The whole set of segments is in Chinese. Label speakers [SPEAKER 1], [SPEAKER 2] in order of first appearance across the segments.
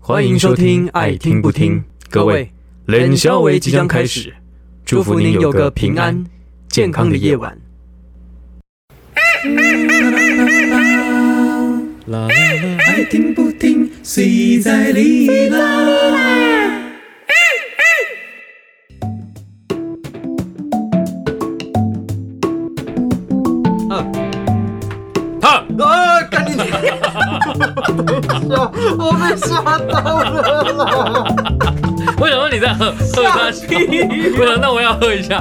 [SPEAKER 1] 欢迎收听《爱听不听》，各位，冷笑为即将开始，祝福您有个平安、健康的夜晚。
[SPEAKER 2] 啦啦啦，爱听不听，随在你啦。
[SPEAKER 3] 哈，
[SPEAKER 4] 啊！赶紧！啊我被吓到了啦！
[SPEAKER 3] 为什么你在喝喝他笑？不能，那我要喝一下。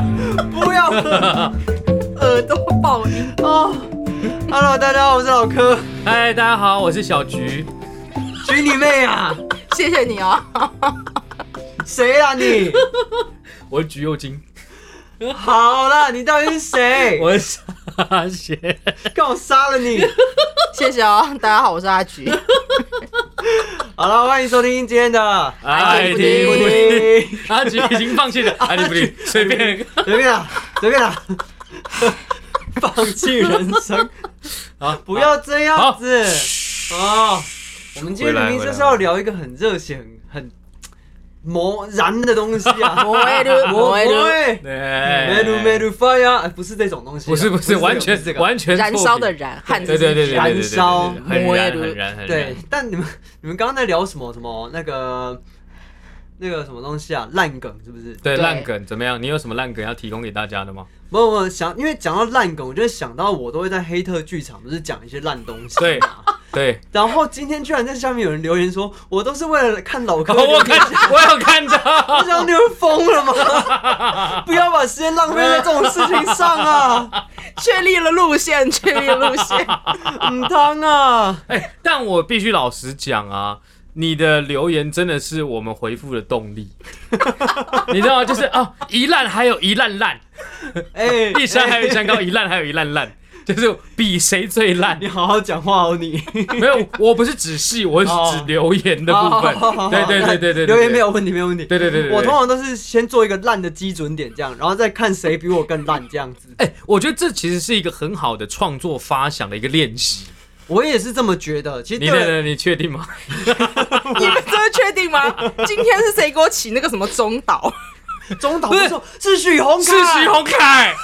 [SPEAKER 4] 不要，呃
[SPEAKER 5] 耳朵 爆音，
[SPEAKER 4] 哦！Hello，大家好，我是老柯，
[SPEAKER 3] 嗨，大家好，我是小菊。
[SPEAKER 4] 娶你妹啊！
[SPEAKER 5] 谢谢你哦。
[SPEAKER 4] 谁啊你？
[SPEAKER 3] 我是橘右京，
[SPEAKER 4] 好啦，你到底是谁？
[SPEAKER 3] 我是沙姐。
[SPEAKER 4] 看我杀了你！
[SPEAKER 5] 谢谢哦，大家好，我是阿菊。
[SPEAKER 4] 好了，欢迎收听今天的
[SPEAKER 3] 爱听不听？
[SPEAKER 4] 随
[SPEAKER 3] 阿菊已经放弃了，阿听不听，随便。
[SPEAKER 4] 便啦，随便啊 啦，放弃人 生，
[SPEAKER 3] 好，
[SPEAKER 4] 啊不要这样
[SPEAKER 3] 好
[SPEAKER 4] 子哦！我们今天明明就是要聊一个很热血、很很魔燃的东西 啊！
[SPEAKER 5] 我 爱的，
[SPEAKER 4] 我
[SPEAKER 5] 我爱的，
[SPEAKER 4] 会。
[SPEAKER 3] 对
[SPEAKER 4] Meru Meru Fire，哎不是这种东西啊，
[SPEAKER 3] 不是不
[SPEAKER 4] 这
[SPEAKER 3] 是，
[SPEAKER 4] 个
[SPEAKER 3] 完全
[SPEAKER 4] 不是这个
[SPEAKER 3] 完全
[SPEAKER 5] 燃烧的燃，汉
[SPEAKER 3] 对，
[SPEAKER 5] 字
[SPEAKER 3] 对对对对对，对
[SPEAKER 4] 燃烧
[SPEAKER 3] 很燃很燃很燃。
[SPEAKER 4] 对，但你们你们刚刚在聊什么什么那个那个什么东西啊？烂梗是不是？
[SPEAKER 3] 对
[SPEAKER 5] 对
[SPEAKER 3] 烂梗怎么样？你有什么烂梗要提供给大家的吗？
[SPEAKER 4] 没有没有想，因为讲到烂梗，我就会想到我都会在黑特剧场不是讲一些烂东西
[SPEAKER 3] 对
[SPEAKER 4] 嘛。
[SPEAKER 3] 对，
[SPEAKER 4] 然后今天居然在下面有人留言说，我都是为了看老
[SPEAKER 3] 哦
[SPEAKER 4] 柯，
[SPEAKER 3] 我看我有看到，
[SPEAKER 4] 这样你们疯了吗？ 不要把时间浪费在这种事情上啊！
[SPEAKER 5] 确立了路线，确立了路线。
[SPEAKER 4] 嗯，汤啊，
[SPEAKER 3] 哎、但我必须老实讲啊，你的留言真的是我们回复的动力，你知道吗？就是啊，一烂还有一烂烂，
[SPEAKER 4] 哎，
[SPEAKER 3] 一山还有一
[SPEAKER 4] 哎
[SPEAKER 3] 山高，一烂还有一烂烂，就是比谁最烂
[SPEAKER 4] 你。好好讲话哦，你。
[SPEAKER 3] 没有，我不是指戏，我是指留言的部分。
[SPEAKER 4] 哦
[SPEAKER 3] 对对对对对，对
[SPEAKER 4] 留言没。有问题，没有问题。
[SPEAKER 3] 对对对对对
[SPEAKER 4] 我通常都是先做一个烂的基准点，这样，然后再看谁比我更烂，这样子。
[SPEAKER 3] 哎、我觉得这其实是一个很好的创作发想的一个练习。
[SPEAKER 4] 我也是这么觉得。其实
[SPEAKER 3] 你
[SPEAKER 4] 对，
[SPEAKER 3] 的你确定吗？
[SPEAKER 5] 你们真的确定吗？今天是谁给我起那个什么中岛？
[SPEAKER 4] 中岛不是说是许宏凯，
[SPEAKER 3] 是徐宏凯，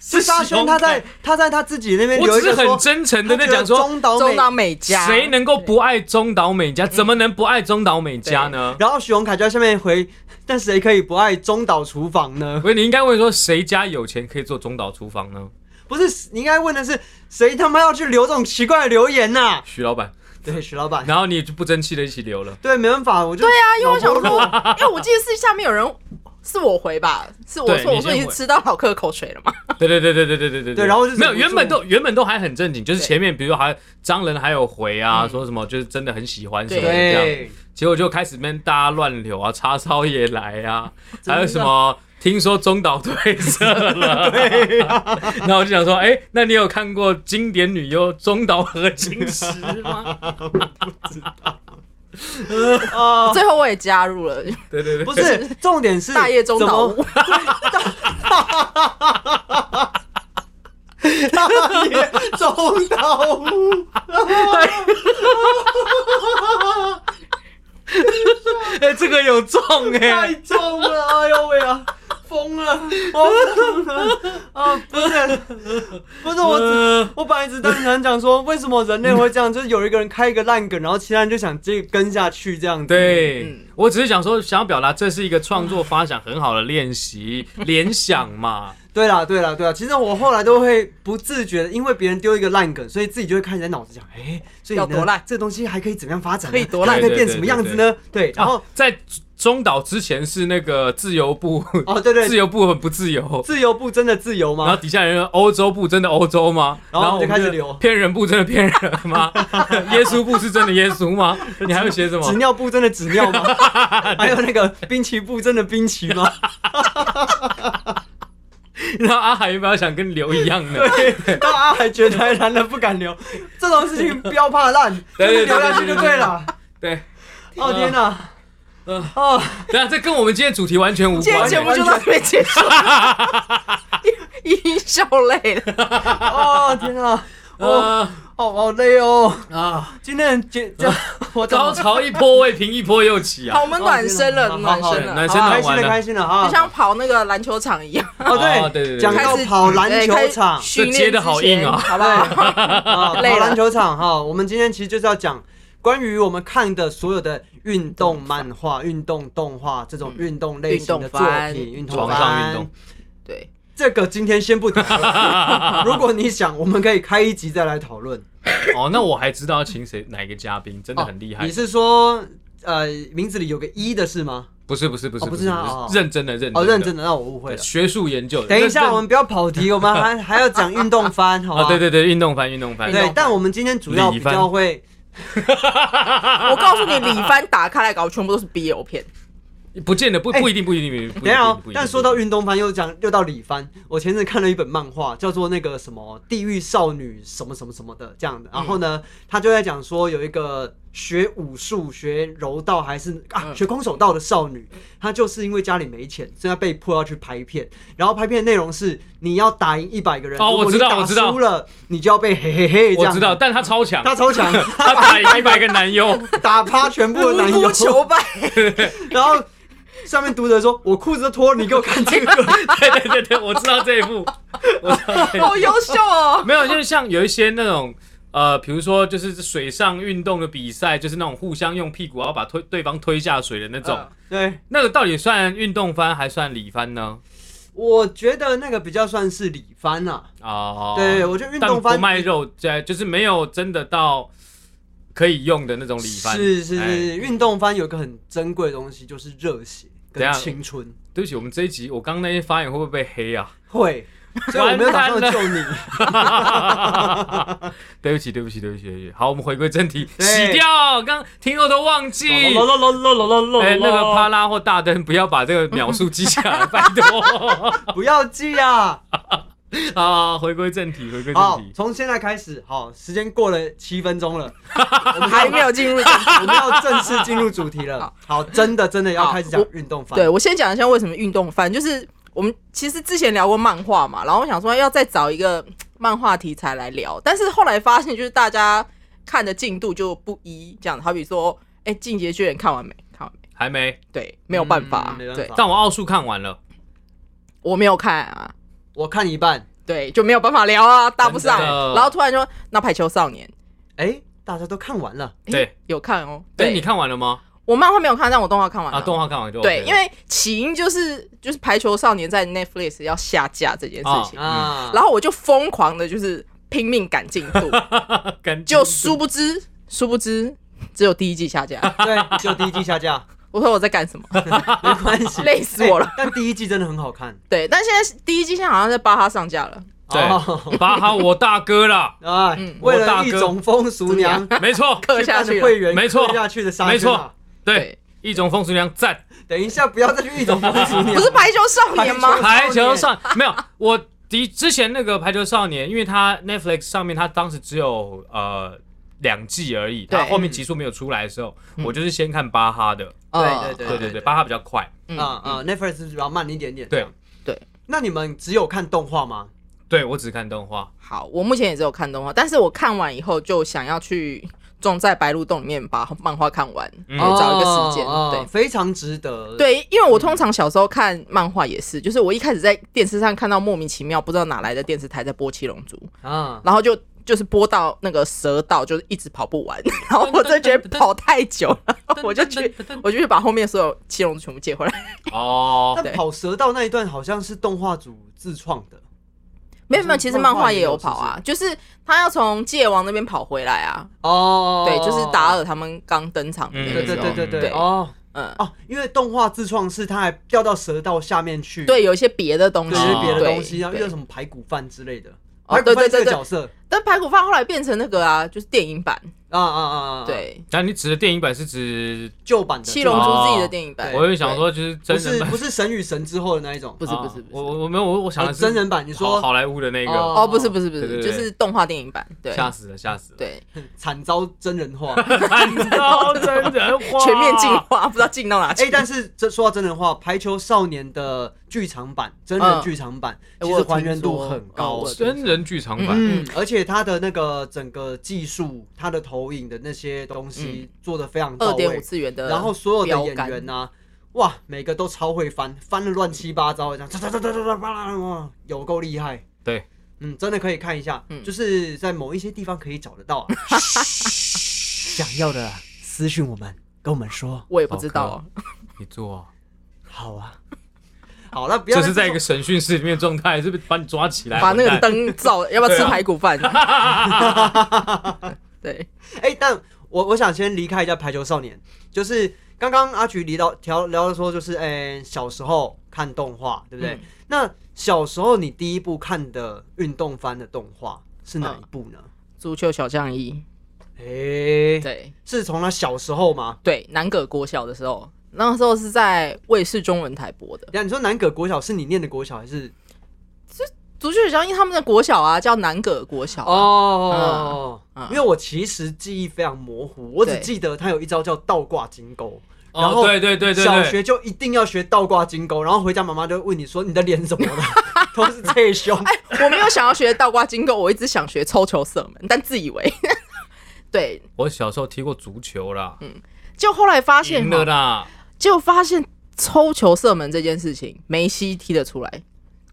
[SPEAKER 4] 是沙宣，他在他在他自己那边
[SPEAKER 3] 我
[SPEAKER 4] 留一
[SPEAKER 3] 只
[SPEAKER 4] 个
[SPEAKER 3] 是
[SPEAKER 4] 说
[SPEAKER 3] 很真诚的在
[SPEAKER 4] 他觉得
[SPEAKER 3] 讲说，
[SPEAKER 4] 中岛
[SPEAKER 5] 中
[SPEAKER 4] 美。
[SPEAKER 5] 岛美嘉，
[SPEAKER 3] 谁能够不爱中岛美嘉？怎么能不爱中岛美嘉呢？
[SPEAKER 4] 然后许宏凯就在下面回，但谁可以不爱中岛厨房呢？
[SPEAKER 3] 不是，你应该问说谁家有钱可以做中岛厨房呢？
[SPEAKER 4] 不是，你应该问的是谁他妈要去留这种奇怪的留言呐、
[SPEAKER 3] 徐老板，
[SPEAKER 4] 对，许老板，
[SPEAKER 3] 然后你就不争气的一起留 了。
[SPEAKER 4] 对，没办法，我就
[SPEAKER 5] 对啊，因为我想说，因为我记得是下面有人是我回吧，是我
[SPEAKER 3] 对
[SPEAKER 5] 说
[SPEAKER 3] 你
[SPEAKER 5] 我说
[SPEAKER 3] 先
[SPEAKER 5] 你是
[SPEAKER 3] 回
[SPEAKER 5] 吃到老客口水了吗？
[SPEAKER 3] 对对对对对对对对
[SPEAKER 4] 对然后就是
[SPEAKER 3] 没有
[SPEAKER 4] 忍
[SPEAKER 3] 原
[SPEAKER 4] 不住
[SPEAKER 3] 本都原本都还很正经，就是
[SPEAKER 5] 对
[SPEAKER 3] 前面比如还张仁还有回啊，
[SPEAKER 5] 嗯
[SPEAKER 3] 说什么就是真的很喜欢什么
[SPEAKER 5] 对
[SPEAKER 3] 的这样，
[SPEAKER 4] 对，
[SPEAKER 3] 结果就开始面大家乱流啊，叉烧也来啊，
[SPEAKER 4] 真的
[SPEAKER 3] 还有什么？听说中岛褪色 了，对、 然后我就想说，哎、那你有看过经典女优中岛和金 石吗？
[SPEAKER 4] 啊、
[SPEAKER 5] 最后我也加入了，
[SPEAKER 3] 对对对，
[SPEAKER 4] 不是，重点是
[SPEAKER 5] 大叶中
[SPEAKER 4] 怎么
[SPEAKER 5] 岛屋，
[SPEAKER 4] 大爷中岛屋，
[SPEAKER 3] 哎、这个有中哎、
[SPEAKER 4] 太重了，哎呦喂啊，疯了，我疯了啊！不是，不是我只。
[SPEAKER 3] 呃
[SPEAKER 4] 我本来只单纯讲说，为什么人类会这样，就是有一个人开一个烂梗，然后其他人就想接跟下去这样子。，
[SPEAKER 3] 对、
[SPEAKER 5] 嗯
[SPEAKER 3] 我只是想说，想要表达这是一个创作发想很好的练 习，联想嘛，
[SPEAKER 4] 对啦，对啦，对啊啦。其实我后来都会不自觉的，因为别人丢一个烂梗，所以自己就会开始在脑子想，哎、所以
[SPEAKER 5] 要
[SPEAKER 4] 呢，
[SPEAKER 5] 多烂
[SPEAKER 4] 这东西还可以怎么样发展呢？
[SPEAKER 5] 可以多烂
[SPEAKER 4] 还可以变什么样子呢？对，然后、
[SPEAKER 3] 啊在中岛之前是那个自由部，
[SPEAKER 4] 哦，对对
[SPEAKER 3] 自由部很不自由。
[SPEAKER 4] 自由不真的自由
[SPEAKER 3] 然后
[SPEAKER 4] 吗？
[SPEAKER 3] 底下人说欧洲部真的欧洲吗？
[SPEAKER 4] 然后我们就开始
[SPEAKER 3] 我们
[SPEAKER 4] 留
[SPEAKER 3] 骗人部真的骗人 吗？耶稣部是真的耶稣吗？你还会写什么？
[SPEAKER 4] 纸尿布真的纸 尿吗？还有那个滨崎步真的滨崎吗？
[SPEAKER 3] 然后阿海有没有想跟刘一样的？
[SPEAKER 4] 到阿海觉得还难了不敢留，这种事情不要怕烂，就
[SPEAKER 3] 对
[SPEAKER 4] 是
[SPEAKER 3] 对对
[SPEAKER 4] 留下去就对了。
[SPEAKER 3] 对，
[SPEAKER 4] 哦天哪！
[SPEAKER 3] 嗯
[SPEAKER 4] 哦，
[SPEAKER 3] 那这跟我们今天主题完全无
[SPEAKER 5] 今天
[SPEAKER 3] 关
[SPEAKER 5] 节。目就到这边结 束了，已经笑累了。
[SPEAKER 4] 哦天哪！
[SPEAKER 3] 呃
[SPEAKER 4] 哦，好累哦。
[SPEAKER 3] 啊，
[SPEAKER 4] 今天很节，这样我怎么
[SPEAKER 3] 高潮一波未平一波又起啊
[SPEAKER 5] 好，我！们暖身了，
[SPEAKER 4] 好
[SPEAKER 5] 暖
[SPEAKER 4] 好
[SPEAKER 5] 身了，
[SPEAKER 3] 暖
[SPEAKER 5] 好
[SPEAKER 3] 身
[SPEAKER 5] 不好
[SPEAKER 3] 了
[SPEAKER 4] 开心
[SPEAKER 3] 完
[SPEAKER 4] 了，开心了哈。
[SPEAKER 5] 就像跑那个篮球场一样，
[SPEAKER 4] 哦
[SPEAKER 3] 哦对
[SPEAKER 4] 对
[SPEAKER 3] 对对
[SPEAKER 4] 讲
[SPEAKER 5] 开
[SPEAKER 4] 到
[SPEAKER 5] 始
[SPEAKER 4] 跑篮球场
[SPEAKER 5] 对开始训
[SPEAKER 3] 这接
[SPEAKER 5] 练
[SPEAKER 3] 得好硬啊
[SPEAKER 5] 之前好不好？
[SPEAKER 4] 啊，跑
[SPEAKER 5] 累了
[SPEAKER 4] 篮球场哈。我们今天其实就是要讲关于我们看的所有的运动漫画、运动动画这种运动类型的
[SPEAKER 5] 运
[SPEAKER 4] 作
[SPEAKER 5] 动番
[SPEAKER 4] 品，运动
[SPEAKER 3] 床上
[SPEAKER 4] 番
[SPEAKER 3] 运动。
[SPEAKER 5] 对，
[SPEAKER 4] 这个今天先不讨论，如果你想，我们可以开一集再来讨论。
[SPEAKER 3] 哦，那我还知道要请谁哪个嘉宾，真的很厉害
[SPEAKER 4] 哦你。是说呃名字里有个一的是吗？
[SPEAKER 3] 不是不是不是
[SPEAKER 4] 哦不
[SPEAKER 3] 是
[SPEAKER 4] 是啊哦
[SPEAKER 3] 不是认真的认真的啊
[SPEAKER 4] 哦，认真的，那我误会了。
[SPEAKER 3] 学术研究的。
[SPEAKER 4] 等一
[SPEAKER 3] 认
[SPEAKER 4] 下，
[SPEAKER 3] 真
[SPEAKER 4] 我们不要跑题，我 们还还要讲运动番，好吧？
[SPEAKER 3] 啊，对对对，运动番运动番。哦
[SPEAKER 5] 运动
[SPEAKER 4] 对
[SPEAKER 5] 番，
[SPEAKER 4] 但我们今天主要比较会
[SPEAKER 5] 我告诉你，李帆打开来搞，全部都是 BL 片，
[SPEAKER 3] 不见得不
[SPEAKER 4] 哎
[SPEAKER 3] 不一定不一定不一定。不一
[SPEAKER 4] 等一下哦
[SPEAKER 3] 定不一定。
[SPEAKER 4] 但说到运动番，又讲又到李帆。我前阵看了一本漫画，叫做那个什么《地狱少女》什么什么什么的这样的。然后
[SPEAKER 3] 嗯
[SPEAKER 4] 呢，他就在讲说有一个学武术、学柔道还是啊
[SPEAKER 5] 嗯
[SPEAKER 4] 学空手道的少女，她就是因为家里没钱，所以她被迫要去拍片。然后拍片的内容是你要打赢一百个人，
[SPEAKER 3] 哦
[SPEAKER 4] 如果
[SPEAKER 3] 我知道
[SPEAKER 4] 你打
[SPEAKER 3] 我知道
[SPEAKER 4] 输了你就要被嘿嘿嘿这
[SPEAKER 3] 我
[SPEAKER 4] 样。
[SPEAKER 3] 知道，，但他超强，
[SPEAKER 4] 他超强，
[SPEAKER 3] 他打一百个男优，
[SPEAKER 4] 打趴全部的男
[SPEAKER 5] 不
[SPEAKER 4] 友
[SPEAKER 5] 不，求败，
[SPEAKER 4] 然后上面读者说：“我裤子都脱了，你给我看这 个。
[SPEAKER 3] 对对对对，我知道这一部，我知道这一部
[SPEAKER 5] 好优秀哦！
[SPEAKER 3] 没有，就是像有一些那种。呃，比如说就是水上运动的比赛，就是那种互相用屁股然后把推对方推下水的那种，
[SPEAKER 5] 嗯”
[SPEAKER 4] 对，
[SPEAKER 3] 那个到底算运动番还算里番呢？
[SPEAKER 4] 我觉得那个比较算是李帆啊。
[SPEAKER 3] 哦，
[SPEAKER 4] 对，，我觉得运动
[SPEAKER 3] 但
[SPEAKER 4] 番
[SPEAKER 3] 不卖肉，在就是没有真的到可以用的那种里番。
[SPEAKER 4] 是是
[SPEAKER 3] 哎
[SPEAKER 4] 是，运动番有个很珍贵的东西，就是热血跟青春。
[SPEAKER 3] 对不起，我们这一集我刚刚那些发言会不会被黑啊？
[SPEAKER 4] 会，所以我没有打
[SPEAKER 3] 完蛋了
[SPEAKER 4] 算救你。
[SPEAKER 3] 对不起，对不起，对不起，对不起。好，我们回归正题，
[SPEAKER 4] 对
[SPEAKER 3] 洗掉，刚听众都忘记。
[SPEAKER 4] 咯咯咯咯咯咯
[SPEAKER 3] 哎，那个帕拉或大灯，不要把这个秒数记下来，拜托。
[SPEAKER 4] 不要记啊！
[SPEAKER 3] 啊，回归正题，回归正
[SPEAKER 4] 好
[SPEAKER 3] 题，。
[SPEAKER 4] 从现在开始，好，时间过了七 分钟了，
[SPEAKER 5] 我嗯们还没有进入正 题。
[SPEAKER 4] 我们要正式进入主题了。好，真的真的要开始讲运动番。
[SPEAKER 5] 对，我先讲一下为什么运动番，就是我们其实之前聊过漫画嘛，然后我想说要再找一个嗯漫画题材来聊，但是后来发现就是大家看的进度就不一，这样好比说，哎、进阶巨人》看完没？看完没？
[SPEAKER 3] 还没，
[SPEAKER 5] 对，没有办法，
[SPEAKER 4] 嗯没办法
[SPEAKER 5] 对，
[SPEAKER 3] 但我奥数看完了，
[SPEAKER 5] 我没有看啊，
[SPEAKER 4] 我看一半，
[SPEAKER 5] 对，就没有办法聊啊，搭不上
[SPEAKER 3] 真的。
[SPEAKER 5] 然后突然说，那排球少年
[SPEAKER 4] 哎，大家都看完了。
[SPEAKER 5] 诶
[SPEAKER 3] 对
[SPEAKER 5] 有看哦，
[SPEAKER 3] 对，哎你看完了吗？
[SPEAKER 5] 我漫画没有看，但我动画看完了。
[SPEAKER 3] 啊，动画看完就 OK
[SPEAKER 5] 对，
[SPEAKER 3] 了
[SPEAKER 5] 因为起因就是就是排球少年在 Netflix 要下架这件事情，
[SPEAKER 4] 啊，
[SPEAKER 5] 然后我就疯狂的就是拼命赶进度，
[SPEAKER 3] 跟
[SPEAKER 5] 就殊不知殊不知只有第一季下架。
[SPEAKER 4] 对，就第一季下架，
[SPEAKER 5] 我说我在干什么？
[SPEAKER 4] 没关系，
[SPEAKER 5] 累死我了
[SPEAKER 4] 哎但第一季真的很好看，
[SPEAKER 5] 对，但现在第一季现在好像在巴哈上架了，
[SPEAKER 3] 对
[SPEAKER 4] 哦
[SPEAKER 3] 巴哈我大哥啦，
[SPEAKER 4] 哎
[SPEAKER 5] 嗯，
[SPEAKER 4] 为
[SPEAKER 3] 我大
[SPEAKER 4] 了
[SPEAKER 3] 哥
[SPEAKER 4] 一种风俗娘
[SPEAKER 3] 没错，
[SPEAKER 5] 刻下去
[SPEAKER 4] 去办
[SPEAKER 5] 了。
[SPEAKER 4] 会员，
[SPEAKER 3] 没错
[SPEAKER 4] 刻下去的杀
[SPEAKER 3] 没
[SPEAKER 4] 圈
[SPEAKER 3] 错
[SPEAKER 4] 啊。
[SPEAKER 3] 对，
[SPEAKER 5] 对，
[SPEAKER 3] 一种风俗娘赞，
[SPEAKER 4] 等一下，不要再去一种风俗娘，
[SPEAKER 5] 不是排球少年吗？
[SPEAKER 3] 排球少
[SPEAKER 5] 哦
[SPEAKER 3] 没有我。的之前那个排球少年，因为他 Netflix 上面他当时只有呃两季而已，他
[SPEAKER 5] 对
[SPEAKER 3] 后面集数没有出来的时候，我就是先看巴哈的，
[SPEAKER 5] 嗯
[SPEAKER 4] 对
[SPEAKER 3] 对对对，巴哈比较快，
[SPEAKER 5] 嗯
[SPEAKER 4] 啊啊，Netflix 是比较慢一点点。
[SPEAKER 3] 对
[SPEAKER 5] 对。
[SPEAKER 4] 那你们只有看动画吗？
[SPEAKER 3] 对我只看动画，
[SPEAKER 5] 好，我目前也只有看动画，但是我看完以后就想要去种在白鹿洞里面把漫画看完，
[SPEAKER 3] 嗯
[SPEAKER 5] 然后找一个时间。
[SPEAKER 4] 哦
[SPEAKER 5] 对
[SPEAKER 4] 哦，非常值得。，
[SPEAKER 5] 对，因为我通常小时候看漫画也是，就是我一开始在电视上看到莫名其妙不知道哪来的电视台在播《七龙珠》，
[SPEAKER 4] 啊，
[SPEAKER 5] 然后就就是播到那个蛇道，就是一直跑不完，然后我真的觉得跑太久了，我就去我就去把后面所有《七龙珠》全部借回来。
[SPEAKER 3] 哦，
[SPEAKER 4] 但跑蛇道那一段好像是动画组自创的。
[SPEAKER 5] 没有没有，其实漫画也有跑
[SPEAKER 4] 漫画也
[SPEAKER 5] 啊，就是他要从界王那边跑回来啊，
[SPEAKER 4] 哦，
[SPEAKER 5] 对，就是达。尔他们刚登场的
[SPEAKER 3] 嗯
[SPEAKER 5] 那
[SPEAKER 4] 对
[SPEAKER 5] 个
[SPEAKER 4] 对
[SPEAKER 5] 时候，
[SPEAKER 4] 对对对，
[SPEAKER 5] 对
[SPEAKER 4] 哦
[SPEAKER 5] 嗯，
[SPEAKER 4] 哦，因为动画自创是他还掉到蛇道下面去。
[SPEAKER 5] 对，有一些别的东
[SPEAKER 4] 对，
[SPEAKER 5] 西，
[SPEAKER 4] 就是
[SPEAKER 3] 哦
[SPEAKER 4] 别的
[SPEAKER 5] 啊对
[SPEAKER 4] 东西，然后遇
[SPEAKER 5] 对
[SPEAKER 4] 到什么排骨饭之类的。
[SPEAKER 5] 哦
[SPEAKER 4] 排骨
[SPEAKER 5] 对
[SPEAKER 4] 饭
[SPEAKER 5] 对
[SPEAKER 4] 这
[SPEAKER 5] 对
[SPEAKER 4] 个
[SPEAKER 5] 对
[SPEAKER 4] 角色
[SPEAKER 5] 但排骨饭后来变成那个啊，就是电影版，
[SPEAKER 4] 啊啊啊啊，啊，
[SPEAKER 5] 对，
[SPEAKER 3] 那你指的电影版是指
[SPEAKER 4] 旧版的
[SPEAKER 5] 七龙珠自己的电影版。
[SPEAKER 4] 对
[SPEAKER 3] 我有想说就是
[SPEAKER 4] 不
[SPEAKER 3] 真人
[SPEAKER 4] 是
[SPEAKER 3] 版
[SPEAKER 4] 不，是神与神之后的那一种，
[SPEAKER 5] 不是不是
[SPEAKER 3] 啊
[SPEAKER 5] 不
[SPEAKER 3] 我我
[SPEAKER 5] 是，
[SPEAKER 3] 我没有我我想的
[SPEAKER 4] 哦
[SPEAKER 3] 是
[SPEAKER 4] 真人版。你
[SPEAKER 3] 好
[SPEAKER 4] 说
[SPEAKER 3] 好莱坞的那个，
[SPEAKER 4] 哦
[SPEAKER 5] 哦，不是不是不
[SPEAKER 3] 对
[SPEAKER 5] 是，
[SPEAKER 3] 对
[SPEAKER 5] 就
[SPEAKER 3] 对
[SPEAKER 5] 是动画电影版，对
[SPEAKER 3] 吓死了吓死了，
[SPEAKER 5] 对，
[SPEAKER 4] 惨遭真人化，
[SPEAKER 3] 惨遭真人化，
[SPEAKER 5] 全面进化，不知道进到哪去
[SPEAKER 4] 哎，。但是这说到真人化，《排球少年》的剧场版，真人剧场版
[SPEAKER 5] 嗯
[SPEAKER 4] 其
[SPEAKER 5] 我
[SPEAKER 4] 实
[SPEAKER 5] 有听
[SPEAKER 4] 还原度
[SPEAKER 5] 说
[SPEAKER 4] 很
[SPEAKER 5] 嗯
[SPEAKER 4] 高
[SPEAKER 5] 我，有听
[SPEAKER 3] 真人剧场版，
[SPEAKER 4] 嗯，而且且它的那个整个技术，它的投影的那些东西做的非常
[SPEAKER 5] 嗯二
[SPEAKER 4] 到
[SPEAKER 5] 点五
[SPEAKER 4] 位，
[SPEAKER 5] 次元的，
[SPEAKER 4] 然后所有的演员呐、哇，每个都超会翻，翻的乱七八糟的，这样，哒哒哒哒哒哒巴拉哇，有够厉害。
[SPEAKER 3] 对，
[SPEAKER 4] 嗯，真的可以看一下，
[SPEAKER 5] 嗯
[SPEAKER 4] 就是在某一些地方可以找得到、啊。想要的私讯我们，跟我们说。
[SPEAKER 5] 我也不知道，
[SPEAKER 3] 你做、啊，
[SPEAKER 4] 好啊，好，那不要
[SPEAKER 3] 这
[SPEAKER 4] 再
[SPEAKER 3] 是在一
[SPEAKER 4] 说
[SPEAKER 3] 个审讯室里面的状态，是不是把你抓起来？
[SPEAKER 5] 把那个
[SPEAKER 3] 混蛋
[SPEAKER 5] 灯照，要不要吃
[SPEAKER 3] 对啊
[SPEAKER 5] 排骨 饭？对，
[SPEAKER 4] 哎、但我我想先离开一下排球少年，就是刚刚阿菊聊到聊聊的说，就是哎、小时候看动画，对不对？
[SPEAKER 5] 嗯
[SPEAKER 4] 那小时候你第一部看的运动番的动画是哪一部呢？
[SPEAKER 5] 足球小将一，
[SPEAKER 4] 哎、
[SPEAKER 5] 对
[SPEAKER 4] 是从他小时候吗？
[SPEAKER 5] 对，南葛国小的时候，那时候是在卫视中文台播的。
[SPEAKER 4] 呀，你说南葛国小是你念的国小还是？
[SPEAKER 5] 足球小将一他们的国小啊，叫南葛国
[SPEAKER 3] 哦
[SPEAKER 5] 小、啊。
[SPEAKER 4] 哦
[SPEAKER 5] 嗯
[SPEAKER 4] 嗯因为我其实记忆非常模糊，我只
[SPEAKER 5] 对
[SPEAKER 4] 记得他有一招叫倒挂金钩。然
[SPEAKER 3] 哦，
[SPEAKER 4] 后
[SPEAKER 3] 对对对对对，
[SPEAKER 4] 小学就一定要学倒挂金钩，然后回家妈妈就问你说你的脸怎么了， 都是这胸。
[SPEAKER 5] 哎我没有想要学倒挂金钩，我一直想学抽球射门，但自以为 对，
[SPEAKER 3] 我小时候踢过足球啦，
[SPEAKER 5] 就后来发现
[SPEAKER 3] 赢了，啦，
[SPEAKER 5] 就发现抽球射门这件事情，梅西踢得出来。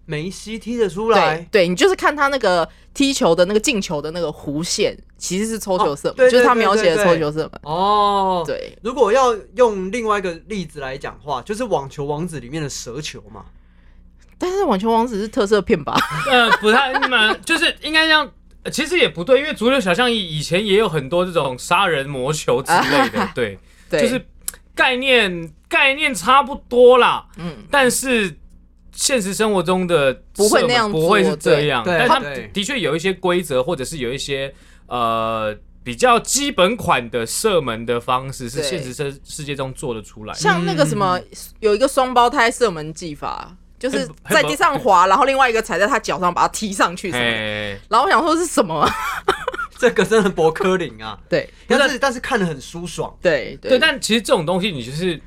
[SPEAKER 4] 梅西踢得出
[SPEAKER 5] 对
[SPEAKER 4] 来，
[SPEAKER 5] 对，你就是看他那个踢球的那个进球的那个弧线，其实是抽球射
[SPEAKER 4] 哦
[SPEAKER 5] 门，
[SPEAKER 4] 对
[SPEAKER 5] 就是他
[SPEAKER 4] 对对
[SPEAKER 5] 描写的
[SPEAKER 4] 对
[SPEAKER 5] 抽
[SPEAKER 4] 对
[SPEAKER 5] 球射门。
[SPEAKER 4] 哦。，
[SPEAKER 5] 对，
[SPEAKER 4] 如果要用另外一个例子来讲话，就是《网球王子》里面的蛇球嘛。
[SPEAKER 5] 但是网球王子是特色片吧？
[SPEAKER 3] 呃，不太，嗯，就是应该这样。呃其实也不对，因为足球小将以以前也有很多这种杀人魔球之类的，对，
[SPEAKER 5] 对，
[SPEAKER 3] 就是概念概念差不多啦，
[SPEAKER 5] 嗯，
[SPEAKER 3] 但是现实生活中的
[SPEAKER 5] 不会
[SPEAKER 3] 射门
[SPEAKER 5] 那样做
[SPEAKER 3] 不会是这样，
[SPEAKER 4] 对
[SPEAKER 3] 但
[SPEAKER 4] 对
[SPEAKER 3] 他
[SPEAKER 4] 对
[SPEAKER 3] 的确有一些规则，或者是有一些呃比较基本款的射门的方式是
[SPEAKER 5] 对
[SPEAKER 3] 现实世世界中做得出来的。
[SPEAKER 5] 像那个什么，
[SPEAKER 4] 嗯
[SPEAKER 5] 有一个双胞胎射门技法，就是在地上滑，然后另外一个踩在他脚上把他踢上去什么的。
[SPEAKER 3] 哎，
[SPEAKER 5] 然后我想说是什么 啊？
[SPEAKER 4] 这个真的博科林 啊，
[SPEAKER 5] 对
[SPEAKER 4] 但是但是看得很舒爽。
[SPEAKER 5] 对
[SPEAKER 3] 对，但其实这种东西你就是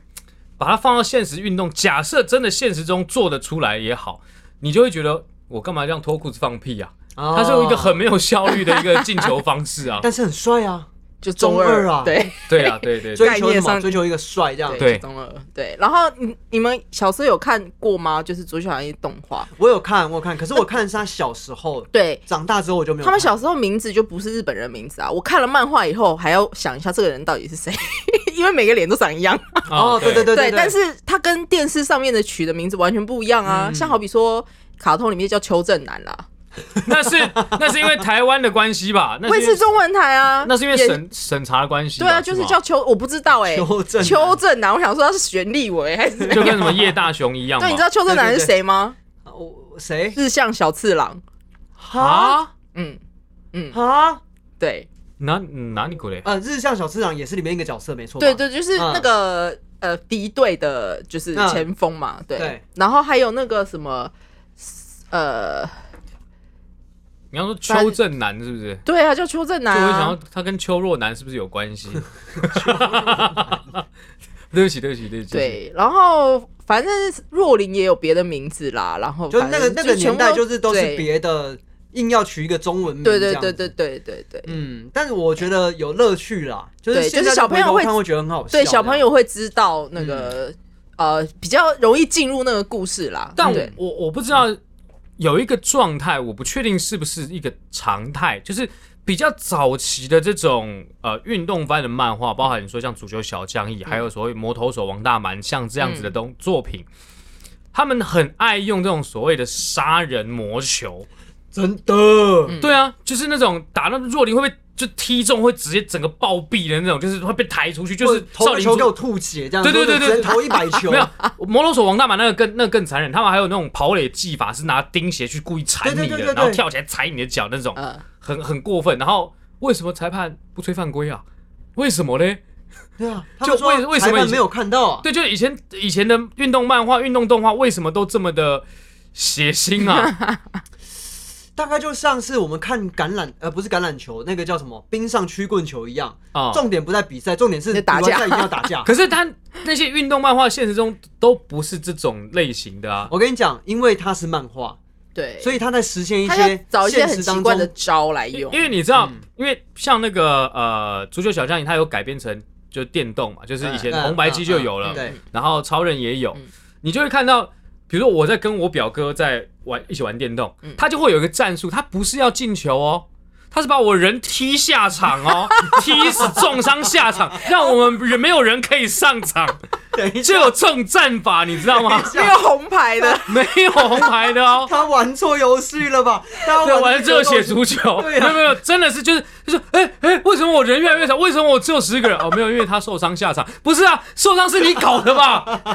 [SPEAKER 3] 把它放到现实运动，假设真的现实中做得出来也好，你就会觉得我干嘛这样脱裤子放屁啊？
[SPEAKER 4] 哦。
[SPEAKER 3] 它是有一个很，没有效率的一个进球方式啊
[SPEAKER 4] 但是很帅啊，
[SPEAKER 5] 就
[SPEAKER 4] 中
[SPEAKER 5] 二
[SPEAKER 4] 二啊
[SPEAKER 5] 对
[SPEAKER 3] 对啊，对对对。
[SPEAKER 4] 追求
[SPEAKER 5] 概
[SPEAKER 4] 什
[SPEAKER 5] 念
[SPEAKER 4] 么？
[SPEAKER 5] 上
[SPEAKER 4] 追求一个帅这样。
[SPEAKER 5] 对，就中二对。然后你你们小时候有看过吗？就是《足球小将》动画，
[SPEAKER 4] 我有看，我有看，可是我看的是他小时候，
[SPEAKER 5] 对
[SPEAKER 4] 长大之后我就没有看。
[SPEAKER 5] 他们小时候名字就不是日本人名字啊。我看了漫画以后，还要想一下这个人到底是谁， 因为每个脸都长一样。
[SPEAKER 3] 啊
[SPEAKER 4] 哦，对对对对，
[SPEAKER 5] 但是他跟电视上面的取的名字完全不一样啊。
[SPEAKER 4] 嗯
[SPEAKER 5] 像好比说，卡通里面叫邱正南啊啦，
[SPEAKER 3] 那是那是因为台湾的关系吧？那
[SPEAKER 5] 卫
[SPEAKER 3] 是因为
[SPEAKER 5] 视中文台啊，
[SPEAKER 3] 那是因为
[SPEAKER 5] 也
[SPEAKER 3] 审审查的关系吧。
[SPEAKER 5] 对啊，就是
[SPEAKER 3] 吗
[SPEAKER 5] 叫邱，我不知道哎、
[SPEAKER 4] 邱正南
[SPEAKER 5] 邱正南，我想说他是选立委还是怎么
[SPEAKER 3] 就
[SPEAKER 5] 样？
[SPEAKER 3] 跟什么叶大雄一样嘛。
[SPEAKER 5] 对，你知道邱正南是谁吗？
[SPEAKER 4] 啊我谁
[SPEAKER 5] 日向小次郎。
[SPEAKER 4] 哈
[SPEAKER 5] 嗯，
[SPEAKER 4] 哈
[SPEAKER 5] 对，
[SPEAKER 3] 哪哪里鬼嘞？
[SPEAKER 4] 呃，日向小次郎也是里面一个角色，没错吧。
[SPEAKER 5] 对对，就是那
[SPEAKER 4] 嗯
[SPEAKER 5] 个、呃敌对的，就是
[SPEAKER 4] 嗯
[SPEAKER 5] 前锋嘛，对。
[SPEAKER 4] 对
[SPEAKER 5] 然后还有那个什么，呃，
[SPEAKER 3] 你要说邱正南是不是？
[SPEAKER 5] 对啊，叫邱正
[SPEAKER 3] 就
[SPEAKER 5] 南、
[SPEAKER 3] 我会想
[SPEAKER 5] 啊
[SPEAKER 3] 到。他跟邱若男是不是有关 系？ 对不起，对不起，对不起。
[SPEAKER 5] 对，然后反正若琳也有别的名字啦，然后
[SPEAKER 4] 就
[SPEAKER 5] 反
[SPEAKER 4] 那
[SPEAKER 5] 正
[SPEAKER 4] 个那个年
[SPEAKER 5] 全部
[SPEAKER 4] 代，就是都是
[SPEAKER 5] 对
[SPEAKER 4] 别的，硬要取一个中文名。
[SPEAKER 5] 对对对对。对对对。
[SPEAKER 4] 嗯，但是我觉得有乐趣啦，就
[SPEAKER 5] 对
[SPEAKER 4] 是现
[SPEAKER 5] 就是
[SPEAKER 4] 在
[SPEAKER 5] 小朋友
[SPEAKER 4] 回头
[SPEAKER 5] 会
[SPEAKER 4] 看会觉得很好笑。
[SPEAKER 5] 对，小朋友会知道那
[SPEAKER 4] 嗯
[SPEAKER 5] 个、呃比较容易进入那个故事啦。
[SPEAKER 3] 但我
[SPEAKER 5] 对
[SPEAKER 3] 我我不知道有一个状态，我不确定是不是一个常态，就是比较早期的这种呃运动番的漫画，包含你说像足球小将一，还有所谓魔投手王大蛮，像这样子的东作品。他们很爱用这种所谓的杀人魔球，
[SPEAKER 4] 这样真的，
[SPEAKER 3] 对啊，就是那种打到若琳会被就踢中，会直接整个暴毙的那种，就是会被抬出去，就
[SPEAKER 4] 或
[SPEAKER 3] 是
[SPEAKER 4] 者投
[SPEAKER 3] 少
[SPEAKER 4] 个
[SPEAKER 3] 林
[SPEAKER 4] 球
[SPEAKER 3] 足
[SPEAKER 4] 给我吐血这样，
[SPEAKER 3] 对对对
[SPEAKER 4] 或者
[SPEAKER 3] 对
[SPEAKER 4] 直接投一百 球
[SPEAKER 3] 没。有，摩托手王大马那个更那个更残忍，他们还有那种跑垒技法，是拿钉鞋去故意踩你的，
[SPEAKER 4] 对对对对对
[SPEAKER 3] 然后跳起来踩你的脚那种，
[SPEAKER 5] 呃，
[SPEAKER 3] 很很过分。然后为什么裁判不吹犯规啊？为什么嘞？
[SPEAKER 4] 对啊，
[SPEAKER 3] 就
[SPEAKER 4] 他们说
[SPEAKER 3] 为为什么
[SPEAKER 4] 裁判
[SPEAKER 3] 以前
[SPEAKER 4] 没有看到啊？
[SPEAKER 3] 对，就以前以前的运动漫画、运动动画，为什么都这么的血腥 啊？
[SPEAKER 4] 大概就像是我们看橄榄，呃，不是橄榄球，那个叫什么冰上曲棍球一样，
[SPEAKER 3] 啊、
[SPEAKER 4] 重点不在比赛，重点是
[SPEAKER 5] 在打
[SPEAKER 4] 比完
[SPEAKER 5] 架
[SPEAKER 4] 赛一定要打 架。
[SPEAKER 3] 可是他那些运动漫画现实中都不是这种类型的啊。
[SPEAKER 4] 我跟你讲，因为它是漫画，
[SPEAKER 5] 对，
[SPEAKER 4] 所以他在实现一
[SPEAKER 5] 他要
[SPEAKER 4] 些
[SPEAKER 5] 找一些
[SPEAKER 4] 现
[SPEAKER 5] 很
[SPEAKER 4] 实
[SPEAKER 5] 奇
[SPEAKER 4] 当
[SPEAKER 5] 怪的
[SPEAKER 4] 中，
[SPEAKER 5] 招来用
[SPEAKER 3] 因。为你知道，
[SPEAKER 4] 嗯
[SPEAKER 3] 因为像那个呃，足球小将，它有改编成就电动嘛，就是以前
[SPEAKER 4] 嗯
[SPEAKER 3] 红白机就有
[SPEAKER 4] 嗯嗯
[SPEAKER 3] 了，
[SPEAKER 4] 对
[SPEAKER 3] 然后超人也有
[SPEAKER 5] 嗯，
[SPEAKER 3] 你就会看到，比如说我在跟我表哥在玩一起玩电动
[SPEAKER 5] 嗯，
[SPEAKER 3] 他就会有一个战术，他不是要进球哦。他是把我人踢下场哦， 踢死重伤下场，让我们人没有人可以上 场，
[SPEAKER 4] 等
[SPEAKER 3] 就
[SPEAKER 4] 一下，
[SPEAKER 3] 有这种战法，你知道 吗？
[SPEAKER 5] 没有红牌的，
[SPEAKER 3] 没有红牌的哦，
[SPEAKER 4] 他玩错游戏了吧？他
[SPEAKER 3] 对，
[SPEAKER 4] 玩
[SPEAKER 3] 完
[SPEAKER 4] 的
[SPEAKER 3] 了之后写
[SPEAKER 4] 足
[SPEAKER 3] 足球，
[SPEAKER 4] 对啊
[SPEAKER 3] 没有没有，真的是就是就是，哎、哎、为什么我人越来越少？为什么我只有十个人？哦，没有，因为他受伤下场，不是啊，受伤是你搞的吧？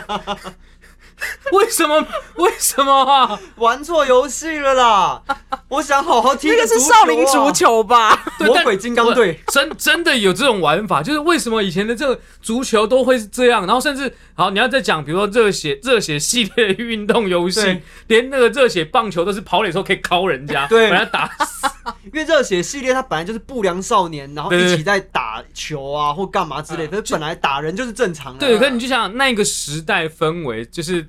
[SPEAKER 3] 为什么？为什么啊？
[SPEAKER 4] 玩错游戏了啦！我想好好 踢
[SPEAKER 5] 这个
[SPEAKER 4] 足
[SPEAKER 5] 是
[SPEAKER 4] 球啊
[SPEAKER 5] 少林足、球吧？
[SPEAKER 3] 对
[SPEAKER 4] 魔
[SPEAKER 3] 但
[SPEAKER 4] 鬼金刚队，
[SPEAKER 3] 真真的有这种玩法，就是为什么以前的这个足球都会是这样，然后甚至好，你要再讲，比如说热血热血系列的运动游戏
[SPEAKER 4] 对，
[SPEAKER 3] 连那个热血棒球都是跑垒的时候可以敲人家，
[SPEAKER 4] 对
[SPEAKER 3] 把他打死，
[SPEAKER 4] 因为热血系列它本来就是不良少年，然后
[SPEAKER 3] 对对
[SPEAKER 4] 一
[SPEAKER 3] 对
[SPEAKER 4] 起在打球啊或干嘛之类的，可是本来打人就是正常的。啊
[SPEAKER 3] 对，可是你就想那个时代氛围，就是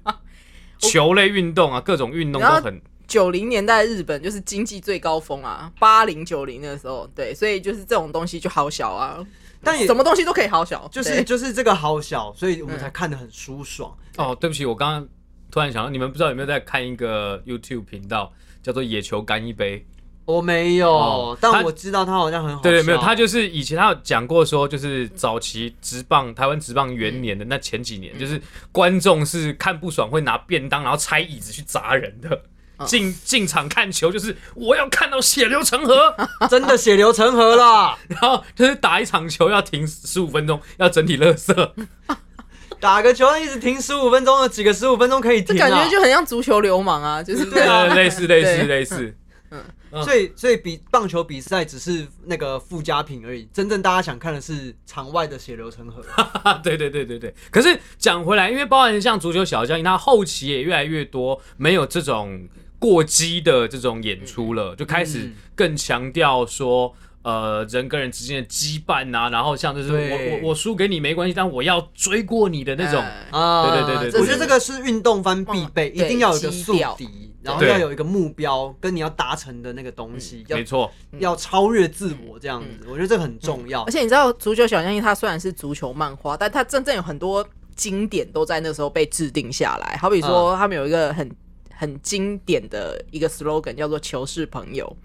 [SPEAKER 3] 球类运动啊，各种运动都很
[SPEAKER 5] 九零年代日本就是经济最高峰啊，八零九零的时候，对，所以就是这种东西就好小啊，
[SPEAKER 4] 但也
[SPEAKER 5] 什么东西都可以好小，
[SPEAKER 4] 就是
[SPEAKER 5] 对
[SPEAKER 4] 就是这个好小，所以我们
[SPEAKER 5] 嗯
[SPEAKER 4] 才看得很舒爽。
[SPEAKER 3] 哦。对不起，我刚刚突然想到，你们不知道有没有在看一个 YouTube 频道叫做“野球干一杯
[SPEAKER 4] 我没有
[SPEAKER 3] 哦，
[SPEAKER 4] 但
[SPEAKER 3] 他
[SPEAKER 4] 我知道他好像很”？好
[SPEAKER 3] 对对，没有，
[SPEAKER 4] 笑
[SPEAKER 3] 他就是以前他有讲过说，就是早期职棒台湾职棒元年的那前几
[SPEAKER 4] 嗯
[SPEAKER 3] 年，就是观众是看不爽会拿便当然后拆椅子去砸人的。
[SPEAKER 4] 嗯
[SPEAKER 3] 进进场看球就是我要看到血流成河，
[SPEAKER 4] 真的血流成河啦！
[SPEAKER 3] 然后就是打一场球要停十五分钟，要整体垃圾。
[SPEAKER 4] 打个球一直停十五分钟，有几个十五分钟可以
[SPEAKER 5] 这
[SPEAKER 4] 停啊？
[SPEAKER 5] 感觉就很像足球流氓啊，就是
[SPEAKER 3] 呃，类似类似类似，
[SPEAKER 4] 所以所以比棒球比赛只是那个附加品而已，真正大家想看的是场外的血流成 河。
[SPEAKER 3] 啊，对对对对对。可是讲回来，因为包含像足球小将，他后期也越来越多没有这种过激的这种演出
[SPEAKER 4] 嗯
[SPEAKER 3] 了，就开始更强调说。呃，人跟人之间的羁绊呐、然后像就是我
[SPEAKER 4] 对
[SPEAKER 3] 我我输给你没关系，但我要追过你的那种，
[SPEAKER 4] 啊，
[SPEAKER 3] 对对对对对
[SPEAKER 4] 我觉得这个是运动番必备，
[SPEAKER 5] 嗯
[SPEAKER 4] 一定要有一个
[SPEAKER 5] 对
[SPEAKER 4] 宿
[SPEAKER 5] 基调
[SPEAKER 4] 敌，然后
[SPEAKER 3] 对
[SPEAKER 4] 要有一个目标，跟你要达成的那个东西，要
[SPEAKER 3] 没错，
[SPEAKER 4] 要超越自我这样子，我觉得这个很重要
[SPEAKER 5] 而。且你知道，足球小将它虽然是足球漫画，但它真正有很多经典都在那时候被制定下来。好比说，他们有一个很很经典的一个 slogan 叫做“球是朋友”，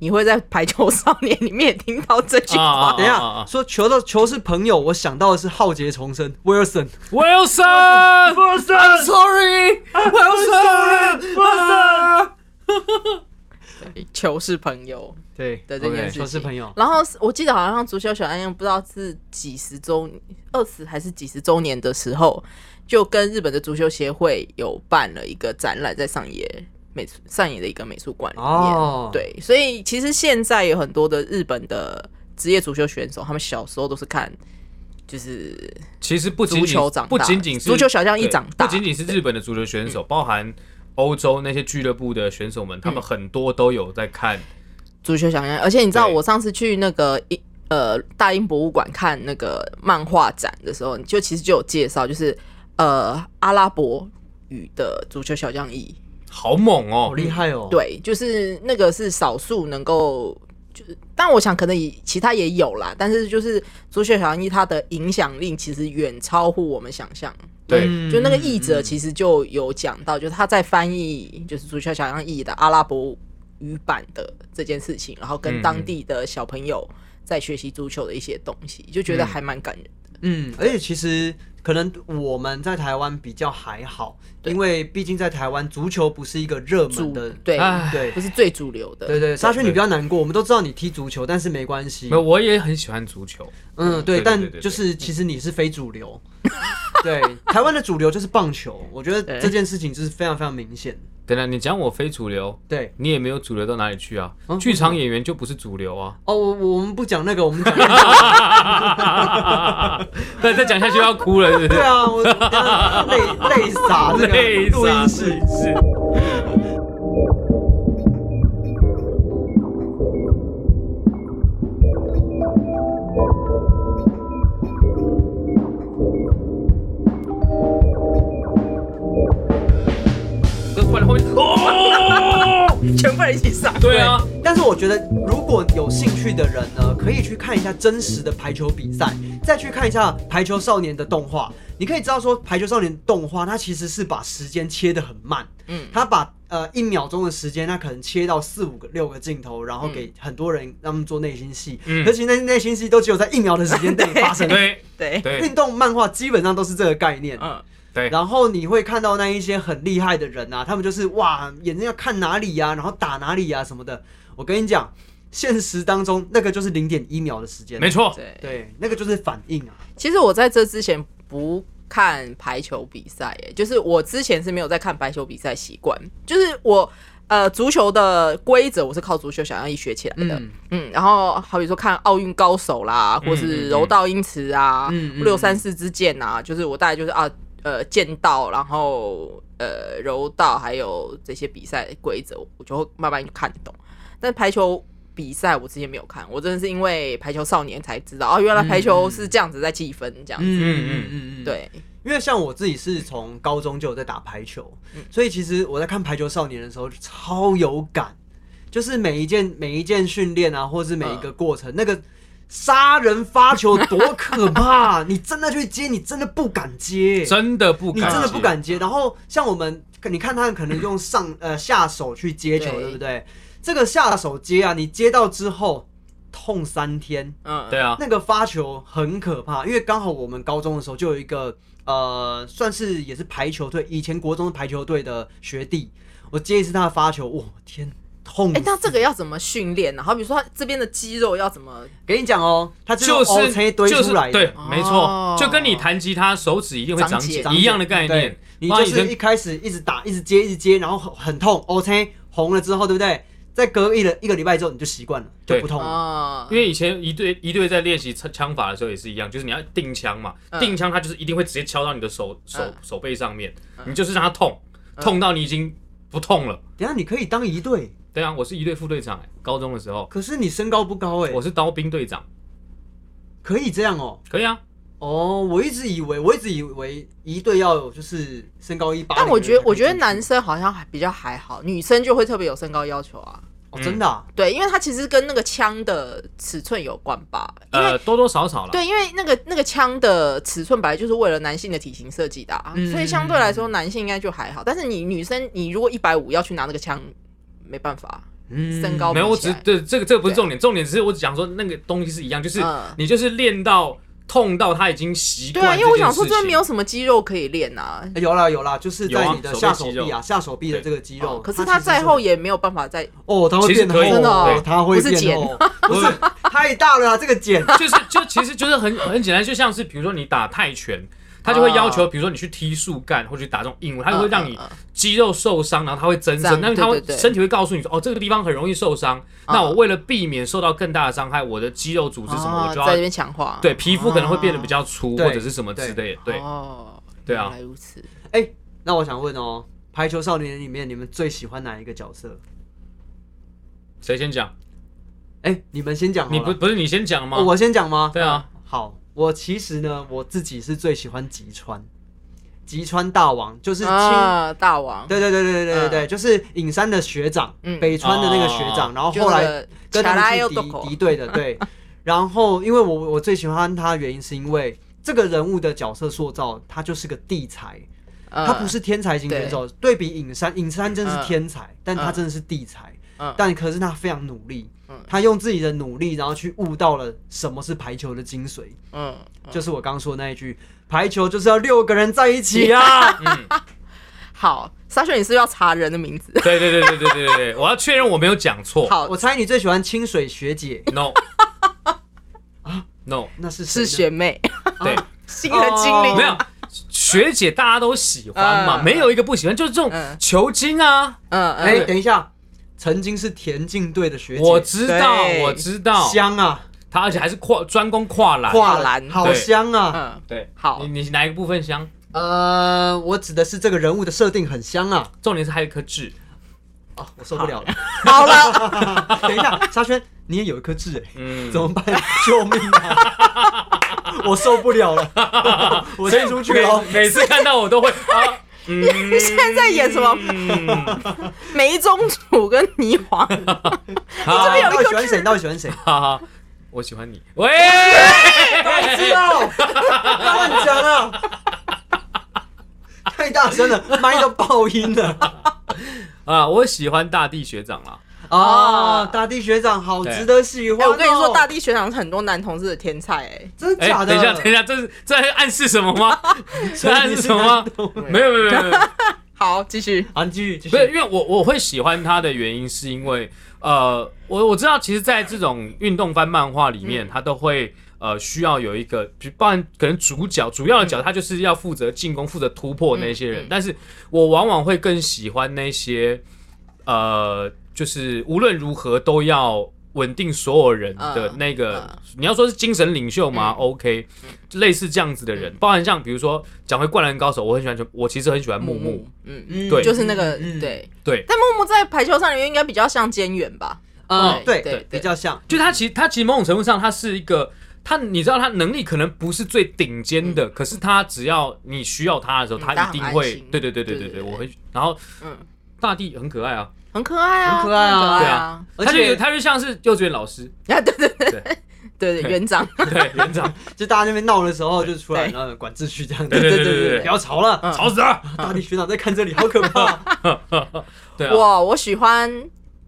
[SPEAKER 5] 你会在《排球少年》里面也听到这句话。
[SPEAKER 3] 啊
[SPEAKER 4] 等一
[SPEAKER 3] 啊啊
[SPEAKER 4] 下，说球的球是朋友，我想到的是浩劫重生，Wilson。
[SPEAKER 3] Wilson，Wilson，I'm sorry，Wilson，Wilson，
[SPEAKER 5] 球是朋友
[SPEAKER 4] 对
[SPEAKER 5] 的这件事情，
[SPEAKER 4] 球是朋友。
[SPEAKER 5] 然后是我记得好像足球小嗯将不知道是几十周、二十还是几十周年的时候，就跟日本的足球协会有办了一个展览，在上野美术上野的一个美术馆里面。
[SPEAKER 4] 哦
[SPEAKER 5] 对，所以其实现在有很多的日本的职业足球选手，他们小时候都是看就是
[SPEAKER 3] 其实不仅
[SPEAKER 5] 足
[SPEAKER 3] 仅
[SPEAKER 5] 球长大，
[SPEAKER 3] 不仅仅是
[SPEAKER 5] 足球小将一长大，嗯
[SPEAKER 3] 对不仅仅是日本的足球选手，包含欧洲那些俱乐部的选手们，他们很多都有在看。
[SPEAKER 5] 足球小将，而且你知道
[SPEAKER 3] 对
[SPEAKER 5] 我上次去那个英呃大英博物馆看那个漫画展的时候，就其实就有介绍，就是呃阿拉伯语的足球小将翼，
[SPEAKER 3] 好猛哦、
[SPEAKER 4] 好厉害哦！，
[SPEAKER 5] 对，就是那个是少数能够。就是，但我想可能以其他也有啦，但是就是足球小将翼它的影响力其实远超乎我们想象。
[SPEAKER 3] 对，
[SPEAKER 5] 就那个译者其实就有讲到，就是他在翻译就是《足球小将》译的阿拉伯语版的这件事情，然后跟当地的小朋友在学习足球的一些东西，就觉得还蛮感人。
[SPEAKER 4] 嗯，而且其实可能我们在台湾比较还好，因为毕竟在台湾足球不是一个热
[SPEAKER 5] 主
[SPEAKER 4] 门的，
[SPEAKER 5] 对，
[SPEAKER 3] 哎
[SPEAKER 4] 嗯对
[SPEAKER 5] 不是最主流的。
[SPEAKER 4] 对对，沙宣你比较难过，我们都知道你踢足球，但是没关系
[SPEAKER 3] 没，有，我也很喜欢足球。
[SPEAKER 4] 嗯，
[SPEAKER 3] 对对对
[SPEAKER 4] 对，但
[SPEAKER 3] 对
[SPEAKER 4] 就是其实你是非主流，对，台湾的主流就是棒球，我觉得
[SPEAKER 5] 对
[SPEAKER 4] 这件事情就是非常非常明显，
[SPEAKER 3] 等等，你讲我非主流，
[SPEAKER 4] 对。
[SPEAKER 3] 你也没有主流到哪里去啊
[SPEAKER 4] 嗯？
[SPEAKER 3] 剧、场演员就不是主流啊。
[SPEAKER 4] 哦，我我们不讲那个，我们讲
[SPEAKER 3] 对，再讲下去要哭了，是不
[SPEAKER 4] 对
[SPEAKER 3] 是？
[SPEAKER 4] 啊，我等一下累累傻 啊这个
[SPEAKER 3] 累
[SPEAKER 4] 录音
[SPEAKER 3] 死
[SPEAKER 4] 室。
[SPEAKER 3] 啊是。不然后面哦，
[SPEAKER 5] 全部人一起上。
[SPEAKER 3] 对啊，
[SPEAKER 4] 但是我觉得，如果有兴趣的人呢，可以去看一下真实的排球比赛，再去看一下《排球少年》的动画。你可以知道说，《排球少年》动画它其实是把时间切得很慢，
[SPEAKER 5] 嗯
[SPEAKER 4] 它把呃一秒钟的时间，它可能切到四五个、六个镜头，然后给很多人让他们做内心戏，
[SPEAKER 3] 嗯
[SPEAKER 4] 而且那些内心戏都只有在一秒的时间内发 生。
[SPEAKER 3] 对
[SPEAKER 5] 对，
[SPEAKER 3] 对
[SPEAKER 4] 运动漫画基本上都是这个概念，
[SPEAKER 5] 嗯，
[SPEAKER 3] 对，
[SPEAKER 4] 然后你会看到那一些很厉害的人啊，他们就是哇，眼睛要看哪里呀、然后打哪里呀、什么的。我跟你讲，现实当中那个就是零点一秒的时间，啊
[SPEAKER 3] 没错，
[SPEAKER 5] 对。
[SPEAKER 4] 对，那个就是反应啊。
[SPEAKER 5] 其实我在这之前不看排球比赛，哎，就是我之前是没有在看排球比赛习惯，就是我。呃，足球的规则我是靠足球小将一学起来的，嗯
[SPEAKER 3] 嗯
[SPEAKER 5] 然后好比说看奥运高手啦，
[SPEAKER 3] 嗯
[SPEAKER 5] 或是柔道英雌啊，
[SPEAKER 4] 嗯嗯嗯
[SPEAKER 5] 六三四之剑啊，就是我大概就是啊，呃，剑道，然后呃，柔道，还有这些比赛规则，我就会慢慢看懂。但排球比赛我之前没有看，我真的是因为排球少年才知道哦，原来排球是这样子在计分，这样子。
[SPEAKER 3] 嗯嗯
[SPEAKER 4] 嗯嗯，
[SPEAKER 5] 对，
[SPEAKER 4] 因为像我自己是从高中就有在打排球，
[SPEAKER 5] 嗯
[SPEAKER 4] 所以其实我在看《排球少年》的时候就超有感，就是每一件每一件训练啊，或是每一
[SPEAKER 5] 嗯
[SPEAKER 4] 个过程，那个杀人发球多可怕！你真的去接，你真的不敢接，
[SPEAKER 3] 真的不
[SPEAKER 4] 你
[SPEAKER 3] 敢，
[SPEAKER 4] 真的不，敢接。然后像我们，你看他可能用 上呃下手去接球，
[SPEAKER 5] 对
[SPEAKER 4] 对不对？这个下手接啊，你接到之后痛三天，
[SPEAKER 5] 嗯，
[SPEAKER 3] 对啊，
[SPEAKER 4] 那个发球很可怕，因为刚好我们高中的时候就有一个呃，算是也是排球队，以前国中排球队的学弟，我接一次他的发球，哇天，痛死！
[SPEAKER 5] 哎、那这个要怎么训练呢？好比说他这边的肌肉要怎么？
[SPEAKER 4] 给你讲哦，他
[SPEAKER 3] 就
[SPEAKER 4] 凹
[SPEAKER 3] 是
[SPEAKER 4] 成一堆
[SPEAKER 3] 就是
[SPEAKER 4] 出来的，
[SPEAKER 3] 对，没错
[SPEAKER 5] 哦，
[SPEAKER 3] 就跟你弹吉他手指一定会长
[SPEAKER 5] 长
[SPEAKER 3] 茧
[SPEAKER 5] 茧
[SPEAKER 4] 长
[SPEAKER 3] 一
[SPEAKER 4] 茧
[SPEAKER 3] 样的概念
[SPEAKER 4] 对，你
[SPEAKER 3] 帮
[SPEAKER 4] 就
[SPEAKER 3] 跟
[SPEAKER 4] 是一开始一直打，一直接，一直接，然后很很痛，OK，红了之后，对不对？再隔一了一个礼拜之后，你就习惯了，就
[SPEAKER 3] 对
[SPEAKER 4] 不痛了。
[SPEAKER 5] 啊、
[SPEAKER 3] 因为以前一队一队在练习枪枪法的时候也是一样，就是你要定枪嘛，
[SPEAKER 5] 嗯
[SPEAKER 3] 定枪它就是一定会直接敲到你的手手、
[SPEAKER 5] 嗯
[SPEAKER 3] 手背上面，你就是让它痛，痛到你已经不痛了。
[SPEAKER 4] 等一下你可以当一队，
[SPEAKER 3] 对啊，我是一队副队长、欸，高中的时候
[SPEAKER 4] 可是你身高不高哎、
[SPEAKER 3] 我是刀兵队长，
[SPEAKER 4] 可以这样哦、
[SPEAKER 3] 可以啊，
[SPEAKER 4] 哦，我一直以为，我一直以为一队要有就是身高一八，
[SPEAKER 5] 但我觉得，我觉得
[SPEAKER 3] 嗯
[SPEAKER 5] 男生好像还比较还好，女生就会特别有身高要求啊。
[SPEAKER 4] 哦，真的、啊，
[SPEAKER 5] 对，因为它其实跟那个枪的尺寸有关吧。因为、
[SPEAKER 3] 呃，多多少少啦。
[SPEAKER 5] 对，因为那个那个枪的尺寸本来就是为了男性的体型设计的、啊，
[SPEAKER 4] 嗯
[SPEAKER 5] 所以相对来说男性应该就还好。但是你女生，你如果一百五要去拿那个枪，没办法，
[SPEAKER 4] 嗯
[SPEAKER 5] 身高
[SPEAKER 3] 没有，我
[SPEAKER 5] 比起
[SPEAKER 3] 只
[SPEAKER 5] 来
[SPEAKER 3] 对这个这个不是
[SPEAKER 5] 对
[SPEAKER 3] 重点，重点只是我只想说那个东西是一样，就是
[SPEAKER 5] 嗯
[SPEAKER 3] 你就是练到痛到他已经习
[SPEAKER 5] 对
[SPEAKER 3] 惯。
[SPEAKER 5] 啊，因为我想说，
[SPEAKER 3] 这
[SPEAKER 5] 这
[SPEAKER 3] 件事情
[SPEAKER 5] 没有什么肌肉可以练啊。
[SPEAKER 4] 哎有啦有啦，就是
[SPEAKER 3] 有
[SPEAKER 4] 在
[SPEAKER 3] 啊
[SPEAKER 4] 你的
[SPEAKER 3] 手背
[SPEAKER 4] 下手
[SPEAKER 3] 肌肉
[SPEAKER 4] 臂啊，下手臂的这个肌肉。
[SPEAKER 5] 哦可是他
[SPEAKER 4] 其实
[SPEAKER 5] 在后也没有办法再
[SPEAKER 4] 哦，它会
[SPEAKER 3] 其实
[SPEAKER 4] 变
[SPEAKER 3] 可以
[SPEAKER 4] 厚
[SPEAKER 5] 真的
[SPEAKER 4] 哦
[SPEAKER 5] 哦，
[SPEAKER 4] 它会
[SPEAKER 5] 不是
[SPEAKER 4] 变
[SPEAKER 5] 茧
[SPEAKER 4] 厚，不是太大了啊，这个茧。
[SPEAKER 3] 就是就其实就是很很简单，就像是比如说你打泰拳，他就会要求，比如说你去踢树干或者去打这种硬物，他会让你
[SPEAKER 5] 哦嗯嗯
[SPEAKER 3] 肌肉受伤，然后他会增
[SPEAKER 5] 这
[SPEAKER 3] 生，
[SPEAKER 5] 样
[SPEAKER 3] 但是他会
[SPEAKER 5] 对对对嗯
[SPEAKER 3] 身体会告诉你说，哦，这个地方很容易受伤，那我为了避免受到更大的伤害，我的肌肉组织什么
[SPEAKER 5] 哦
[SPEAKER 3] 我就
[SPEAKER 5] 在这
[SPEAKER 3] 要
[SPEAKER 5] 边强化。
[SPEAKER 3] 对皮肤可能会变得比较粗
[SPEAKER 4] 对
[SPEAKER 3] 或者是什么之类的，对
[SPEAKER 5] 哦，
[SPEAKER 3] 对啊
[SPEAKER 5] 原来如此。
[SPEAKER 4] 哎那我想问哦，《排球少年》里面你们最喜欢哪一个角色？
[SPEAKER 3] 谁先讲？
[SPEAKER 4] 哎，你们先讲好了，
[SPEAKER 3] 你不不是你先讲吗
[SPEAKER 4] 哦？我先讲吗？
[SPEAKER 3] 对啊，
[SPEAKER 4] 好，我其实呢，我自己是最喜欢吉川，吉川大王就是青
[SPEAKER 5] 啊，大王，
[SPEAKER 4] 对对对对对对对对，就是影山的学长，
[SPEAKER 5] 嗯
[SPEAKER 4] 北川的那个学长，
[SPEAKER 3] 哦
[SPEAKER 4] 然后
[SPEAKER 5] 就
[SPEAKER 4] 后
[SPEAKER 5] 那
[SPEAKER 4] 来
[SPEAKER 5] 个
[SPEAKER 4] 跟
[SPEAKER 5] 卡
[SPEAKER 4] 他
[SPEAKER 5] 拉
[SPEAKER 4] 们
[SPEAKER 5] 又
[SPEAKER 4] 去
[SPEAKER 5] 斗
[SPEAKER 4] 敌
[SPEAKER 5] 口
[SPEAKER 4] 敌，对的，对。然后因为我我最喜欢他的原因是因为这个人物的角色塑造，他就是个地才，
[SPEAKER 5] 他
[SPEAKER 4] 他不是天才型选手，对比影山，影山真的是天才，但他真的是地才
[SPEAKER 5] 嗯。
[SPEAKER 4] 但可是他非常努力
[SPEAKER 5] 嗯，
[SPEAKER 4] 他用自己的努力，然后去悟到了什么是排球的精髓，
[SPEAKER 5] 嗯，
[SPEAKER 4] 就是我刚说的那一句，排球就是要六个人在一起啊！
[SPEAKER 3] 嗯，
[SPEAKER 5] 好，沙宣，你是不是要查人的名字？
[SPEAKER 3] 对对对对对对对对，我要确认我没有讲错。
[SPEAKER 5] 好
[SPEAKER 4] 哦我，猜你最喜欢清水学姐，
[SPEAKER 3] ，no，no，啊
[SPEAKER 4] 那是谁
[SPEAKER 5] 是
[SPEAKER 4] 呢
[SPEAKER 5] 学妹，
[SPEAKER 3] 对，
[SPEAKER 5] 新的精灵
[SPEAKER 4] 哦
[SPEAKER 3] 没有，学姐大家都喜欢嘛，
[SPEAKER 5] 嗯
[SPEAKER 3] 没有一个不喜欢，就是这种
[SPEAKER 5] 嗯
[SPEAKER 3] 球精啊，
[SPEAKER 5] 嗯嗯，
[SPEAKER 4] 哎、等一下，曾经是田径队的学姐，
[SPEAKER 3] 我知道，
[SPEAKER 5] 对
[SPEAKER 3] 我知道，
[SPEAKER 4] 香啊，
[SPEAKER 3] 他而且还是跨专攻跨栏，
[SPEAKER 4] 跨
[SPEAKER 5] 栏
[SPEAKER 4] 好
[SPEAKER 3] 对
[SPEAKER 4] 香啊。
[SPEAKER 5] 嗯，
[SPEAKER 3] 对，
[SPEAKER 5] 好
[SPEAKER 3] 你你哪一个部分香？
[SPEAKER 4] 呃，我指的是这个人物的设定很香啊。
[SPEAKER 3] 重点是还有一颗痣，
[SPEAKER 4] 啊，我受不了了。
[SPEAKER 5] 哦好 了，
[SPEAKER 4] 等一下，沙宣，你也有一颗痣哎、
[SPEAKER 3] 嗯
[SPEAKER 4] 怎，么办？ 救命啊！ 我受不了了，我先出去
[SPEAKER 3] 每
[SPEAKER 4] 喽。
[SPEAKER 3] 每次看到我都会啊，
[SPEAKER 5] 现在演什么
[SPEAKER 3] 嗯，
[SPEAKER 5] 梅中楚跟 霓哎凰，
[SPEAKER 3] 好
[SPEAKER 5] 边有
[SPEAKER 4] 到底喜欢谁？到底喜 欢谁？
[SPEAKER 3] 好好，我喜欢你。喂，
[SPEAKER 4] 不知 道，不要乱讲啊！太大声了，麦都爆音 了。
[SPEAKER 3] 啊，我喜欢大地学长啦。
[SPEAKER 4] 啊，大地学长好值得喜欢哦。
[SPEAKER 5] 哦哎，我跟你说，大地学长是很多男同志的天才，哎，
[SPEAKER 4] 真的
[SPEAKER 3] 哎、
[SPEAKER 4] 假的？
[SPEAKER 3] 等一下，等一下，这是这在暗示什么 吗？这在暗示什么
[SPEAKER 4] 吗
[SPEAKER 3] 吗？？没有没有没有没有，
[SPEAKER 5] 好，继续。
[SPEAKER 4] 啊，你继续，继
[SPEAKER 3] 不是，
[SPEAKER 4] 续。
[SPEAKER 3] 因为我我会喜欢他的原因是因为，呃，我我知道，其实，在这种运动番漫画里面，他都会呃需要有一个，就不然可能主角主要的角，他就是要负责进攻、负责突破那些人。但是我往往会更喜欢那些，呃，就是无论如何都要。稳定所有人的
[SPEAKER 5] 嗯
[SPEAKER 3] 那个，
[SPEAKER 5] 嗯
[SPEAKER 3] 你要说是精神领袖吗、o k 类似这样子的人，包含像比如说讲回《灌篮高手》，我很喜欢，我其实很喜欢木木，，
[SPEAKER 5] 嗯，
[SPEAKER 4] 嗯
[SPEAKER 3] 对
[SPEAKER 5] 就是那个
[SPEAKER 4] 嗯
[SPEAKER 5] 对。
[SPEAKER 3] 对，
[SPEAKER 5] 但木木在排球上里面应该比较像尖远吧？
[SPEAKER 4] 嗯，
[SPEAKER 5] 哎对
[SPEAKER 4] 对，
[SPEAKER 5] 对
[SPEAKER 4] 比较像。
[SPEAKER 3] 就他其实他其实某种程度上他是一个他你知道他能力可能不是最顶尖的，可是他只要你需要他的时候，
[SPEAKER 5] 嗯
[SPEAKER 3] 他
[SPEAKER 5] 他
[SPEAKER 3] 一
[SPEAKER 5] 很
[SPEAKER 3] 定
[SPEAKER 5] 安
[SPEAKER 3] 会
[SPEAKER 5] 心
[SPEAKER 3] 对对对对对
[SPEAKER 5] 对
[SPEAKER 3] 对，
[SPEAKER 5] 对对
[SPEAKER 3] 我会然后
[SPEAKER 5] 嗯，
[SPEAKER 3] 大地很可爱啊，
[SPEAKER 5] 很可爱啊，
[SPEAKER 4] 很可爱啊
[SPEAKER 5] 很
[SPEAKER 3] 对
[SPEAKER 5] 可爱
[SPEAKER 3] 啊
[SPEAKER 5] 啊。，
[SPEAKER 4] 而
[SPEAKER 3] 他就
[SPEAKER 4] 且
[SPEAKER 3] 他就像是幼稚园老师，
[SPEAKER 5] 啊， 对对对
[SPEAKER 3] 对
[SPEAKER 5] 对对，园长，
[SPEAKER 3] 对园长，
[SPEAKER 4] 就大家那边闹的时候就出来，
[SPEAKER 5] 对
[SPEAKER 4] 然后管秩序这样
[SPEAKER 3] 对
[SPEAKER 4] 子。
[SPEAKER 3] 对对对
[SPEAKER 4] 不
[SPEAKER 3] 对，
[SPEAKER 4] 要吵了，
[SPEAKER 5] 嗯
[SPEAKER 3] 吵死了，
[SPEAKER 4] 大力学长在看这里，好可怕！
[SPEAKER 3] 对啊，
[SPEAKER 5] 我我喜欢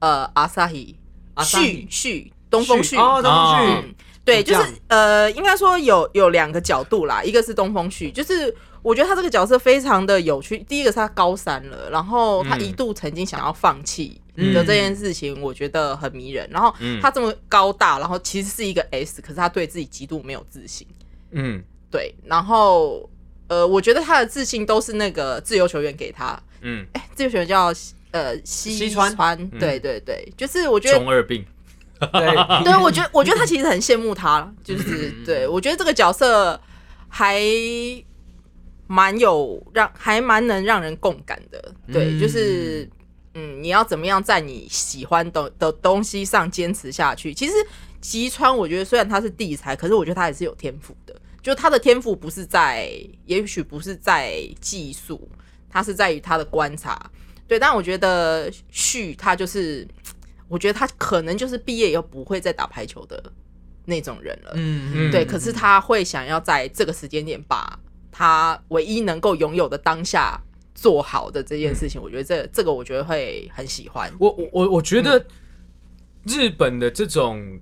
[SPEAKER 5] 呃阿萨希
[SPEAKER 4] 阿萨
[SPEAKER 5] 旭
[SPEAKER 4] 希
[SPEAKER 5] 旭东风旭，嗯
[SPEAKER 4] 哦，东
[SPEAKER 3] 啊
[SPEAKER 4] 旭，
[SPEAKER 5] 对，就
[SPEAKER 4] 这
[SPEAKER 5] 是
[SPEAKER 4] 样
[SPEAKER 5] 呃，应该说有有两个角度啦，一个是东风旭，就是我觉得他这个角色非常的有趣。第一个是他高三了，然后他
[SPEAKER 3] 嗯
[SPEAKER 5] 一度曾经想要放弃
[SPEAKER 4] 嗯
[SPEAKER 5] 的这件事情，我觉得很迷人。然后
[SPEAKER 3] 嗯
[SPEAKER 5] 他这么高大，然后其实是一个 S，可是他对自己极度没有自信。
[SPEAKER 3] 嗯
[SPEAKER 5] 对，然后呃，我觉得他的自信都是那个自由球员给他，
[SPEAKER 3] 嗯，
[SPEAKER 5] 哎，自由球员叫呃西
[SPEAKER 4] 西川嗯
[SPEAKER 5] 对对对，就是我觉得
[SPEAKER 3] 中二病，啊
[SPEAKER 4] 对
[SPEAKER 5] 对，我觉得我觉得他其实很羡慕他，就是对我觉得这个角色还蛮有让，还蛮能让人共感的。对，
[SPEAKER 3] 嗯
[SPEAKER 5] 就是嗯，你要怎么样在你喜欢的的东西上坚持下去？其实吉川，我觉得虽然他是地才，可是我觉得他也是有天赋的。就他的天赋不是在，也许不是在技术，他是在于他的观察。对，但我觉得旭他就是，我觉得他可能就是毕业以后不会再打排球的那种人了。
[SPEAKER 4] 嗯
[SPEAKER 5] 对，可是他会想要在这个时间点把他唯一能够拥有的当下做好的这件
[SPEAKER 3] 嗯
[SPEAKER 5] 事情，我觉得这这个我觉得会很喜欢。
[SPEAKER 3] 我我我我觉
[SPEAKER 5] 嗯
[SPEAKER 3] 得日本的这种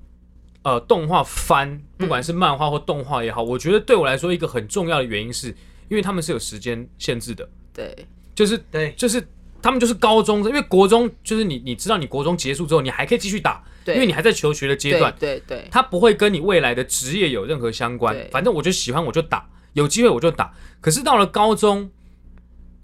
[SPEAKER 3] 呃动画
[SPEAKER 5] 嗯
[SPEAKER 3] 番，不管是漫画或动画也好，我觉得对我来说一个很重要的原因是，因为他们是有时间限制的，
[SPEAKER 5] 对，
[SPEAKER 3] 就是
[SPEAKER 4] 对，
[SPEAKER 3] 就是他们就是高中生，因为国中就是你你知道你国中结束之后，你还可以继续打，
[SPEAKER 5] 对
[SPEAKER 3] 因为你还在求学的阶段，
[SPEAKER 5] 对对对，
[SPEAKER 3] 它不会跟你未来的职业有任何相关
[SPEAKER 5] 对。
[SPEAKER 3] 反正我就喜欢我就打，有机会我就打。可是到了高中，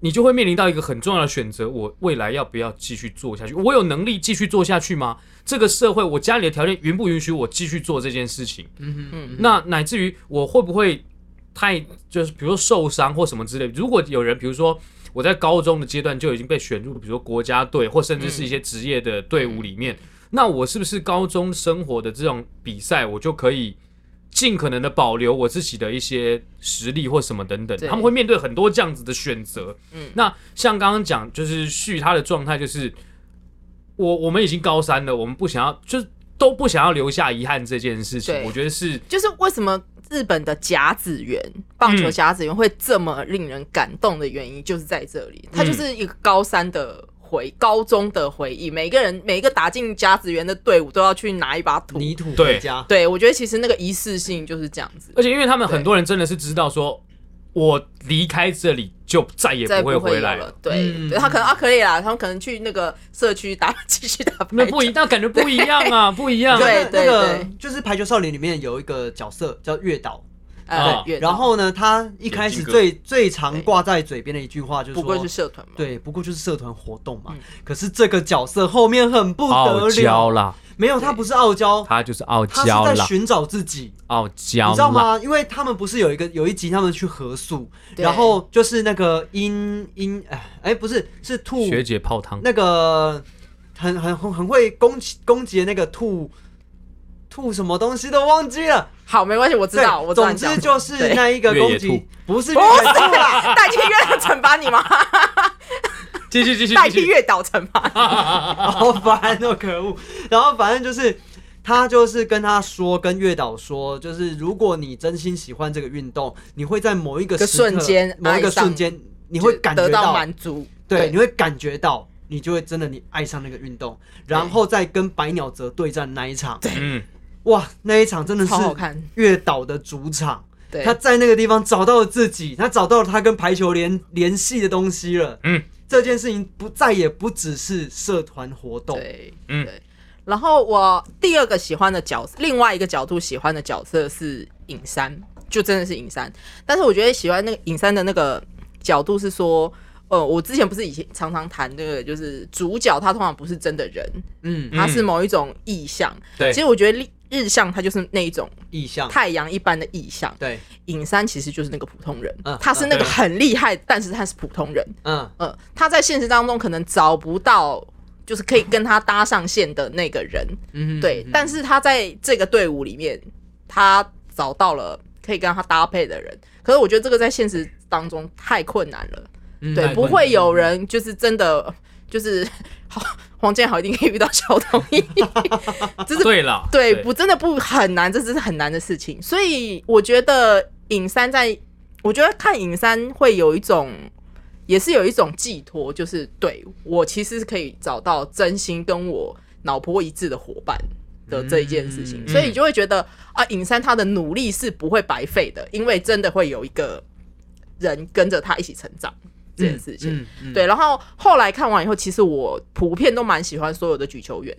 [SPEAKER 3] 你就会面临到一个很重要的选择：我未来要不要继续做下去？我有能力继续做下去吗？这个社会，我家里的条件允不允许我继续做这件事情？
[SPEAKER 4] 嗯
[SPEAKER 5] 嗯
[SPEAKER 3] 那乃至于我会不会太就是比如说受伤或什么之类的？如果有人比如说我在高中的阶段就已经被选入，比如说国家队或甚至是一些职业的队伍里
[SPEAKER 5] 嗯
[SPEAKER 3] 面，那我是不是高中生活的这种比赛，我就可以尽可能的保留我自己的一些实力或什么等等？
[SPEAKER 5] 对
[SPEAKER 3] 他们会面对很多这样子的选择。
[SPEAKER 5] 嗯
[SPEAKER 3] 那像刚刚讲，就是旭他的状态就是。我我们已经高三了，我们不想要，就是都不想要留下遗憾这件事情，
[SPEAKER 5] 对
[SPEAKER 3] 我觉得是
[SPEAKER 5] 就是为什么日本的甲子园棒球
[SPEAKER 3] 嗯
[SPEAKER 5] 甲子园会这么令人感动的原因，就是在这里，
[SPEAKER 3] 嗯
[SPEAKER 5] 它就是一个高三的。回高中的回忆，每个人每一个打进甲子园的队伍都要去拿一把土。
[SPEAKER 4] 泥土
[SPEAKER 3] 对
[SPEAKER 4] 回家，
[SPEAKER 5] 对我觉得其实那个仪式性就是这样子。
[SPEAKER 3] 而且因为他们很多人真的是知道说，我离开这里就再也
[SPEAKER 5] 再
[SPEAKER 3] 不会
[SPEAKER 5] 有
[SPEAKER 3] 回来
[SPEAKER 5] 了
[SPEAKER 3] 了。。
[SPEAKER 5] 对，
[SPEAKER 4] 嗯
[SPEAKER 5] 对他可能啊可以啦，他们可能去那个社区打， 继续打
[SPEAKER 3] 那
[SPEAKER 5] 排球
[SPEAKER 3] 不一，那感觉不一样啊，不一样。
[SPEAKER 5] 哎对
[SPEAKER 4] 那个
[SPEAKER 5] 对
[SPEAKER 4] 就是《排球少年》里面有一个角色叫月岛，
[SPEAKER 3] 啊
[SPEAKER 5] 呃，对
[SPEAKER 4] 然后呢，他一开
[SPEAKER 3] 眼
[SPEAKER 4] 始
[SPEAKER 3] 镜哥
[SPEAKER 4] 最最常挂在嘴边的一句话就是
[SPEAKER 5] 不过
[SPEAKER 4] 说
[SPEAKER 5] 是，嗯社团嘛，
[SPEAKER 4] 对，不过就是社团活动嘛。可是这个角色后面很不得
[SPEAKER 3] 傲娇
[SPEAKER 4] 了，
[SPEAKER 3] 啦，
[SPEAKER 4] 没有，他不是傲娇，
[SPEAKER 3] 他就是傲
[SPEAKER 4] 他
[SPEAKER 3] 娇
[SPEAKER 4] 是在
[SPEAKER 3] 啦，
[SPEAKER 4] 寻找自己。
[SPEAKER 3] 傲娇啦。
[SPEAKER 4] 你知道吗？因为他们不是有一个有一集他们去合宿，
[SPEAKER 5] 对
[SPEAKER 4] 然后就是那个樱樱哎哎不是是兔
[SPEAKER 3] 学姐泡汤，
[SPEAKER 4] 那个很很很很会攻击攻击的那个兔吐什么东西都忘记了。
[SPEAKER 5] 好，没关系，我知
[SPEAKER 4] 对
[SPEAKER 5] 道，我，知道
[SPEAKER 4] 总
[SPEAKER 5] 你
[SPEAKER 4] 之
[SPEAKER 5] 讲什么
[SPEAKER 4] 就是
[SPEAKER 5] 对
[SPEAKER 4] 那一个
[SPEAKER 3] 越野
[SPEAKER 4] 攻击
[SPEAKER 3] 兔，
[SPEAKER 4] 不是
[SPEAKER 5] 不
[SPEAKER 4] 越
[SPEAKER 5] 是
[SPEAKER 4] 野兔啦，
[SPEAKER 5] 代替月惩罚你吗？
[SPEAKER 3] 继 续继续
[SPEAKER 5] 代
[SPEAKER 3] 继
[SPEAKER 5] 替
[SPEAKER 3] 续，
[SPEAKER 5] 月岛惩罚你，
[SPEAKER 4] 好烦哦，可恶！然后反正就是他就是跟他说，跟月岛说，就是如果你真心喜欢这个运动，你会在某一个
[SPEAKER 5] 个
[SPEAKER 4] 时刻
[SPEAKER 5] 瞬间
[SPEAKER 4] 某一个
[SPEAKER 5] 爱上
[SPEAKER 4] 瞬间，你会感觉
[SPEAKER 5] 得到满足。
[SPEAKER 4] 对，你会感觉到，你就会真的你爱上那个运动，然后再跟百鸟泽对战那一场，
[SPEAKER 3] 嗯，
[SPEAKER 4] 哇，那一场真的是
[SPEAKER 5] 超好看
[SPEAKER 4] 月岛的主场。
[SPEAKER 5] 对，
[SPEAKER 4] 他在那个地方找到了自己，他找到了他跟排球联联系的东西了。
[SPEAKER 3] 嗯，
[SPEAKER 4] 这件事情不再也不只是社团活动。
[SPEAKER 5] 对，
[SPEAKER 3] 嗯
[SPEAKER 5] 对。然后我第二个喜欢的角色，另外一个角度喜欢的角色是尹山，就真的是尹山。但是我觉得喜欢那个尹山的那个角度是说，呃，我之前不是以前常常谈那个，就是主角他通常不是真的人，
[SPEAKER 4] 嗯，
[SPEAKER 5] 他是某一种意象。
[SPEAKER 3] 对
[SPEAKER 5] 其实我觉得日日向他就是那一种
[SPEAKER 4] 意向。
[SPEAKER 5] 太阳一般的意象，
[SPEAKER 4] 对，
[SPEAKER 5] 尹山其实就是那个普通人
[SPEAKER 4] 嗯，
[SPEAKER 5] 他是那个
[SPEAKER 3] 嗯
[SPEAKER 5] 很厉害，但是他是普通人。
[SPEAKER 4] 嗯，
[SPEAKER 5] 呃，他在现实当中可能找不到，就是可以跟他搭上线的那个人，
[SPEAKER 4] 嗯
[SPEAKER 5] 对。但是他在这个队伍里面，他找到了可以跟他搭配的人。可是我觉得这个在现实当中太困难了，对
[SPEAKER 3] 太，
[SPEAKER 5] 不
[SPEAKER 3] 困
[SPEAKER 5] 会有人就是真的就是 好，黄建豪一定可以遇到小童一，就是
[SPEAKER 3] 对了，
[SPEAKER 5] 对，不真的不很难，这真是很难的事情。所以我觉得尹山在，我觉得看尹山会有一种，也是有一种寄托，就是对我其实是可以找到真心跟我脑波一致的伙伴。的这一件事情，
[SPEAKER 4] 嗯
[SPEAKER 5] 所以你就会觉得啊，尹山他的努力是不会白费的，因为真的会有一个人跟着他一起成长这件事情。
[SPEAKER 4] 嗯嗯
[SPEAKER 5] 对，然后后来看完以后，其实我普遍都蛮喜欢所有的举球员，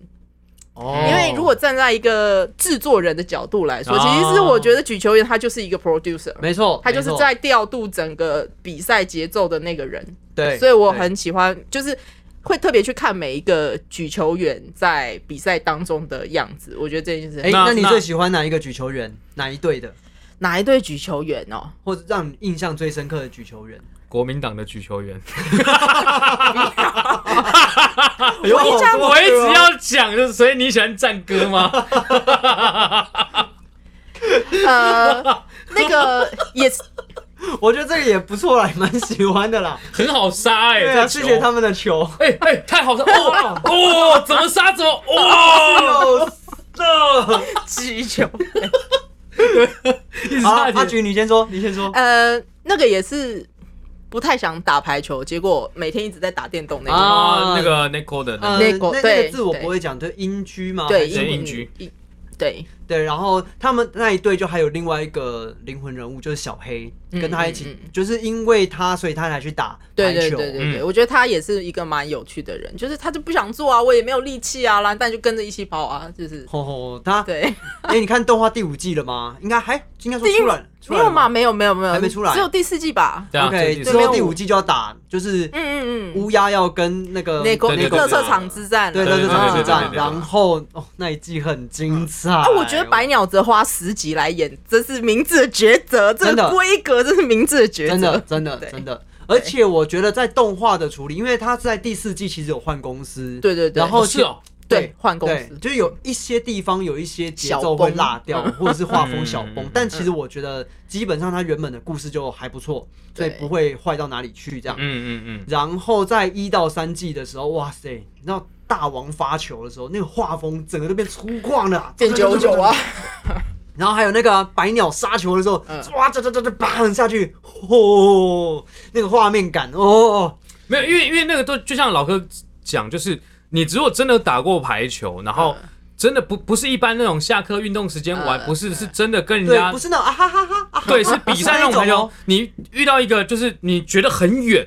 [SPEAKER 4] 哦
[SPEAKER 5] 因为如果站在一个制作人的角度来说，
[SPEAKER 3] 哦
[SPEAKER 5] 其实我觉得举球员他就是一个 producer，
[SPEAKER 4] 没错，
[SPEAKER 5] 他就是
[SPEAKER 4] 没错
[SPEAKER 5] 在调度整个比赛节奏的那个人，
[SPEAKER 4] 对，
[SPEAKER 5] 所以我
[SPEAKER 4] 对
[SPEAKER 5] 很喜欢，就是会特别去看每一个举球员在比赛当中的样子。我觉得这件事，
[SPEAKER 4] 哎，
[SPEAKER 5] 哎，
[SPEAKER 3] 那
[SPEAKER 4] 那你
[SPEAKER 3] 那
[SPEAKER 4] 最喜欢哪一个举球员？哪一队的？
[SPEAKER 5] 哪一队举球员哦？
[SPEAKER 4] 或者让你印象最深刻的举球员？
[SPEAKER 3] 国民党的举球员，
[SPEAKER 4] 有好多
[SPEAKER 3] 我一直要讲，就是所以你喜欢战歌吗？
[SPEAKER 5] 呃，那个也是
[SPEAKER 4] 我觉得这个也不错啦，也蛮喜欢的啦。
[SPEAKER 3] 很好 杀哎，
[SPEAKER 4] 对
[SPEAKER 3] 这
[SPEAKER 4] 啊，
[SPEAKER 3] 球
[SPEAKER 4] 谢谢他。们的球。
[SPEAKER 3] 哎哎，太好了！哦哦，怎么杀怎么哦，
[SPEAKER 4] 哦，这
[SPEAKER 5] 举球，
[SPEAKER 3] 一直
[SPEAKER 4] 好
[SPEAKER 3] 杀
[SPEAKER 4] 啦，阿菊，你先说，你先说。
[SPEAKER 5] 呃，那个也是不太想打排球，结果每天一直在打电动那个。
[SPEAKER 4] 哦
[SPEAKER 3] 啊，那个 Nico 的那个
[SPEAKER 4] 呃
[SPEAKER 5] 那个
[SPEAKER 4] 那那
[SPEAKER 5] 对
[SPEAKER 4] 个字我
[SPEAKER 5] 对
[SPEAKER 4] 不会讲，就英居嘛，
[SPEAKER 5] 对，
[SPEAKER 3] 谁
[SPEAKER 5] 英
[SPEAKER 3] 隐居
[SPEAKER 5] 英对，
[SPEAKER 4] 对，然后他们那一队就还有另外一个灵魂人物，就是小黑，
[SPEAKER 5] 嗯
[SPEAKER 4] 跟他一起，
[SPEAKER 5] 嗯嗯
[SPEAKER 4] 就是因为他，所以他才去打
[SPEAKER 5] 对
[SPEAKER 4] 排
[SPEAKER 5] 对
[SPEAKER 4] 球。
[SPEAKER 5] 对对对，
[SPEAKER 3] 嗯
[SPEAKER 5] 我觉得他也是一个蛮有趣的人，就是他就不想做啊，我也没有力气啊，然后但就跟着一起跑啊，就是
[SPEAKER 4] 吼吼，他
[SPEAKER 5] 对，
[SPEAKER 4] 哎、你看动画第五季了吗？应该还应该说
[SPEAKER 5] 第一
[SPEAKER 4] 出来出
[SPEAKER 5] 没
[SPEAKER 4] 来了
[SPEAKER 5] 有嘛，？没有没有没有，
[SPEAKER 4] 还没出来
[SPEAKER 5] 只有第四季吧。
[SPEAKER 3] 对啊
[SPEAKER 4] ？OK，
[SPEAKER 3] 这
[SPEAKER 4] 之
[SPEAKER 5] 没有
[SPEAKER 4] 后第五季就要打，就是
[SPEAKER 5] 嗯嗯嗯，
[SPEAKER 4] 乌鸦要跟那个
[SPEAKER 5] 那个
[SPEAKER 3] 对对对
[SPEAKER 5] 乐色场之战啊，
[SPEAKER 4] 对
[SPEAKER 3] 对
[SPEAKER 4] 对对
[SPEAKER 3] 对
[SPEAKER 5] 嗯
[SPEAKER 4] 对
[SPEAKER 3] 对
[SPEAKER 4] 战，
[SPEAKER 3] 对
[SPEAKER 4] 然后哦那一季很精彩。哎
[SPEAKER 5] 啊，我觉得白鸟则花十集来演，这是明智的抉择，这
[SPEAKER 4] 真的
[SPEAKER 5] 个规格，这是明智的抉择，
[SPEAKER 4] 真的真的
[SPEAKER 5] 对
[SPEAKER 4] 真的。而且我觉得在动画的处理，因为他在第四季其实有换公司，
[SPEAKER 5] 对对对
[SPEAKER 4] 然后
[SPEAKER 3] 哦是哦，
[SPEAKER 5] 对，换公
[SPEAKER 4] 对
[SPEAKER 5] 司，，
[SPEAKER 4] 就是有一些地方有一些节
[SPEAKER 5] 小
[SPEAKER 4] 奏会
[SPEAKER 5] 崩
[SPEAKER 4] 落 掉，或者是画风小崩
[SPEAKER 3] 嗯，
[SPEAKER 4] 但其实我觉得基本上它原本的故事就还不错，所以
[SPEAKER 5] 对
[SPEAKER 4] 不会坏到哪里去这样。
[SPEAKER 3] 嗯嗯嗯，
[SPEAKER 4] 然后在一到三季的时候，哇塞，你知道大王发球的时候，那个画风整个都变粗犷了啊，
[SPEAKER 5] 变九九 啊，
[SPEAKER 4] 然后还有那个百鸟杀球的时候
[SPEAKER 5] 嗯，
[SPEAKER 4] 哇，这这这这，砰下去，哦，那个画面感，哦，
[SPEAKER 3] 没有，因为因为那个都就像老哥讲，就是你如果真的打过排球，然
[SPEAKER 4] 嗯
[SPEAKER 3] 后真的不不是一般那种下课运动时间玩，
[SPEAKER 5] 嗯
[SPEAKER 3] 不是是真的跟人
[SPEAKER 4] 对，
[SPEAKER 3] 家
[SPEAKER 4] 不是那种啊哈哈哈，啊哈
[SPEAKER 3] 对是比赛那种排
[SPEAKER 4] 是那种
[SPEAKER 3] 球
[SPEAKER 4] 哦，
[SPEAKER 3] 你遇到一个就是你觉得很远，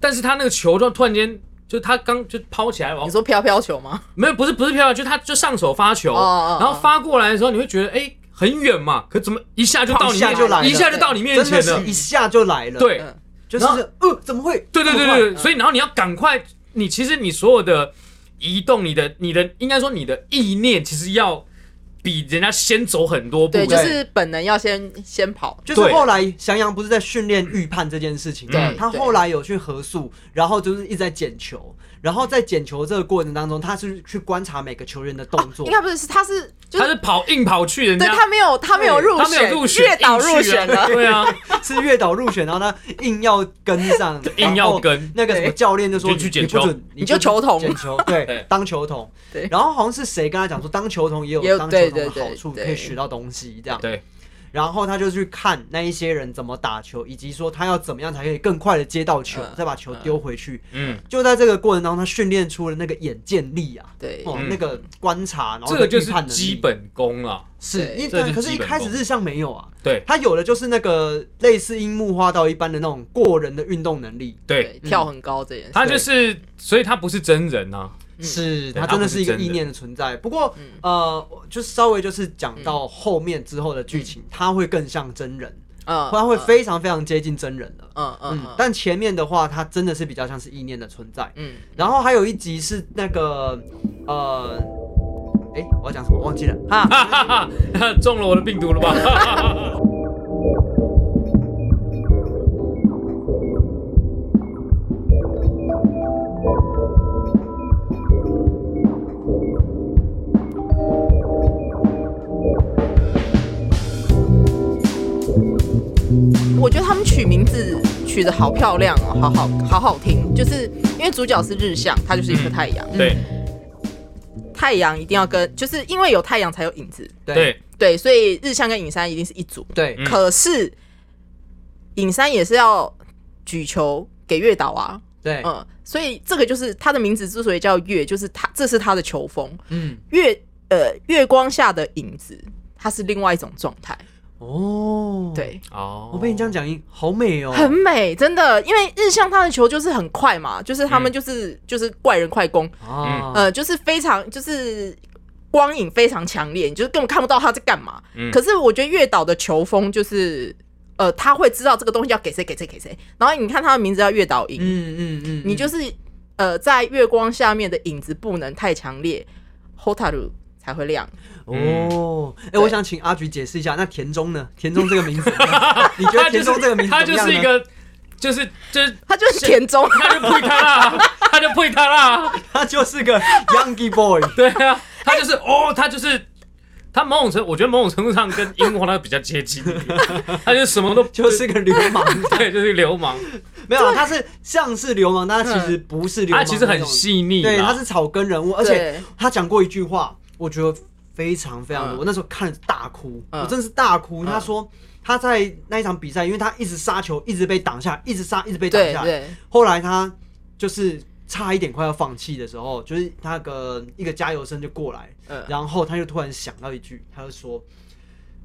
[SPEAKER 3] 但是他那个球就突然间就他刚就抛起来，
[SPEAKER 5] 你
[SPEAKER 3] 往
[SPEAKER 5] 说飘飘球吗？
[SPEAKER 3] 没有不是不是漂亮，就他就上手发球，
[SPEAKER 5] 哦哦哦
[SPEAKER 3] 然后发过来的时候，你会觉得哎、很远嘛，可怎么一下就到你
[SPEAKER 4] 一下
[SPEAKER 3] 面
[SPEAKER 4] 就来了
[SPEAKER 3] 一下就到你面
[SPEAKER 4] 真的
[SPEAKER 3] 前
[SPEAKER 4] 是
[SPEAKER 3] 了，
[SPEAKER 4] 一下就来了，
[SPEAKER 3] 对。
[SPEAKER 5] 嗯
[SPEAKER 4] 就是
[SPEAKER 3] 然后
[SPEAKER 4] 呃，怎么会？
[SPEAKER 3] 对对对
[SPEAKER 4] 这么快嗯
[SPEAKER 3] 对，对，所以然后你要赶快，你其实你所有的移动，你的你的应该说你的意念，其实要比人家先走很多步。哎
[SPEAKER 5] 对，就是本能要先先跑，
[SPEAKER 4] 就是
[SPEAKER 3] 对
[SPEAKER 4] 后来翔阳不是在训练预判这件事情吗，
[SPEAKER 5] 对
[SPEAKER 4] 他
[SPEAKER 5] 对
[SPEAKER 4] 后来有去合宿，然后就是一直在捡球，然后在捡球这个过程当中，他是去观察每个球员的动作，
[SPEAKER 5] 应该不是，是他是就
[SPEAKER 3] 他
[SPEAKER 5] 是
[SPEAKER 3] 是跑硬跑去人
[SPEAKER 5] 对
[SPEAKER 3] 家，
[SPEAKER 5] 他没有他没有入
[SPEAKER 3] 他没
[SPEAKER 5] 选，
[SPEAKER 3] 有入选，
[SPEAKER 5] 越岛入
[SPEAKER 3] 硬去啊
[SPEAKER 5] 选了，
[SPEAKER 3] 对 啊，
[SPEAKER 4] 是越岛入选，然后他硬要跟上，
[SPEAKER 3] 硬要跟。
[SPEAKER 4] 那个什么
[SPEAKER 5] 对
[SPEAKER 4] 教练就说
[SPEAKER 3] 你就去捡球
[SPEAKER 4] 你不准，
[SPEAKER 5] 你就球童
[SPEAKER 4] 捡球，
[SPEAKER 3] 对
[SPEAKER 4] 对，当球童。
[SPEAKER 5] 对
[SPEAKER 4] 然后好像是谁跟他讲说，当球童也
[SPEAKER 5] 也
[SPEAKER 4] 有
[SPEAKER 5] 有
[SPEAKER 4] 当球童
[SPEAKER 5] 对对
[SPEAKER 4] 的好处，
[SPEAKER 5] 对对
[SPEAKER 4] 可以学到东西这样。
[SPEAKER 3] 对。
[SPEAKER 4] 然后他就去看那一些人怎么打球，以及说他要怎么样才可以更快的接到球，
[SPEAKER 5] 嗯
[SPEAKER 4] 再把球丢回去。
[SPEAKER 3] 嗯，
[SPEAKER 4] 就在这个过程当中，他训练出了那个眼见力啊，
[SPEAKER 5] 对
[SPEAKER 4] 哦，
[SPEAKER 3] 嗯
[SPEAKER 4] 那个观察，然后
[SPEAKER 3] 这个就是
[SPEAKER 4] 预判能力
[SPEAKER 3] 基本功了。
[SPEAKER 4] 是
[SPEAKER 5] 对，
[SPEAKER 4] 因
[SPEAKER 3] 这就是
[SPEAKER 4] 为可是一
[SPEAKER 3] 基本
[SPEAKER 4] 开始
[SPEAKER 3] 功
[SPEAKER 4] 日向没有啊，
[SPEAKER 3] 对
[SPEAKER 4] 他有的就是那个类似樱木花道一般的那种过人的运动能力，
[SPEAKER 3] 对，
[SPEAKER 5] 对跳很高这件事，
[SPEAKER 3] 他就是，所以他不是真人啊。
[SPEAKER 5] 嗯
[SPEAKER 4] 是，
[SPEAKER 3] 对
[SPEAKER 4] 它
[SPEAKER 3] 它
[SPEAKER 4] 真的
[SPEAKER 3] 不是
[SPEAKER 4] 是一个
[SPEAKER 3] 真
[SPEAKER 4] 意
[SPEAKER 3] 的
[SPEAKER 4] 念的存在。不过
[SPEAKER 5] 嗯，
[SPEAKER 4] 呃，就是稍微就是讲到后面之后的剧情，它会更像真人，
[SPEAKER 5] 嗯，
[SPEAKER 4] 它会非常非常接近真人的。
[SPEAKER 5] 嗯嗯
[SPEAKER 4] 嗯
[SPEAKER 5] 嗯，，
[SPEAKER 4] 但前面的话，它真的是比较像是意念的存在。
[SPEAKER 5] 嗯
[SPEAKER 4] 然后还有一集是那个，呃，哎，我要讲什么忘记了哈。
[SPEAKER 3] 哈哈哈，中了我的病毒了吧？
[SPEAKER 5] 我觉得他们取名字取的好漂亮哦，好好好好听，就是因为主角是日向，他就是一颗太阳， 嗯
[SPEAKER 3] 对
[SPEAKER 5] 太阳一定要跟，就是因为有太阳才有影子，
[SPEAKER 3] 对，
[SPEAKER 5] 对，所以日向跟影山一定是一组。
[SPEAKER 4] 对
[SPEAKER 3] 嗯
[SPEAKER 5] 可是影山也是要举球给月岛啊，
[SPEAKER 4] 对，
[SPEAKER 5] 嗯，所以这个就是他的名字之所以叫月，就是他这是他的球风，
[SPEAKER 4] 嗯，
[SPEAKER 5] 月呃月光下的影子，它是另外一种状态，
[SPEAKER 4] 哦，，
[SPEAKER 5] 对。
[SPEAKER 3] 哦，
[SPEAKER 4] 我被你这样讲，好美哦，
[SPEAKER 5] 很美，真的，因为日向他的球就是很快嘛，就是他
[SPEAKER 3] 嗯
[SPEAKER 5] 们就是、就是怪人快攻，
[SPEAKER 4] 啊，
[SPEAKER 5] 呃，就是非常就是光影非常强烈，你就是根本看不到他在干嘛。
[SPEAKER 3] 嗯
[SPEAKER 5] 可是我觉得月岛的球风就是，呃，他会知道这个东西要给谁给谁给谁，然后你看他的名字叫月岛影，
[SPEAKER 4] 嗯嗯嗯，
[SPEAKER 5] 你
[SPEAKER 4] 嗯
[SPEAKER 5] 就是呃在月光下面的影子不能太强烈，Hotaru 才会亮。
[SPEAKER 3] 嗯
[SPEAKER 4] 哦，哎、
[SPEAKER 5] 对
[SPEAKER 4] 我想请阿菊解释一下，那田中呢？田中这个 名字，你觉
[SPEAKER 3] 他就
[SPEAKER 4] 得田
[SPEAKER 3] 是
[SPEAKER 4] 中这个名字
[SPEAKER 3] 他
[SPEAKER 4] 怎
[SPEAKER 3] 就
[SPEAKER 4] 么样
[SPEAKER 3] 是一
[SPEAKER 4] 呢
[SPEAKER 3] 个，就是就是，
[SPEAKER 5] 他就是 田中，啊
[SPEAKER 3] 他就配他啦， 他就配他啦，
[SPEAKER 4] 他就是个 Youngie Boy，
[SPEAKER 3] 对啊，他就是哦，他就是。他某种程，我觉得某种程度上跟英皇那个比较接近一点，他就什么都
[SPEAKER 4] 就是个流 氓。
[SPEAKER 3] 对，就是流氓，
[SPEAKER 4] 没有，啊他是像是流氓，但他其实不是
[SPEAKER 3] 嗯
[SPEAKER 4] 流
[SPEAKER 3] 他
[SPEAKER 4] 氓，
[SPEAKER 3] 其实很，细腻啦，
[SPEAKER 4] 对，他是草根人物，而且
[SPEAKER 5] 对
[SPEAKER 4] 他讲过一句话，我觉得非常非常的，
[SPEAKER 5] 嗯
[SPEAKER 4] 我那时候看了大哭，
[SPEAKER 5] 嗯
[SPEAKER 4] 我真的是大哭。他说他在那一场比赛，因为他一直杀球，一直被挡下，一直杀，一直被挡
[SPEAKER 5] 对
[SPEAKER 4] 下，
[SPEAKER 5] 对，
[SPEAKER 4] 后来他就是差一点快要放弃的时候，就是那个一个加油声就过来，
[SPEAKER 5] 嗯
[SPEAKER 4] 然后他就突然想到一句，他就说：“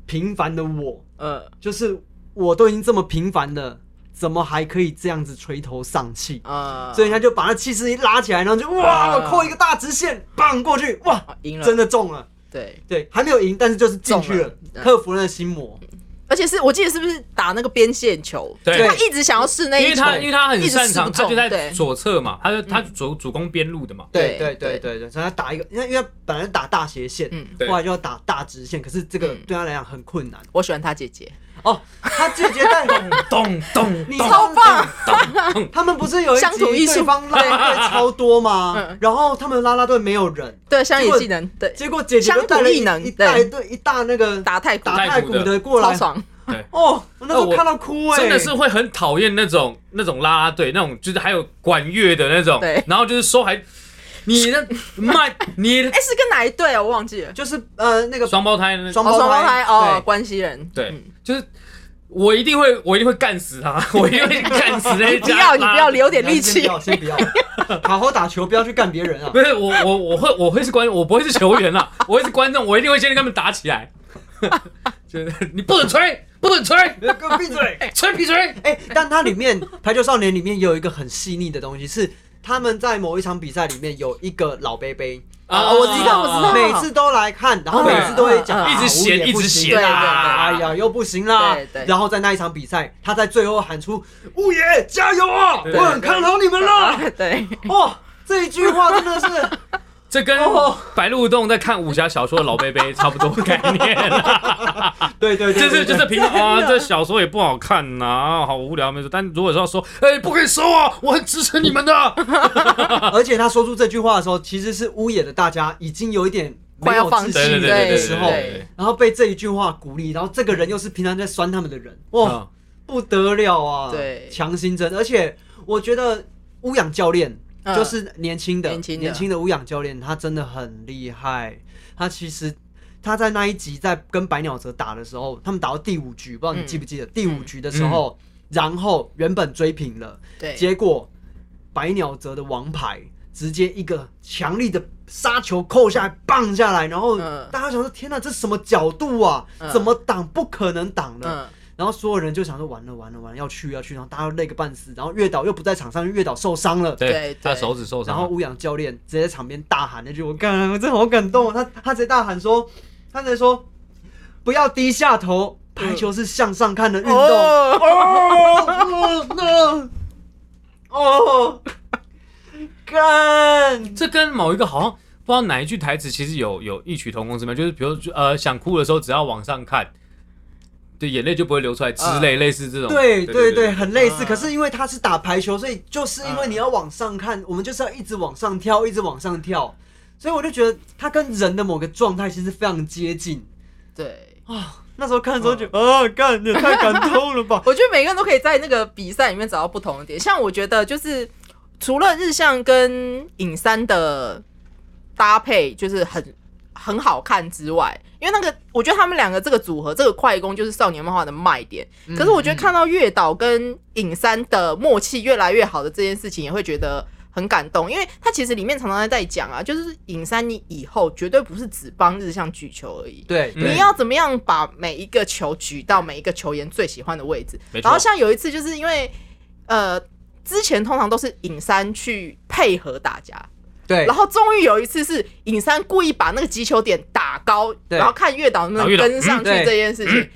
[SPEAKER 4] 平凡的我，
[SPEAKER 5] 呃
[SPEAKER 4] 就是我都已经这么平凡了，怎么还可以这样子垂头丧气？”
[SPEAKER 5] 啊，
[SPEAKER 4] 所以他就把那气势一拉起来，然后就哇，我扣一个大直线，棒过去，哇，
[SPEAKER 5] 啊赢了，
[SPEAKER 4] 真的中了。
[SPEAKER 5] 对，
[SPEAKER 4] 对，还没有赢，但是就是进去了
[SPEAKER 5] 中了，嗯
[SPEAKER 4] 克服了那个心魔。
[SPEAKER 5] 而且是我记得是不是打那个边线球？
[SPEAKER 3] 对
[SPEAKER 5] 他一直想要试那
[SPEAKER 3] 因
[SPEAKER 5] 一
[SPEAKER 3] 为
[SPEAKER 5] 球，
[SPEAKER 3] 他因为他很
[SPEAKER 5] 一直
[SPEAKER 3] 擅
[SPEAKER 5] 试
[SPEAKER 3] 长，
[SPEAKER 5] 不
[SPEAKER 3] 他就
[SPEAKER 5] 中
[SPEAKER 3] 在
[SPEAKER 5] 对
[SPEAKER 3] 左侧嘛，他就他主主攻边路的嘛，
[SPEAKER 4] 对对对
[SPEAKER 5] 对对
[SPEAKER 4] 对对，所以他打一个，因为因为他本来是打大斜线，
[SPEAKER 5] 嗯
[SPEAKER 3] 对
[SPEAKER 4] 后来就要打大直线，可是这个
[SPEAKER 5] 嗯
[SPEAKER 4] 对他来讲很困难。
[SPEAKER 5] 我喜欢他姐姐，
[SPEAKER 4] 哦，他拒绝 但
[SPEAKER 3] 咚咚
[SPEAKER 4] 嗯你
[SPEAKER 3] 咚
[SPEAKER 5] 超棒，
[SPEAKER 3] 咚，
[SPEAKER 4] 他们不是有一集
[SPEAKER 5] 乡土艺术
[SPEAKER 4] 对方拉拉队超多吗
[SPEAKER 5] 嗯？
[SPEAKER 4] 然后他们拉拉队没有人，
[SPEAKER 5] 对乡
[SPEAKER 4] 结
[SPEAKER 5] 野
[SPEAKER 4] 果
[SPEAKER 5] 技能，对，
[SPEAKER 4] 结果姐姐就带了
[SPEAKER 5] 乡土艺能
[SPEAKER 4] 一一大队一大那个
[SPEAKER 5] 打太鼓
[SPEAKER 4] 打太鼓的过
[SPEAKER 5] 超
[SPEAKER 4] 来，
[SPEAKER 5] 爽，
[SPEAKER 4] 哦，我那时
[SPEAKER 3] 哦
[SPEAKER 4] 候
[SPEAKER 3] 我
[SPEAKER 4] 看到哭哎，
[SPEAKER 3] 真的是会很讨厌那种那种啦啦队，那种就是还有管乐的那种
[SPEAKER 5] 对，
[SPEAKER 3] 然后就是收还你那卖 你
[SPEAKER 5] 哎，是跟哪一队啊？我忘记了，
[SPEAKER 4] 就是呃那个
[SPEAKER 3] 双胞胎那
[SPEAKER 4] 双
[SPEAKER 5] 哦，双胞胎哦，
[SPEAKER 4] 对
[SPEAKER 5] 关系人，
[SPEAKER 3] 对
[SPEAKER 5] 嗯，
[SPEAKER 3] 就是我一定会我一定会干死他， 我一定会干死那一
[SPEAKER 5] 不
[SPEAKER 3] 家
[SPEAKER 5] 要你不要
[SPEAKER 3] 啦啦队。
[SPEAKER 5] 留点力
[SPEAKER 4] 先不
[SPEAKER 5] 气，
[SPEAKER 4] 要先不要， 好好打球，不要去干别人啊
[SPEAKER 3] 不。是我我我会我会是观我不会是球员啦， 我会是观众，我一定会先跟他们打起来。 就是你不准吹，不准吹，
[SPEAKER 4] 给我闭嘴！
[SPEAKER 3] 吹皮吹。
[SPEAKER 4] 哎、但它里面《排球少年》里面也有一个很细腻的东西，是他们在某一场比赛里面有一个老杯杯
[SPEAKER 3] 啊
[SPEAKER 4] 我
[SPEAKER 5] 知道我知道
[SPEAKER 4] 每次都来看，然后每次都会讲，
[SPEAKER 5] 嗯
[SPEAKER 4] 啊
[SPEAKER 3] 一直嫌
[SPEAKER 4] 我也不行
[SPEAKER 3] 一直嫌
[SPEAKER 4] 啦，
[SPEAKER 3] 啊
[SPEAKER 4] 哎呀又不行啦
[SPEAKER 5] 对，对
[SPEAKER 4] 然后在那一场比赛，他在最后喊出“物野加油啊，
[SPEAKER 3] 对
[SPEAKER 4] 我很看好你们了
[SPEAKER 5] 对，”，
[SPEAKER 4] 哇，这一句话真的是。
[SPEAKER 3] 这跟
[SPEAKER 5] 哦
[SPEAKER 3] 白鹿洞在看武侠小说的老贝贝 差不多概念 啦，
[SPEAKER 4] 对对对，
[SPEAKER 3] 就是就是平啊，这小说也不好看呐、好无聊没错。但如果是要说，哎、不可以收啊，我很支持你们
[SPEAKER 5] 哦
[SPEAKER 3] 的，
[SPEAKER 4] 而且他说出这句话的时候，其实是屋野的大家已经有一点没
[SPEAKER 5] 快要
[SPEAKER 4] 有
[SPEAKER 5] 放
[SPEAKER 4] 自
[SPEAKER 5] 弃
[SPEAKER 3] 对对
[SPEAKER 4] 信
[SPEAKER 3] 对
[SPEAKER 4] 的
[SPEAKER 3] 对
[SPEAKER 4] 时
[SPEAKER 3] 对
[SPEAKER 4] 候，
[SPEAKER 3] 对对，
[SPEAKER 4] 然后被这一句话鼓励，然后这个人又是平常在酸他们的人，哇，
[SPEAKER 3] 嗯
[SPEAKER 4] 不得了啊！
[SPEAKER 5] 对
[SPEAKER 4] 强心针，而且我觉得乌养教练
[SPEAKER 5] 嗯
[SPEAKER 4] 就是年轻的、
[SPEAKER 5] 年轻的
[SPEAKER 4] 年轻的乌养教练，他真的很厉害。他其实他在那一集在跟白鸟泽打的时候，他们打到第五局，不知道你记不记得、
[SPEAKER 5] 嗯
[SPEAKER 4] 第五局的时候，然后原本追平了，
[SPEAKER 5] 对，
[SPEAKER 4] 结果白鸟泽的王牌直接一个强力的杀球扣下来，棒下来，然后
[SPEAKER 5] 嗯
[SPEAKER 4] 大家想说：天哪，这什么角度啊？
[SPEAKER 5] 嗯
[SPEAKER 4] 怎么挡？不可能挡的。
[SPEAKER 5] 嗯，
[SPEAKER 4] 然后所有人就想说：完了完了完了，要去要去，然后大家都累个半死。然后月岛又不在场上，因为月岛受伤了。
[SPEAKER 5] 对对
[SPEAKER 3] 他手指受
[SPEAKER 4] 然
[SPEAKER 3] 伤
[SPEAKER 4] 后
[SPEAKER 3] 了，
[SPEAKER 4] 乌养教练直接在场边大喊那句：“我干，我真的好感动哦！”他他直接大喊说：“他直接说，不要低下头，排球是向上看的运动。
[SPEAKER 5] 哦，
[SPEAKER 4] 哦，那哦，干，
[SPEAKER 3] 这跟某一个好像不知道哪一句台词其实有有异曲同工之妙，就是比如说呃想哭的时候，只要往上看，对眼泪就不会流出来之类，类似这种，
[SPEAKER 4] 对对对，
[SPEAKER 3] 对
[SPEAKER 4] 很类似。
[SPEAKER 5] 嗯
[SPEAKER 4] 可是因为他是打排球，所以就是因为你要往上看，我们就是要一直往上跳，一直往上跳。所以我就觉得他跟人的某个状态其实非常接近。
[SPEAKER 5] 对。！
[SPEAKER 4] 那时候看的时候就啊，干，你也太感动了吧
[SPEAKER 5] 我觉得每个人都可以在那个比赛里面找到不同的点。像我觉得就是除了日向跟影山的搭配就是很很好看之外，因为那个我觉得他们两个这个组合这个快攻就是少年漫画的卖点。可是我觉得看到月岛跟影山的默契越来越好的这件事情，也会觉得。很感动，因为他其实里面常常在讲啊，就是影山，你以后绝对不是只帮日向举球而已，
[SPEAKER 4] 对，
[SPEAKER 3] 对
[SPEAKER 5] 你要怎么样把每一个球举到每一个球员最喜欢的位置
[SPEAKER 3] 没？错
[SPEAKER 5] 然后像有一次，就是因为呃，之前通常都是尹山去配合大家，
[SPEAKER 4] 对
[SPEAKER 5] 然后终于有一次是尹山故意把那个击球点打高，
[SPEAKER 4] 对
[SPEAKER 5] 然后看月岛能
[SPEAKER 3] 然
[SPEAKER 5] 不
[SPEAKER 3] 后月
[SPEAKER 5] 能
[SPEAKER 3] 岛
[SPEAKER 5] 跟上
[SPEAKER 4] 嗯
[SPEAKER 5] 去
[SPEAKER 4] 对
[SPEAKER 5] 这件事情。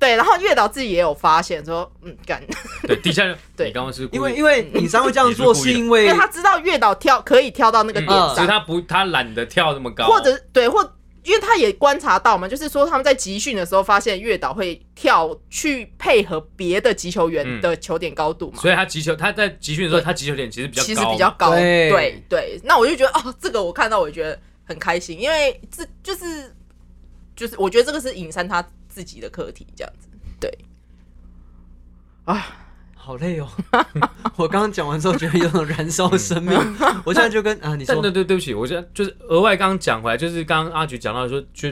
[SPEAKER 5] 对，然后月岛自己也有发现说，嗯，干，
[SPEAKER 3] 对底下人，
[SPEAKER 5] 对
[SPEAKER 3] 你刚刚是故意
[SPEAKER 4] 因为因为尹山会这样做，
[SPEAKER 3] 也是故意
[SPEAKER 4] 是
[SPEAKER 3] 的
[SPEAKER 4] 因
[SPEAKER 5] 因
[SPEAKER 4] 为
[SPEAKER 5] 为他知道月岛跳可以跳到那个
[SPEAKER 3] 嗯
[SPEAKER 5] 点
[SPEAKER 4] 嗯
[SPEAKER 5] 上
[SPEAKER 3] 所以，他不他懒得跳那么高，啊
[SPEAKER 5] 或者对，或因为他也观察到嘛，就是说他们在集训的时候发现月岛会跳去配合别的击球员
[SPEAKER 3] 嗯
[SPEAKER 5] 的球点高度嘛，
[SPEAKER 3] 所以他击球他在集训的时候，他击球点其实比较高，啊
[SPEAKER 5] 其实比较高。
[SPEAKER 4] 对
[SPEAKER 5] 对对，那我就觉得哦，这个我看到我觉得很开心，因为这就是就是我觉得这个是尹山他自己的课题，这样子。
[SPEAKER 4] 好累哦。 我刚刚讲完之后，觉得有种燃烧生命。我现在就跟啊，你
[SPEAKER 3] 但
[SPEAKER 4] 说
[SPEAKER 3] 对对对不起，我现在就是额外刚刚讲回来，就是刚刚阿菊讲到说，就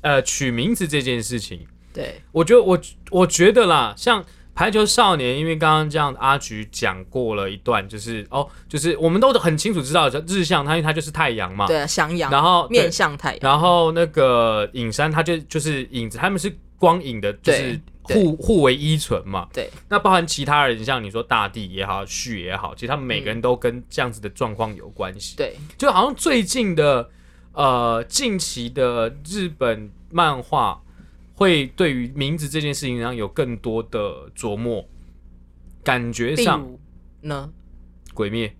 [SPEAKER 3] 呃取名字这件事情，
[SPEAKER 5] 对，
[SPEAKER 3] 我觉得我我觉得啦，像排球少年，因为刚刚这样阿菊讲过了一段，就是哦，就是我们都很清楚知道日向他，因为他就是太阳嘛，
[SPEAKER 5] 对啊，襄阳，
[SPEAKER 3] 然后
[SPEAKER 5] 面向太阳，
[SPEAKER 3] 然后那个影山，他就就是影子，他们是光影的，就是
[SPEAKER 5] 对对
[SPEAKER 3] 互互为依存嘛。
[SPEAKER 5] 对，
[SPEAKER 3] 那包含其他人，像你说大地也好，旭也好，其实他们每个
[SPEAKER 5] 嗯
[SPEAKER 3] 人都跟这样子的状况有关系。
[SPEAKER 5] 对，
[SPEAKER 3] 就好像最近的呃近期的日本漫画会对于名字这件事情上有更多的琢磨，感觉
[SPEAKER 5] 例
[SPEAKER 3] 上
[SPEAKER 5] 如呢，
[SPEAKER 3] 鬼灭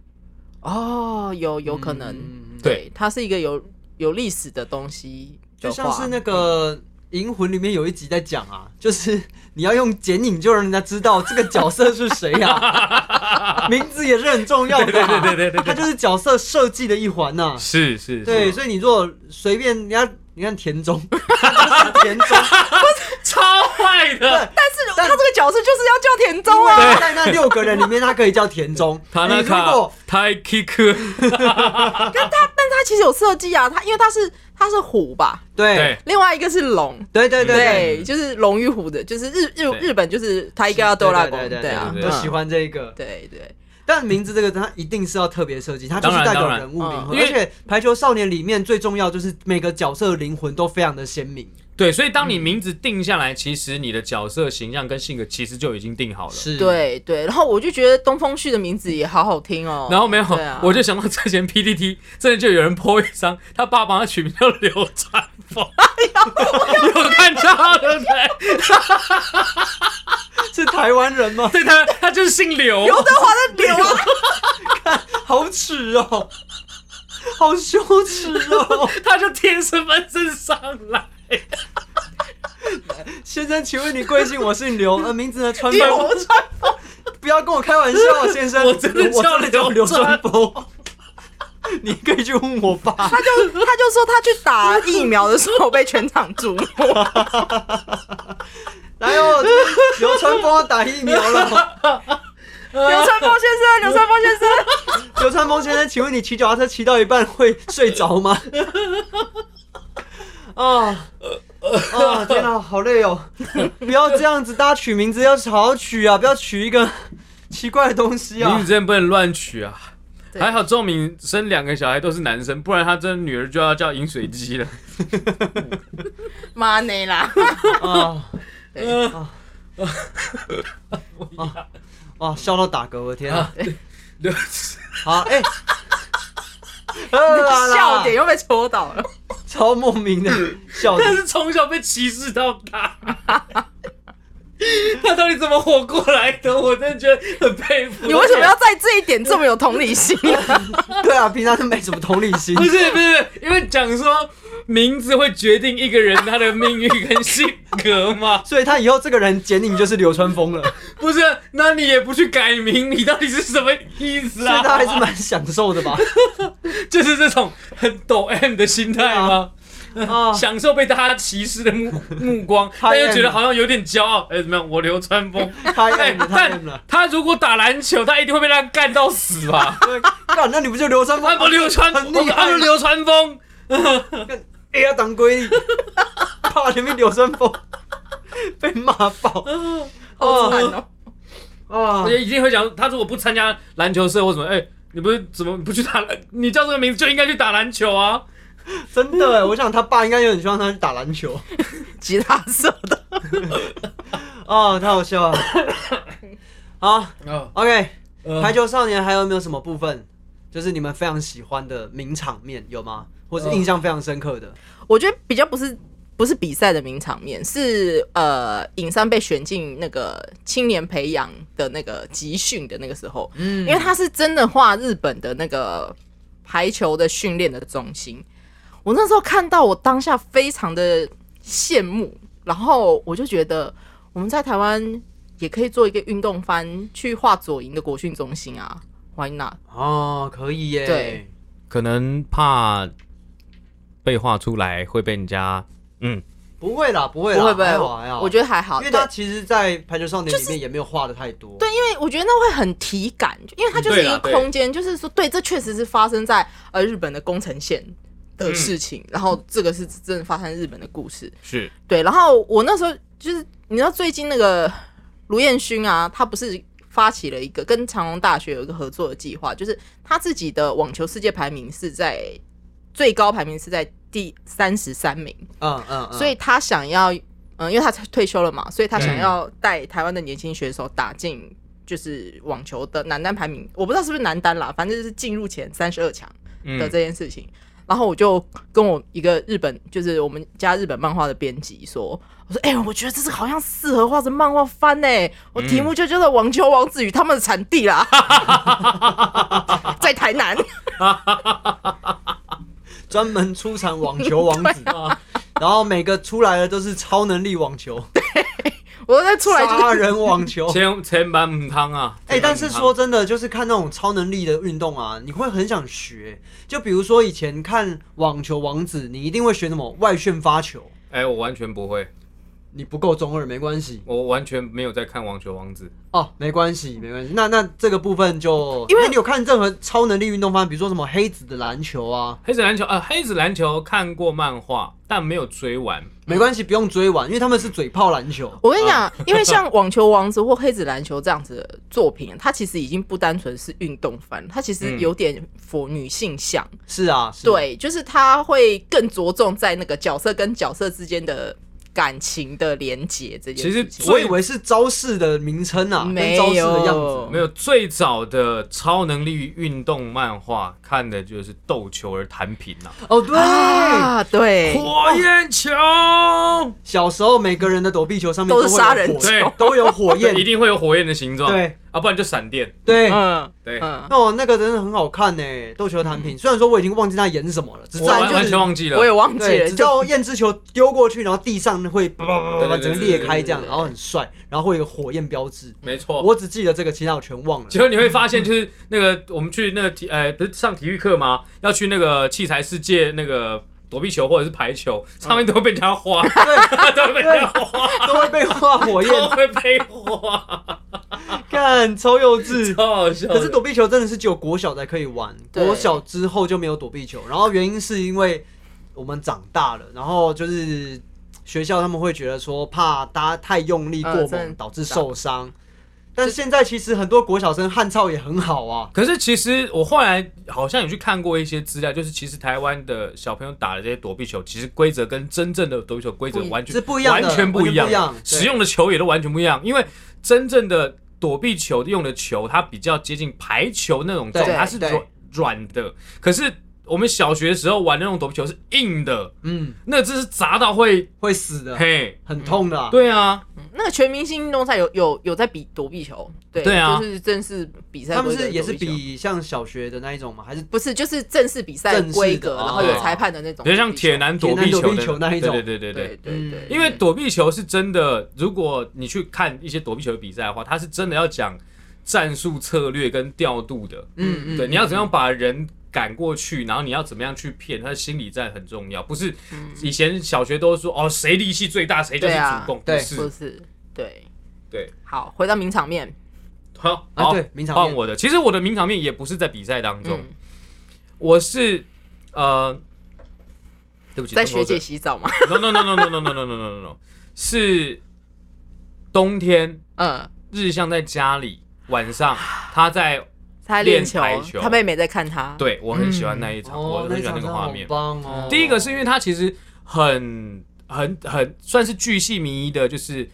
[SPEAKER 5] 哦，有有可能，
[SPEAKER 4] 嗯
[SPEAKER 5] 对，它是一个有有历史的东西的
[SPEAKER 4] 就
[SPEAKER 5] 话，
[SPEAKER 4] 像是那个
[SPEAKER 3] 嗯
[SPEAKER 4] 《银魂》里面有一集在讲啊，就是 你要用剪影就让人家知道这个角色是谁 呀、啊，名字也是很重要的、啊，
[SPEAKER 3] 对对对对对对
[SPEAKER 4] 它就是角色设计的一环呐、
[SPEAKER 3] 是是
[SPEAKER 4] 对，所以你如果随便人家，你看 田中，他就是田中，
[SPEAKER 3] 超坏的，
[SPEAKER 5] 但是
[SPEAKER 4] 但
[SPEAKER 5] 他这个角色就是要叫田中啊，
[SPEAKER 4] 对，在那六个人里面，他可以叫田中。
[SPEAKER 3] 塔
[SPEAKER 4] 你
[SPEAKER 3] 纳
[SPEAKER 4] 如果
[SPEAKER 3] 卡泰 kick，
[SPEAKER 4] 啊
[SPEAKER 5] 但是他其实有设计啊，他因为他是他是虎吧，
[SPEAKER 4] 对
[SPEAKER 3] 对
[SPEAKER 5] 另外一个是龙，
[SPEAKER 4] 对对对对
[SPEAKER 5] 对，就是龙与虎的，就是日日
[SPEAKER 3] 对
[SPEAKER 5] 日本就是他一个要多拉
[SPEAKER 4] 对
[SPEAKER 5] 贡，
[SPEAKER 4] 对
[SPEAKER 5] 对啊，
[SPEAKER 4] 对
[SPEAKER 5] 嗯
[SPEAKER 4] 对我喜欢这个。
[SPEAKER 5] 对对
[SPEAKER 4] 但名字这个，它一定是要特别设计，它就是
[SPEAKER 3] 当然
[SPEAKER 4] 代表
[SPEAKER 3] 当然
[SPEAKER 4] 人物灵
[SPEAKER 5] 嗯
[SPEAKER 4] 魂。
[SPEAKER 3] 因为
[SPEAKER 4] 而且《排球少年》里面最重要就是每个角色的灵魂都非常的鲜明。
[SPEAKER 3] 对，所以当你名字定下来，其实你的角色形象跟性格其实就已经定好了。
[SPEAKER 4] 是，
[SPEAKER 5] 嗯对对，然后我就觉得东风旭的名字也好好听哦，
[SPEAKER 3] 然后没有，
[SPEAKER 5] 对啊
[SPEAKER 3] 我就想到之前 PPT 真的就有人 po 一张，他爸帮他取名叫流川枫，
[SPEAKER 5] 哎
[SPEAKER 3] 有看到对不对？
[SPEAKER 4] 是台湾人吗？
[SPEAKER 3] 对他，他就是姓刘，
[SPEAKER 5] 刘德华的刘啊，
[SPEAKER 4] 好耻哦、 好羞耻哦！
[SPEAKER 3] 他就贴身份证上来。
[SPEAKER 4] 先生，请问你贵姓？我姓刘，呃，名字呢？川
[SPEAKER 5] 你
[SPEAKER 4] 风。
[SPEAKER 5] 我穿
[SPEAKER 4] 不要跟我开玩 笑，啊先生，
[SPEAKER 3] 我真的
[SPEAKER 4] 我
[SPEAKER 3] 叫
[SPEAKER 4] 叫
[SPEAKER 3] 刘
[SPEAKER 4] 刘
[SPEAKER 3] 川
[SPEAKER 4] 川峰。 你可以去问我爸。
[SPEAKER 5] 他就他就说他去打疫苗的时候被全场注 目，
[SPEAKER 4] 来哦，刘川峰要打疫苗了。
[SPEAKER 5] 刘川峰先生，刘川峰 先生，
[SPEAKER 4] 刘川峰先生，请问你骑脚踏车骑到一半会睡着吗？ 啊啊！天哪，好累哦！ 不要这样子，大家取名字要好好取啊，不要取一个 奇怪的东西
[SPEAKER 3] 名
[SPEAKER 4] 啊
[SPEAKER 3] 字。真的不能乱取啊！
[SPEAKER 5] 对
[SPEAKER 3] 还好周敏生两个小孩都是男生，不然他真的女儿就要叫饮水机 了。
[SPEAKER 5] 妈内啦，
[SPEAKER 4] 啊
[SPEAKER 5] 对
[SPEAKER 4] 啊！笑到打嗝，我的天啊！
[SPEAKER 3] 刘
[SPEAKER 4] 好， 哎、啊啦
[SPEAKER 5] 笑点又被戳到了。
[SPEAKER 4] 超莫名的笑
[SPEAKER 3] 但
[SPEAKER 4] 点。
[SPEAKER 3] 是从小被歧视到大， 他到底怎么活过来的？我真的觉得很佩服。
[SPEAKER 5] 你为什么要在这一点这么有同 理心啊？
[SPEAKER 4] 对啊，平常是没什么同理心
[SPEAKER 3] 不。是不是，因为讲说名字会决定一个人他的命运跟性格 嘛。
[SPEAKER 4] 所以他以后这个人剪影就是流川枫了，
[SPEAKER 3] 不是，那你也不去改名，你到底是什么意思
[SPEAKER 4] 所
[SPEAKER 3] 啊？
[SPEAKER 4] 以他还是蛮享受的吧？
[SPEAKER 3] 就是这种很抖 M 的心态吗？
[SPEAKER 4] 啊，
[SPEAKER 3] 享受被大家歧视的目目光，但
[SPEAKER 4] 太 M
[SPEAKER 3] 又觉得好像有点骄傲。哎、怎么样？我流川枫。
[SPEAKER 4] 太
[SPEAKER 3] 哎、
[SPEAKER 4] M 了，太 M
[SPEAKER 3] 但
[SPEAKER 4] 了。
[SPEAKER 3] 他如果打篮球，他一定会被他干到死 吧？
[SPEAKER 4] 对干，那你不就流川
[SPEAKER 3] 他不
[SPEAKER 4] 枫？
[SPEAKER 3] 流川，
[SPEAKER 4] 很厉害
[SPEAKER 3] 他不流川枫。
[SPEAKER 4] 哎呀，当归， 怕前面流川枫 被骂爆
[SPEAKER 5] 好惨哦！
[SPEAKER 4] 啊
[SPEAKER 3] 而！且一定会讲，他如果不参加篮球社或什么，哎、你不是怎么不去打篮？你叫这个名字就应该去打篮球啊！
[SPEAKER 4] 真的哎，我想他爸应该也很希望他去打篮球
[SPEAKER 5] 吉他社的，
[SPEAKER 4] 啊，太好笑了。好
[SPEAKER 3] 啊、
[SPEAKER 4] ，OK，
[SPEAKER 3] 呃
[SPEAKER 4] 排球少年还有没有什么部分，就是你们非常喜欢的名场面有吗？或是印象非常深刻的？
[SPEAKER 5] 我觉得比较不是不是比赛的名场面，是呃尹山被选进那个青年培养的那个集训的那个时候，
[SPEAKER 4] 嗯
[SPEAKER 5] 因为他是真的画日本的那个排球的训练的中心。我那时候看到，我当下非常的羡慕，然后我就觉得我们在台湾也可以做一个运动番去画左营的国训中心啊，Why not？
[SPEAKER 4] 哦，可以耶。
[SPEAKER 5] 对，
[SPEAKER 3] 可能怕被画出来会被人家，嗯，
[SPEAKER 4] 不会啦，不会啦，
[SPEAKER 5] 不会不
[SPEAKER 4] 啊还好还
[SPEAKER 5] 会，
[SPEAKER 4] 好。
[SPEAKER 5] 我觉得还好，
[SPEAKER 4] 因为
[SPEAKER 5] 对
[SPEAKER 4] 他其实，在《排球少年》里面也没有画的太多。
[SPEAKER 5] 对，因为我觉得那会很体感，就因为它就是
[SPEAKER 3] 嗯对
[SPEAKER 5] 一个
[SPEAKER 3] 啦对
[SPEAKER 5] 空间，就是说，对，这确实是发生在呃日本的宫城县
[SPEAKER 3] 嗯
[SPEAKER 5] 的事情，然后这个是真的发生在日本的故事，
[SPEAKER 3] 是
[SPEAKER 5] 对。然后我那时候就是，你知道最近那个卢彦勋啊，他不是发起了一个跟长隆大学有一个合作的计划，就是他自己的网球世界排名是在最高排名是在第三十三名，
[SPEAKER 4] 嗯嗯嗯。
[SPEAKER 5] 所以他想要，嗯，因为他退休了嘛，所以他想要带台湾的年轻选手打进就是网球的男单排名，我不知道是不是男单啦，反正就是进入前三十二强
[SPEAKER 3] 嗯
[SPEAKER 5] 的这件事情。然后我就跟我一个日本，就是我们家日本漫画的编辑说，我说，哎、我觉得这是好像适合画成漫画番呢、我题目就叫做《网球王子与他们的产地》啦，在台南。
[SPEAKER 4] 专门出产网球王 子，
[SPEAKER 5] 啊
[SPEAKER 4] 然后每个出来的都是超能力网球、
[SPEAKER 5] 我再 出来就是
[SPEAKER 4] 杀人网 球。
[SPEAKER 3] 千千万母汤啊！
[SPEAKER 4] 哎、但是说
[SPEAKER 3] 千
[SPEAKER 4] 真的，就是看那种超能力的运动啊，你会很想学。就比如说以前看网球王子，你一定会学什么外旋发球。
[SPEAKER 3] 万母汤，哎、我完全不会，
[SPEAKER 4] 你不够中二没关系
[SPEAKER 3] 我完全没有在看《网球王子
[SPEAKER 4] 哦，没关系，没关系。那那这个部分就，
[SPEAKER 5] 因为
[SPEAKER 4] 那你有看任何超能力运动方，比如说什么黑子的篮球啊，》。
[SPEAKER 3] 黑子篮球，呃，黑子篮球看过漫画，但没有追完。
[SPEAKER 4] 没关系，不用追完，因为他们是嘴炮篮球。
[SPEAKER 5] 我跟你
[SPEAKER 4] 啊
[SPEAKER 5] 讲，因为像网球王子或黑子篮球这样子的作品，它其实已经不单纯是运动番，它其实有点佛女性向。
[SPEAKER 4] 是啊，嗯是，
[SPEAKER 5] 对，就是它会更着重在那个角色跟角色之间的感情的连结这件
[SPEAKER 3] 其实
[SPEAKER 5] 事情。
[SPEAKER 4] 我以为是招式的名称啊，
[SPEAKER 5] 没
[SPEAKER 4] 跟
[SPEAKER 5] 有
[SPEAKER 4] 招式的样子。
[SPEAKER 3] 没有最早的超能力运动漫画看的就是《斗球儿弹平》呐，
[SPEAKER 4] 哦，对，
[SPEAKER 5] 啊，对，
[SPEAKER 3] 火焰球，哦
[SPEAKER 4] 小时候每个人的躲避球上面
[SPEAKER 5] 都是
[SPEAKER 4] 会有
[SPEAKER 5] 杀人
[SPEAKER 4] 火
[SPEAKER 3] 球
[SPEAKER 4] 都有火 焰
[SPEAKER 3] 一。定会有火焰的形状。
[SPEAKER 4] 对，
[SPEAKER 3] 啊，不然就闪电。
[SPEAKER 4] 对，
[SPEAKER 5] 嗯，
[SPEAKER 3] 对，
[SPEAKER 5] 嗯，
[SPEAKER 4] 哦，那个真的很好看呢，《斗球弹平》。虽然说我已经忘记他演什么了，只是
[SPEAKER 3] 我
[SPEAKER 4] 他
[SPEAKER 3] 完
[SPEAKER 4] 就
[SPEAKER 3] 完
[SPEAKER 4] 是
[SPEAKER 3] 全忘记了
[SPEAKER 5] 我。也忘记
[SPEAKER 4] 对，
[SPEAKER 5] 了，
[SPEAKER 4] 直
[SPEAKER 5] 就
[SPEAKER 4] 到焰之球丢过去，然后地上会叭叭叭叭叭
[SPEAKER 3] 对对对
[SPEAKER 4] 整个裂开这样，然后很帅，然后会有个火焰标志。
[SPEAKER 3] 没错，
[SPEAKER 4] 我只记得这个，其他我全忘了。
[SPEAKER 3] 结果你会发现，就是那个我们去那个体，呃，不是上体育课吗？要去那个器材世界那个躲避球或者是排球，上面都会被人家花， 都会被人家花，
[SPEAKER 4] 都会被画火焰，
[SPEAKER 3] 都 会被花，
[SPEAKER 4] 干超幼稚。
[SPEAKER 3] 超好笑的。
[SPEAKER 4] 可是躲避球真的是只有国小才可以玩，
[SPEAKER 5] 对
[SPEAKER 4] 国小之后就没有躲避球。然后原因是因为我们长大了，然后就是学校他们会觉得说怕大家太用力过
[SPEAKER 5] 呃
[SPEAKER 4] 猛、
[SPEAKER 5] 真的
[SPEAKER 4] 导致受伤。但是现在其实很多国小生汉操也很好啊，
[SPEAKER 3] 可是其实我后来好像有去看过一些资料，就是其实台湾的小朋友打的这些躲避球，其实规则跟真正的躲避球规则
[SPEAKER 5] 不一
[SPEAKER 3] 完全
[SPEAKER 4] 是不一样的
[SPEAKER 3] 完全不一
[SPEAKER 4] 完全不一样对
[SPEAKER 3] 使用的球也都完全不一样。因为真正的躲避球用的球，它比较接近排球那种重，
[SPEAKER 5] 对
[SPEAKER 3] 它是
[SPEAKER 5] 对
[SPEAKER 3] 软软的。可是我们小学的时候玩那种躲避球是硬的，
[SPEAKER 4] 嗯，
[SPEAKER 3] 那真是砸到会
[SPEAKER 4] 会死的，
[SPEAKER 3] 嘿，
[SPEAKER 4] 很痛的、啊。
[SPEAKER 3] 对啊，
[SPEAKER 5] 那个全明星运动赛有有有在比躲避球，对
[SPEAKER 3] 对啊
[SPEAKER 5] 就是正式比赛
[SPEAKER 4] 他
[SPEAKER 5] 规
[SPEAKER 4] 们
[SPEAKER 5] 则的
[SPEAKER 4] 是也是
[SPEAKER 5] 躲避球
[SPEAKER 4] 比像小学的那一种吗？还是
[SPEAKER 5] 不是就是正式比赛
[SPEAKER 4] 正式的
[SPEAKER 5] 规格，
[SPEAKER 4] 哦
[SPEAKER 5] 然后有裁判的那种，
[SPEAKER 3] 有点像铁，男躲避
[SPEAKER 4] 铁男躲
[SPEAKER 3] 球
[SPEAKER 4] 避
[SPEAKER 3] 的
[SPEAKER 4] 球那一种
[SPEAKER 3] 对对对对对
[SPEAKER 5] 对对对，
[SPEAKER 4] 嗯
[SPEAKER 3] 因为躲避球是真的，如果你去看一些躲避球的比赛的话，它是真的要讲战术策略跟调度的。
[SPEAKER 4] 嗯嗯
[SPEAKER 3] 对，你要怎么样把人赶过去，然后你要怎么样去骗，他的心理战很重要。不是以前小学都说哦，谁力气最大谁就是
[SPEAKER 5] 对啊
[SPEAKER 3] 主动，
[SPEAKER 4] 对
[SPEAKER 3] 不
[SPEAKER 5] 不
[SPEAKER 3] 是？
[SPEAKER 5] 是对。
[SPEAKER 3] 对，
[SPEAKER 5] 好，回到名场面，
[SPEAKER 3] 好，
[SPEAKER 4] 啊
[SPEAKER 3] 好
[SPEAKER 4] 对名场面
[SPEAKER 3] 换我的。其实我的名场面也不是在比赛当中，
[SPEAKER 5] 嗯，
[SPEAKER 3] 我是呃，对不起，
[SPEAKER 5] 在
[SPEAKER 3] 中国
[SPEAKER 5] 学姐
[SPEAKER 3] 队
[SPEAKER 5] 洗澡嘛，
[SPEAKER 3] no no no no no no no no no no no 是冬天。
[SPEAKER 5] 嗯，
[SPEAKER 3] 日向在家里，晚上他在
[SPEAKER 5] 她在练球
[SPEAKER 3] 练排球，
[SPEAKER 5] 她妹妹在看她，
[SPEAKER 3] 对我很喜欢那一场，
[SPEAKER 4] 哦
[SPEAKER 3] 我，
[SPEAKER 4] 那
[SPEAKER 3] 很喜欢那
[SPEAKER 4] 场真
[SPEAKER 3] 个
[SPEAKER 4] 的
[SPEAKER 3] 画
[SPEAKER 4] 好
[SPEAKER 3] 面。
[SPEAKER 4] 棒哦。
[SPEAKER 3] 第一个是因为他其实很很很算是巨细靡遗的，就是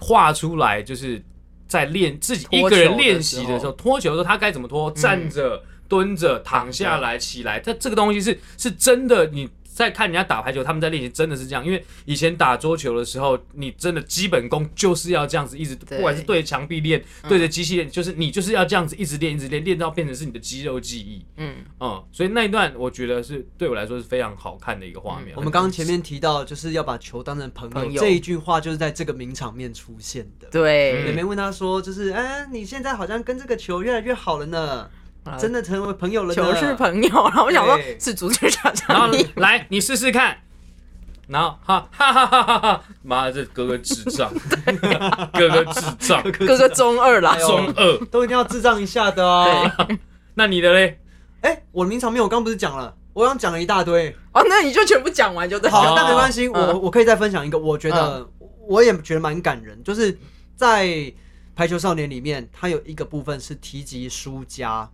[SPEAKER 3] 画出来，就是在练自己一
[SPEAKER 5] 脱球
[SPEAKER 3] 个
[SPEAKER 5] 的
[SPEAKER 3] 人练习的时
[SPEAKER 5] 时
[SPEAKER 3] 候，
[SPEAKER 5] 候
[SPEAKER 3] 脱球的时候嗯他该怎么脱，站着、蹲着、躺下来、起来，他这个东西是是真的你。在看人家打排球，他们在练习真的是这样，因为以前打桌球的时候，你真的基本功就是要这样子一直，
[SPEAKER 5] 对
[SPEAKER 3] 不管是对着嗯墙壁练，对着机器练，就是你就是要这样子一直练，一直练，练到变成是你的肌肉记忆。
[SPEAKER 5] 嗯，
[SPEAKER 3] 嗯，所以那一段我觉得是对我来说是非常好看的一个画面。
[SPEAKER 4] 我们刚刚前面提到，就是要把球当成朋友
[SPEAKER 5] 朋友
[SPEAKER 4] 这一句话，就是在这个名场面出现的。也
[SPEAKER 3] 嗯
[SPEAKER 5] 对，
[SPEAKER 4] 没问他说，就是哎、你现在好像跟这个球越来越好了呢，
[SPEAKER 5] 啊
[SPEAKER 4] 真的成为朋友了呢。
[SPEAKER 5] 球是朋友，然后我想说
[SPEAKER 4] 对，
[SPEAKER 5] 是足球场
[SPEAKER 3] 然后
[SPEAKER 5] 上你，
[SPEAKER 3] 来你试试看，然后哈哈哈哈哈哈，妈的这哥哥智障，哥哥智障，
[SPEAKER 5] 哥哥中二啦
[SPEAKER 4] 哎，呦
[SPEAKER 3] 中二。
[SPEAKER 4] 都一定要智障一下的 哦。
[SPEAKER 3] 那你的嘞？
[SPEAKER 4] 哎、我的名场面我刚不是讲了，我刚讲了一大堆。
[SPEAKER 5] 哦，那你就全部讲完就对了，
[SPEAKER 4] 好，
[SPEAKER 3] 那
[SPEAKER 4] 但没关系，我
[SPEAKER 5] 嗯
[SPEAKER 4] 我可以再分享一个，我觉得我也觉得蛮感人，就是在《排球少年》里面，它有一个部分是提及输家，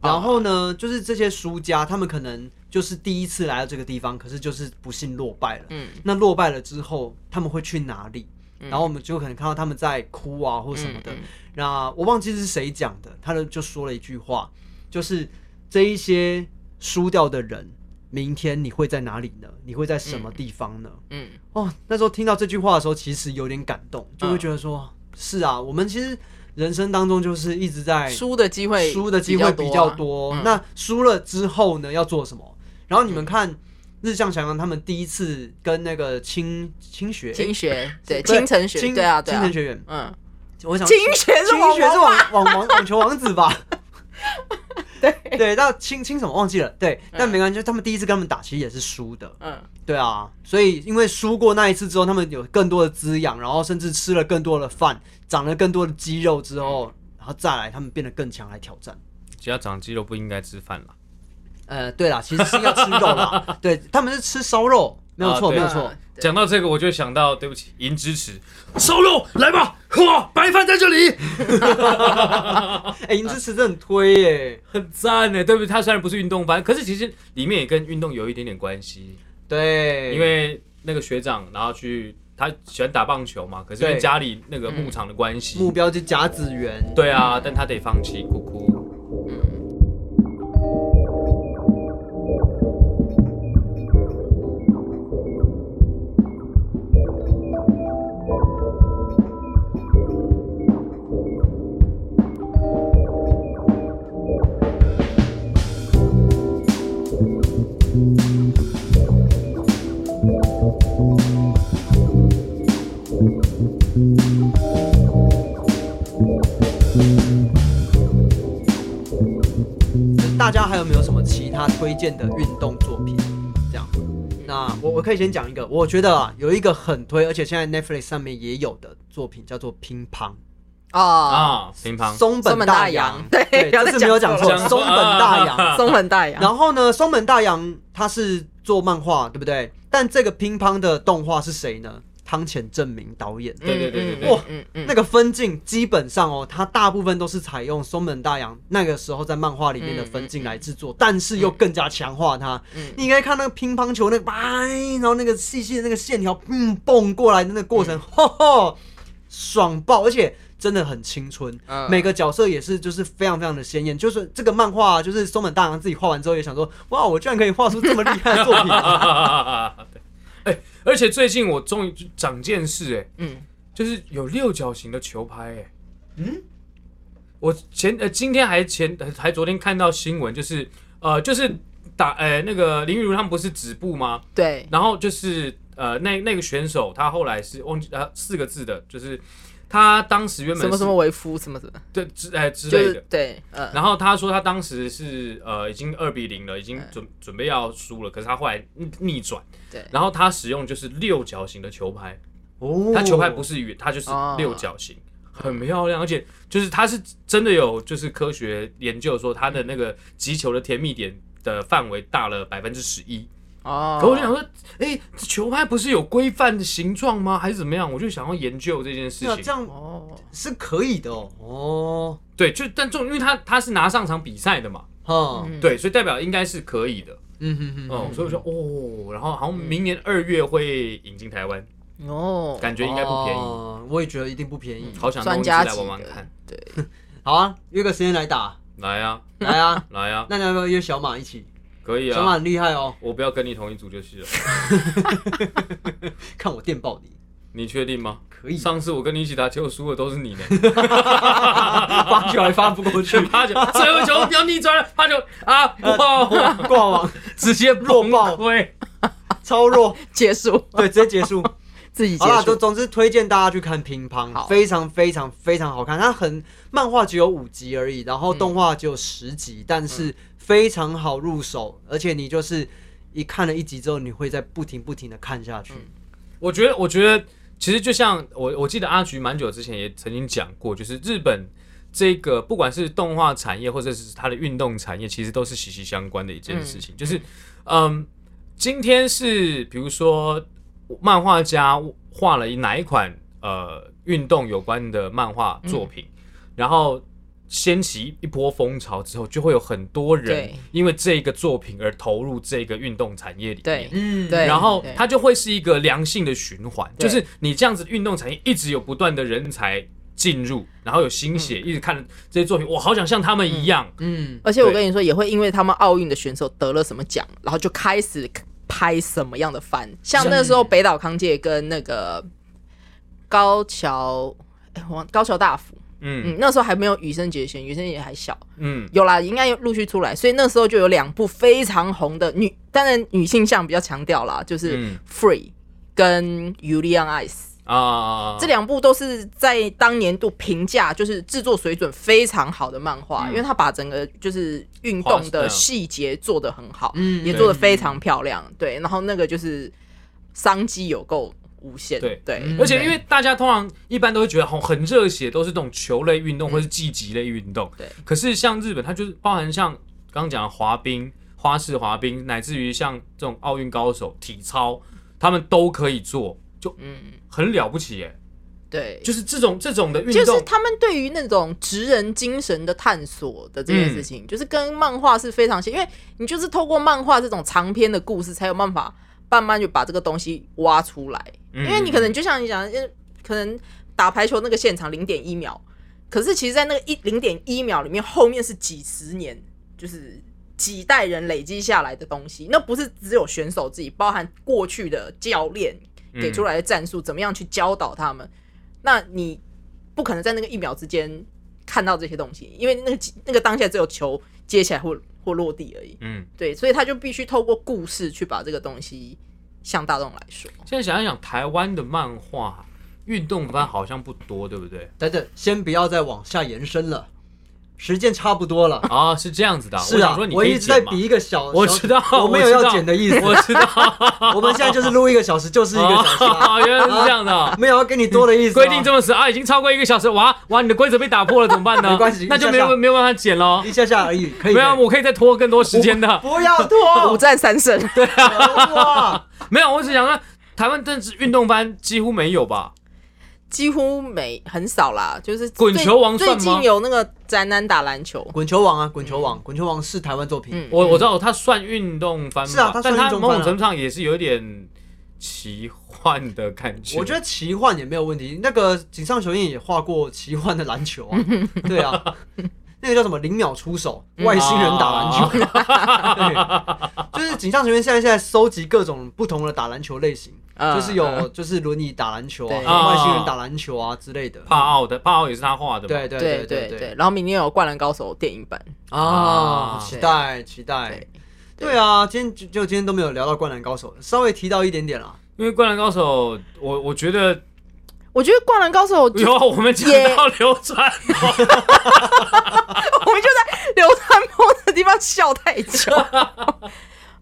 [SPEAKER 4] 然后呢，就是这些输家，他们可能就是第一次来到这个地方，可是就是不幸落败了。
[SPEAKER 5] 嗯，
[SPEAKER 4] 那落败了之后，他们会去哪里？然后我们就可能看到他们在哭啊，或什么的。
[SPEAKER 5] 嗯嗯
[SPEAKER 4] 那我忘记是谁讲的，他就就说了一句话，就是这一些输掉的人，明天你会在哪里呢？你会在什么地方呢？
[SPEAKER 5] 嗯，
[SPEAKER 4] 哦，那时候听到这句话的时候，其实有点感动，就
[SPEAKER 5] 嗯
[SPEAKER 4] 会觉得说，是啊，我们其实人生当中就是一直
[SPEAKER 3] 哎
[SPEAKER 4] 在
[SPEAKER 5] 输的机会，
[SPEAKER 4] 输的机会比较，多。
[SPEAKER 5] 嗯
[SPEAKER 4] 那输了之后呢，要做什么？然后你们看日向翔阳他们第一次跟那个青青学
[SPEAKER 5] 金学啊 对，
[SPEAKER 4] 对
[SPEAKER 5] 青城学，
[SPEAKER 4] 青
[SPEAKER 5] 对啊，对
[SPEAKER 4] 青
[SPEAKER 5] 啊
[SPEAKER 4] 城，学员，
[SPEAKER 5] 嗯，
[SPEAKER 4] 我想
[SPEAKER 5] 青学是
[SPEAKER 4] 青
[SPEAKER 5] 我
[SPEAKER 4] 学是
[SPEAKER 5] 王啊
[SPEAKER 4] 网网 网网球王子吧？对对，那青青什么忘记了？对，但没关系，就他们第一次跟他们打，其实也是输的。
[SPEAKER 5] 嗯，
[SPEAKER 4] 对啊，所以因为输过那一次之后，他们有更多的滋养，然后甚至吃了更多的饭，长了更多的肌肉之
[SPEAKER 5] 嗯
[SPEAKER 4] 后，然后再来他们变得更强来挑战。
[SPEAKER 3] 只要长肌肉不应该吃饭啦。
[SPEAKER 4] 呃，对啦，其实是要吃肉啦，对，他们是吃烧肉，没有错，
[SPEAKER 3] 啊对
[SPEAKER 4] 没有错。
[SPEAKER 5] 嗯对
[SPEAKER 3] 讲到这个，我就想到，对不起，银支持烧肉来吧，嚯，白饭在这里，
[SPEAKER 4] 哎，银之池真的很推耶，
[SPEAKER 3] 很赞呢，对不对？它虽然不是运动番，可是其实里面也跟运动有一点点关系。
[SPEAKER 4] 对，
[SPEAKER 3] 因为那个学长，然后去他喜欢打棒球嘛，可是因为
[SPEAKER 4] 对嗯
[SPEAKER 3] 家里那个牧场的关系，
[SPEAKER 4] 目标就甲子园，
[SPEAKER 3] 对啊，但他得放弃，哭哭。
[SPEAKER 4] 大家还有没有什么其他推荐的运动作品？这样，那我我可以先讲一个，我觉得啊有一个很推，而且现在 Netflix 上面也有的作品叫做乒乓，
[SPEAKER 5] 哦，
[SPEAKER 3] 啊，乒 乓，
[SPEAKER 4] 松
[SPEAKER 5] 松
[SPEAKER 4] 本
[SPEAKER 5] 本
[SPEAKER 4] 大
[SPEAKER 5] 大
[SPEAKER 4] 洋
[SPEAKER 5] 洋，，对，不要
[SPEAKER 4] 这
[SPEAKER 5] 再
[SPEAKER 4] 是没有讲
[SPEAKER 5] 错
[SPEAKER 4] 错
[SPEAKER 5] 了，
[SPEAKER 3] 讲
[SPEAKER 4] 松
[SPEAKER 3] 错
[SPEAKER 4] 本
[SPEAKER 3] 了
[SPEAKER 4] 大洋。
[SPEAKER 3] 啊
[SPEAKER 5] 松本大洋，
[SPEAKER 4] 然后呢，松本大洋他是做漫画，对不对？但这个乒乓的动画是谁呢？汤浅证明导演。
[SPEAKER 3] 对对对对对，
[SPEAKER 4] 哇
[SPEAKER 5] 嗯嗯
[SPEAKER 4] 那个分镜基本上哦，它大部分都是采用松本大洋那个时候在漫画里面的分镜来制作，但是又更加强化它。
[SPEAKER 5] 嗯
[SPEAKER 4] 你应该看那个乒乓球那个，哎，然后那个细细的那个线条，嗯，蹦过来的那个过
[SPEAKER 5] 嗯
[SPEAKER 4] 程，吼吼，爽爆！而且真的很青春，
[SPEAKER 5] 嗯
[SPEAKER 4] 每个角色也是就是非常非常的鲜艳。就是这个漫画啊、就是松本大洋自己画完之后也想说，哇，我居然可以画出这么厉害的作品、 啊。
[SPEAKER 3] 对哎，而且最近我终于长见识，哎，
[SPEAKER 5] 嗯，
[SPEAKER 3] 就是有六角形的球拍，哎，嗯，我前呃今天还前呃还昨天看到新闻，就是呃就是打呃那个林雨如他们不是止步吗？
[SPEAKER 5] 对，
[SPEAKER 3] 然后就是呃那那个选手他后来是忘记呃四个字的，就是他当时原本
[SPEAKER 5] 什么
[SPEAKER 3] 是
[SPEAKER 5] 什么为夫什么什么，
[SPEAKER 3] 对之呃之
[SPEAKER 5] 就
[SPEAKER 3] 类的
[SPEAKER 5] 是。对，嗯
[SPEAKER 3] 然后他说他当时是呃已经二比零了，已经准准备要输了，可是他后来逆逆转，
[SPEAKER 5] 对
[SPEAKER 3] 然后他使用就是六角形的球拍，
[SPEAKER 4] 哦
[SPEAKER 3] 他球拍不是圆，他就是六角形，很漂亮，而且就是他是真的有就是科学研究说他的那个击球的甜蜜点的范围大了百分之十一，
[SPEAKER 4] 啊
[SPEAKER 5] 哦，
[SPEAKER 3] 可我就想说，哎、这球拍不是有规范的形状吗？还是怎么样？我就想要研究这件事
[SPEAKER 4] 对啊，
[SPEAKER 3] 情
[SPEAKER 4] 这。样
[SPEAKER 5] 哦，
[SPEAKER 4] 是可以的哦。哦，
[SPEAKER 3] 对，就但重，因为他他是拿上场比赛的嘛，
[SPEAKER 4] 哈，
[SPEAKER 5] 嗯
[SPEAKER 3] 哦对，所以代表应该是可以的。
[SPEAKER 4] 嗯哼哼，
[SPEAKER 3] 哦，所以我说哦，然后好像明年二月会引进台湾，
[SPEAKER 5] 哦，
[SPEAKER 3] 感觉应该不便宜，嗯
[SPEAKER 4] 哦我也觉得一定不便宜。
[SPEAKER 3] 好想弄
[SPEAKER 5] 专
[SPEAKER 3] 一支
[SPEAKER 5] 家
[SPEAKER 3] 来
[SPEAKER 5] 级
[SPEAKER 3] 玩玩
[SPEAKER 5] 的
[SPEAKER 3] 看。
[SPEAKER 5] 对，
[SPEAKER 4] 好啊，约个时间来打，
[SPEAKER 3] 来啊，。
[SPEAKER 4] 来啊
[SPEAKER 3] 来啊，
[SPEAKER 4] 那你要不要约小马一起？
[SPEAKER 3] 可以
[SPEAKER 4] 小马
[SPEAKER 3] 啊，
[SPEAKER 4] 很厉害哦，
[SPEAKER 3] 我不要跟你同一组就是了。
[SPEAKER 4] 看我电爆你，
[SPEAKER 3] 你确定吗？
[SPEAKER 4] 可以。
[SPEAKER 3] 上次我跟你一起打球输的都是你呢，，
[SPEAKER 4] 发球还发不过去
[SPEAKER 3] 八九最后一球不要逆转了，八九啊，哇，
[SPEAKER 4] 挂网
[SPEAKER 3] 直接
[SPEAKER 4] 呃弱
[SPEAKER 3] 崩
[SPEAKER 4] 爆
[SPEAKER 3] 溃。
[SPEAKER 4] 超弱，
[SPEAKER 5] 结束，
[SPEAKER 4] 对，直接结束。
[SPEAKER 5] 自己结
[SPEAKER 4] 好啦，
[SPEAKER 5] 束
[SPEAKER 4] 总，总之推荐大家去看乒
[SPEAKER 5] 好
[SPEAKER 4] 乓，非常非常非常好看。它很漫画只有五集而已，然后动画只有十集，但
[SPEAKER 3] 嗯
[SPEAKER 4] 是非常好入手，而且你就是一看了一集之后，你会再不停不停的看下去。
[SPEAKER 3] 我觉得，我觉得其实就像我我记得阿菊蛮久之前也曾经讲过，就是日本这个不管是动画产业或者是它的运动产业，其实都是息息相关的一件事情。就是，嗯，今天是比如说漫画家画了哪一款呃运动有关的漫画作
[SPEAKER 5] 嗯
[SPEAKER 3] 品，然后。掀起一波风潮之后，就会有很多人
[SPEAKER 5] 对
[SPEAKER 3] 因为这个作品而投入这个运动产业里面。
[SPEAKER 5] 对，
[SPEAKER 4] 嗯
[SPEAKER 5] 对
[SPEAKER 3] 然后
[SPEAKER 5] 对
[SPEAKER 3] 它就会是一个良性的循环，就
[SPEAKER 5] 对
[SPEAKER 3] 是你这样子运动产业一直有不断的人才进入，然后有新血，
[SPEAKER 5] 嗯
[SPEAKER 3] 一直看这些作品，我好想像他们一样。
[SPEAKER 4] 嗯，
[SPEAKER 5] 而且我
[SPEAKER 3] 对
[SPEAKER 5] 跟你说，也会因为他们奥运的选手得了什么奖，然后就开始拍什么样的番，像那时候北岛康介跟那个高桥，哎、我忘高桥大辅，
[SPEAKER 3] 嗯
[SPEAKER 5] 嗯，那时候还没有羽生结弦，羽生也还小，
[SPEAKER 3] 嗯
[SPEAKER 5] 有啦，应该有陆续出来，所以那时候就有两部非常红的女，当然女性向比较强调啦，就是
[SPEAKER 3] 嗯
[SPEAKER 5] Free 跟 Julian Ice。
[SPEAKER 3] 啊，
[SPEAKER 5] 这两部都是在当年度评价就是制作水准非常好的漫画，
[SPEAKER 3] 嗯
[SPEAKER 5] 因为它把整个就是运动的细节做得很好，
[SPEAKER 4] 嗯
[SPEAKER 5] 也做得非常漂亮。对，然后那个就是商机有够无限。
[SPEAKER 3] 对
[SPEAKER 5] 对，
[SPEAKER 4] 嗯
[SPEAKER 3] 而且因为大家通常一般都会觉得很哦很热血，都是这种球类运动
[SPEAKER 5] 嗯
[SPEAKER 3] 或是竞技类运动。
[SPEAKER 5] 对
[SPEAKER 3] 可是像日本，它就是包含像刚刚讲的滑冰、花式滑冰，乃至于像这种奥运高手、体操，他们都可以做，就
[SPEAKER 5] 嗯，
[SPEAKER 3] 很了不起耶！
[SPEAKER 5] 对，
[SPEAKER 3] 就是这种这种的运
[SPEAKER 5] 就
[SPEAKER 3] 动，
[SPEAKER 5] 是他们对于那种职人精神的探索的这件事
[SPEAKER 3] 嗯
[SPEAKER 5] 情，就是跟漫画是非常像，因为你就是透过漫画这种长篇的故事，才有办法慢慢就把这个东西挖出来。
[SPEAKER 3] 嗯
[SPEAKER 5] 因为你可能就像你讲的，呃可能打排球那个现场零点一秒，可是其实，在那个一零点一秒里面，后面是几十年，就是几代人累积下来的东西。那不是只有选手自己，包含过去的教练
[SPEAKER 3] 嗯
[SPEAKER 5] 给出来的战术，怎么样去教导他们。那你不可能在那个一秒之间看到这些东西，因为那个几那个当下只有球接起来或或落地而已。
[SPEAKER 3] 嗯。
[SPEAKER 5] 对，所以他就必须透过故事去把这个东西向大众来说。
[SPEAKER 3] 现在想一想，台湾的漫画运动番好像不多，对不对？
[SPEAKER 4] 等等，先不要再往下延伸了。时间差不多了。
[SPEAKER 3] 啊， 是这样子的啊。
[SPEAKER 4] 是啊
[SPEAKER 3] 我想说，你
[SPEAKER 4] 我
[SPEAKER 3] 可以
[SPEAKER 4] 一直在
[SPEAKER 3] 剪嘛
[SPEAKER 4] 比一个小，
[SPEAKER 3] 我
[SPEAKER 4] 小
[SPEAKER 3] 知道
[SPEAKER 4] 我没有
[SPEAKER 3] 我知道
[SPEAKER 4] 要剪的意思。
[SPEAKER 3] 我知 道，
[SPEAKER 4] 我们现在就是录一个小时，就是一个小 时啊，
[SPEAKER 3] 哦，原来是这样的 哦。
[SPEAKER 4] 没有要给你多的意思啊。
[SPEAKER 3] 规定这么死啊，已经超过一个小时，哇哇，你的规则被打破了，怎么办呢？
[SPEAKER 4] 没关系
[SPEAKER 3] 那就没
[SPEAKER 4] 一下下
[SPEAKER 3] 有没有办法剪喽
[SPEAKER 4] 一。下下而已，可以
[SPEAKER 3] 没
[SPEAKER 4] 的。
[SPEAKER 3] 有，啊我可以再拖更多时间的。
[SPEAKER 4] 不要
[SPEAKER 3] 哦
[SPEAKER 4] 拖，
[SPEAKER 5] 五战三胜。
[SPEAKER 4] 哇！
[SPEAKER 3] 没有，我只想说，台湾政治运动番几乎没有吧？
[SPEAKER 5] 几乎没很少啦，就是
[SPEAKER 3] 滚
[SPEAKER 5] 最
[SPEAKER 3] 球王算
[SPEAKER 5] 最
[SPEAKER 3] 吗
[SPEAKER 5] 近有那个宅男打篮球，
[SPEAKER 4] 滚球王啊，滚球王，滚球王是台湾作品，
[SPEAKER 5] 嗯，
[SPEAKER 3] 我我知道它算运动番吧，
[SPEAKER 4] 是啊它算
[SPEAKER 3] 但
[SPEAKER 4] 运
[SPEAKER 3] 它
[SPEAKER 4] 动番啊
[SPEAKER 3] 某种程度上也是有点奇幻的感觉。
[SPEAKER 4] 我觉得奇幻也没有问题。那个井上雄彦也画过奇幻的篮球 啊，对啊，那个叫什么零秒出手，
[SPEAKER 5] 嗯
[SPEAKER 4] 外星人打篮球，
[SPEAKER 5] 哦
[SPEAKER 4] 对，就是井上雄彦现在现在收集各种不同的打篮球类型，
[SPEAKER 5] 嗯
[SPEAKER 4] 就是有就是轮椅打篮球
[SPEAKER 5] 对哦
[SPEAKER 4] 啊，外星人打篮球啊之类的。
[SPEAKER 3] 帕奥的帕奥也是他画的嘛，
[SPEAKER 4] 对对
[SPEAKER 5] 对
[SPEAKER 4] 对
[SPEAKER 5] 对对，然后明年有《灌篮高手》电影版，
[SPEAKER 4] 啊，
[SPEAKER 3] 啊
[SPEAKER 4] 期待期待
[SPEAKER 5] 对。
[SPEAKER 4] 对啊，今天就就今天都没有聊到《灌篮高手》，稍微提到一点点啦。
[SPEAKER 3] 因为《灌篮高手》，我我觉得
[SPEAKER 5] 我觉得《灌篮高手》就
[SPEAKER 3] 有啊我们讲
[SPEAKER 5] 也
[SPEAKER 3] 到流 川枫，
[SPEAKER 5] 我们就在流川枫的地方笑太 久。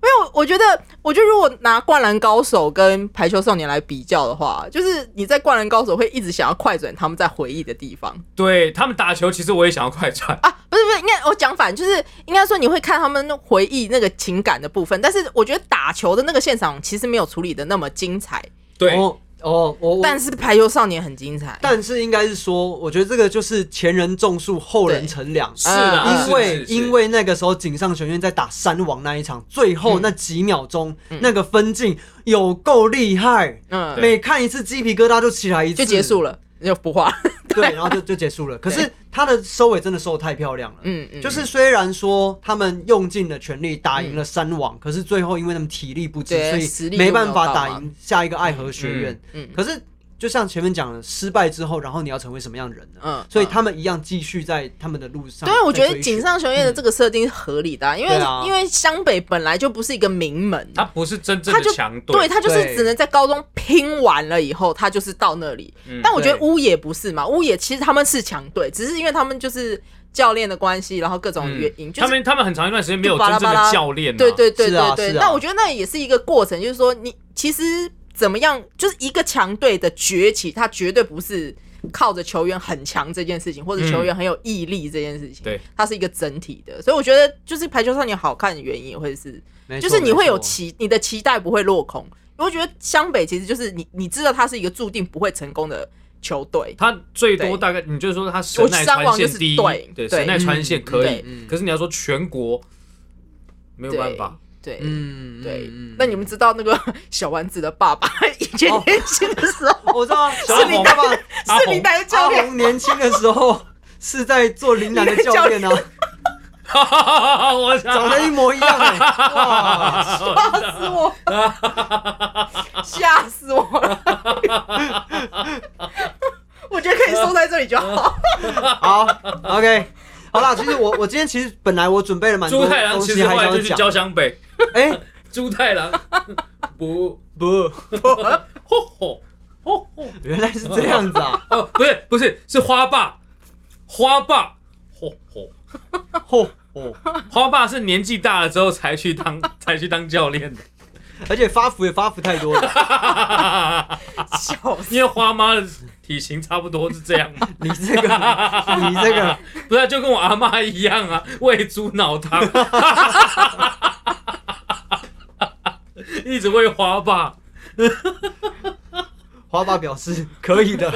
[SPEAKER 5] 没有，我觉得，我觉得如果拿《灌篮高手》跟《排球少年》来比较的话，就是你在《灌篮高手》会一直想要快转他们在回忆的地方
[SPEAKER 3] 对他们打球，其实我也想要快转。
[SPEAKER 5] 啊，不是不是，应该我讲反，就是应该说你会看他们回忆那个情感的部分，但是我觉得打球的那个现场其实没有处理的那么精彩，
[SPEAKER 3] 对，
[SPEAKER 4] 哦哦，我我
[SPEAKER 5] 但是《排球少年》很精彩，
[SPEAKER 4] 但是应该是说，我觉得这个就是前人种树，后人乘凉。
[SPEAKER 3] 是的，
[SPEAKER 5] 呃
[SPEAKER 4] 因
[SPEAKER 5] 啊
[SPEAKER 4] 为
[SPEAKER 3] 是是是
[SPEAKER 4] 因为那个时候井上雄彦在打山王那一场，最后
[SPEAKER 5] 嗯
[SPEAKER 4] 那几秒钟、那个分镜有够厉害，
[SPEAKER 5] 嗯，
[SPEAKER 4] 每看一次鸡皮疙瘩就起来一次，
[SPEAKER 5] 就结束了，就不画，
[SPEAKER 4] 对，然后就就结束 了。可是他的收尾真的收的太漂亮了。
[SPEAKER 5] 嗯嗯，
[SPEAKER 4] 就是虽然说他们用尽了全力打赢了山王，可是最后因为他们体力不支，
[SPEAKER 5] 嗯对
[SPEAKER 4] 所
[SPEAKER 5] 实
[SPEAKER 4] 以
[SPEAKER 5] 力
[SPEAKER 4] 没办法
[SPEAKER 5] 用不到嘛
[SPEAKER 4] 打赢下一个爱河学院。
[SPEAKER 5] 嗯嗯
[SPEAKER 4] 可是就像前面讲的，失败之后，然后你要成为什么样的人呢？
[SPEAKER 3] 啊
[SPEAKER 5] 嗯
[SPEAKER 4] 所以他们一样继续在他们的路上。
[SPEAKER 5] 对，我觉
[SPEAKER 4] 在
[SPEAKER 5] 得
[SPEAKER 4] 追寻
[SPEAKER 5] 井上雄彦的这个设定是合理的啊、因为、
[SPEAKER 4] 对啊
[SPEAKER 5] 因为湘北本来就不是一个名门，
[SPEAKER 3] 他不是真正
[SPEAKER 5] 他
[SPEAKER 3] 的
[SPEAKER 5] 就
[SPEAKER 3] 强队，
[SPEAKER 5] 对他就是
[SPEAKER 4] 对
[SPEAKER 5] 只能在高中拼完了以后，他就是到那里。但我觉得
[SPEAKER 4] 对
[SPEAKER 5] 乌野不是嘛，乌野其实他们是强队，只是因为他们就是教练的关系，然后各种
[SPEAKER 3] 嗯
[SPEAKER 5] 原因，就
[SPEAKER 3] 他
[SPEAKER 5] 是。
[SPEAKER 3] 们他们很长一段时间没有
[SPEAKER 5] 就巴
[SPEAKER 3] 真
[SPEAKER 5] 拉
[SPEAKER 3] 正
[SPEAKER 5] 巴拉
[SPEAKER 3] 的教练啊，
[SPEAKER 5] 对对对
[SPEAKER 4] 是啊
[SPEAKER 5] 对对，
[SPEAKER 4] 是啊
[SPEAKER 5] 那我觉得那也是一个过程，就是说你其实怎么样，就是一个强队的崛起，它绝对不是靠着球员很强这件事情，或者
[SPEAKER 3] 嗯
[SPEAKER 5] 球员很有毅力这件事情，
[SPEAKER 3] 对，
[SPEAKER 5] 它是一个整体的，所以我觉得就是排球少年好看的原因也会是，
[SPEAKER 4] 没
[SPEAKER 5] 就
[SPEAKER 4] 错
[SPEAKER 5] 是你会有
[SPEAKER 4] 没错
[SPEAKER 5] 期，你的期待不会落空。我觉得湘北其实就是你，你知道它是一个注定不会成功的球队，
[SPEAKER 3] 他最多
[SPEAKER 5] 对
[SPEAKER 3] 大概你就是说他神奈
[SPEAKER 5] 伤
[SPEAKER 3] 川
[SPEAKER 5] 亡就
[SPEAKER 3] 线
[SPEAKER 5] 是
[SPEAKER 3] 第一，
[SPEAKER 5] 对对
[SPEAKER 3] 对神奈川线可以
[SPEAKER 5] 对，
[SPEAKER 4] 嗯
[SPEAKER 3] 可是你要说全国没有
[SPEAKER 5] 对
[SPEAKER 3] 办法，
[SPEAKER 5] 对。
[SPEAKER 4] 嗯
[SPEAKER 5] 对
[SPEAKER 4] 嗯嗯，
[SPEAKER 5] 那你们知道那个 小丸子的爸 爸以前
[SPEAKER 4] 哦
[SPEAKER 5] 年轻的时候
[SPEAKER 4] 我知 道小
[SPEAKER 3] 是你
[SPEAKER 4] 红爸爸
[SPEAKER 3] 阿
[SPEAKER 5] 是
[SPEAKER 3] 红
[SPEAKER 5] 林丹的教
[SPEAKER 4] 阿
[SPEAKER 5] 练，
[SPEAKER 4] 红年轻的时候是在做林南的教练啊，
[SPEAKER 3] 我
[SPEAKER 4] 长
[SPEAKER 3] 想
[SPEAKER 4] 得一模一样 哎、哇，
[SPEAKER 5] 吓死我了， 吓死我了！ 我觉得可以收在这里就好。
[SPEAKER 4] 好，OK。好啦，其实我我今天其实本来我准备了蛮多
[SPEAKER 3] 猪太郎
[SPEAKER 4] 东
[SPEAKER 3] 其
[SPEAKER 4] 西
[SPEAKER 3] 实
[SPEAKER 4] 还
[SPEAKER 3] 后来
[SPEAKER 4] 想
[SPEAKER 3] 就去
[SPEAKER 4] 讲，
[SPEAKER 3] 交湘北，
[SPEAKER 4] 哎、
[SPEAKER 3] 猪太郎 不
[SPEAKER 4] 不，
[SPEAKER 3] 吼吼吼吼
[SPEAKER 4] 原来是这样子 啊！
[SPEAKER 3] 哦，不是不是是花爸花爸吼吼
[SPEAKER 4] 嚯哦，
[SPEAKER 3] 花爸是年纪大了之后才去当 才去当教练的，
[SPEAKER 4] 而且发福也发福太多了，
[SPEAKER 5] 笑死！
[SPEAKER 3] 因为花妈的体型差不多是这样嘛，
[SPEAKER 4] 你这个，你这个，
[SPEAKER 3] 不是啊就跟我阿妈一样啊，喂猪脑汤， 一直喂花爸。
[SPEAKER 4] 华爸表示可以的。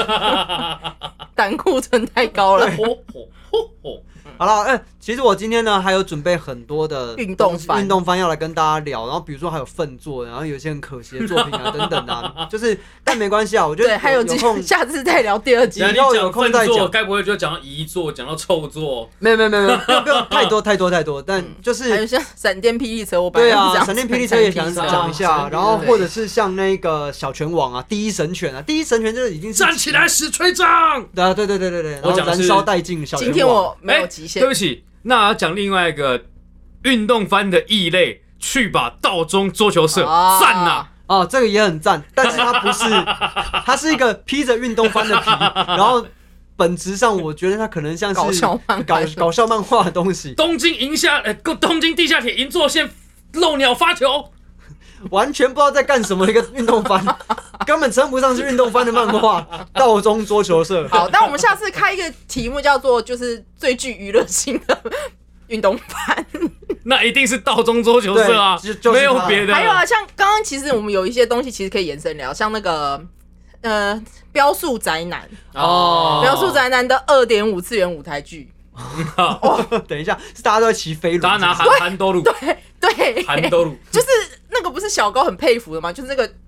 [SPEAKER 5] 胆固醇太高了。
[SPEAKER 3] 吼吼吼吼！
[SPEAKER 4] 好了，哎、其实我今天呢还有准备很多的
[SPEAKER 5] 运动
[SPEAKER 4] 东西
[SPEAKER 5] 番
[SPEAKER 4] 运动番要来跟大家聊，然后比如说还有粪作，然后有些很可惜的作品啊等等的啊，就是但没关系啊，我觉得
[SPEAKER 5] 对，还有
[SPEAKER 4] 有
[SPEAKER 5] 机
[SPEAKER 4] 空
[SPEAKER 5] 会，下次再聊第二集
[SPEAKER 3] 然。
[SPEAKER 4] 以
[SPEAKER 3] 后
[SPEAKER 4] 后
[SPEAKER 3] 你
[SPEAKER 4] 有
[SPEAKER 3] 讲
[SPEAKER 4] 空
[SPEAKER 3] 粪
[SPEAKER 4] 再
[SPEAKER 3] 作，
[SPEAKER 4] 讲
[SPEAKER 3] 该不会就讲到遗作，讲到臭作？
[SPEAKER 4] 没有没有没有没有不用不用太多太多太多，但就是
[SPEAKER 5] 还有像闪电霹雳车，我本来
[SPEAKER 4] 对
[SPEAKER 5] 是
[SPEAKER 4] 啊，
[SPEAKER 5] 讲
[SPEAKER 4] 闪电霹雳车也想
[SPEAKER 5] 闪电霹雳车
[SPEAKER 4] 讲一
[SPEAKER 3] 闪
[SPEAKER 4] 下，
[SPEAKER 3] 电霹雳车
[SPEAKER 4] 然后或者是像那个小拳王啊，第一神拳啊，第一神拳这个已经是
[SPEAKER 3] 站起来，史锤长！
[SPEAKER 4] 啊，对对对对对，然后
[SPEAKER 3] 我讲的
[SPEAKER 4] 燃
[SPEAKER 3] 是
[SPEAKER 4] 烧殆尽小拳
[SPEAKER 5] 今
[SPEAKER 4] 王。
[SPEAKER 5] 天我没有
[SPEAKER 3] 哎
[SPEAKER 5] 极限
[SPEAKER 3] 对，不起，那要讲另外一个运动番的异类，去吧，道中桌球社，
[SPEAKER 5] 啊
[SPEAKER 3] 赞呐！
[SPEAKER 4] 哦，这 个 也很赞，但是它不是，它是一个披着运动翻的皮，然后本质上我觉得它可能像是
[SPEAKER 5] 搞笑漫画
[SPEAKER 4] 搞搞笑漫画的东西，
[SPEAKER 3] 东京银下呃，东京地下铁银座线漏鸟发球，
[SPEAKER 4] 完全不知道在干什么的一个运动 番，根本称不上是运动番的漫画。道中桌球社，
[SPEAKER 5] 好，那我们下次开一个题目叫做就是最具娱乐性的运动番。
[SPEAKER 3] 那一定是道中桌球社啊
[SPEAKER 4] 对就就，是
[SPEAKER 3] 没有
[SPEAKER 4] 他
[SPEAKER 3] 别的。
[SPEAKER 5] 还有啊，像刚刚其实我们有一些东西其实可以延伸聊，像那个呃标速宅男，
[SPEAKER 3] 哦，
[SPEAKER 5] 标速宅男的二点五次元舞台剧，
[SPEAKER 4] 等一下，是大家都在骑飞轮，
[SPEAKER 3] 大家拿
[SPEAKER 4] 是
[SPEAKER 3] 韩韩多鲁，
[SPEAKER 5] 对，
[SPEAKER 3] 韩多鲁，
[SPEAKER 5] 就是那个不是小高很佩服的吗？就是那个
[SPEAKER 4] 不是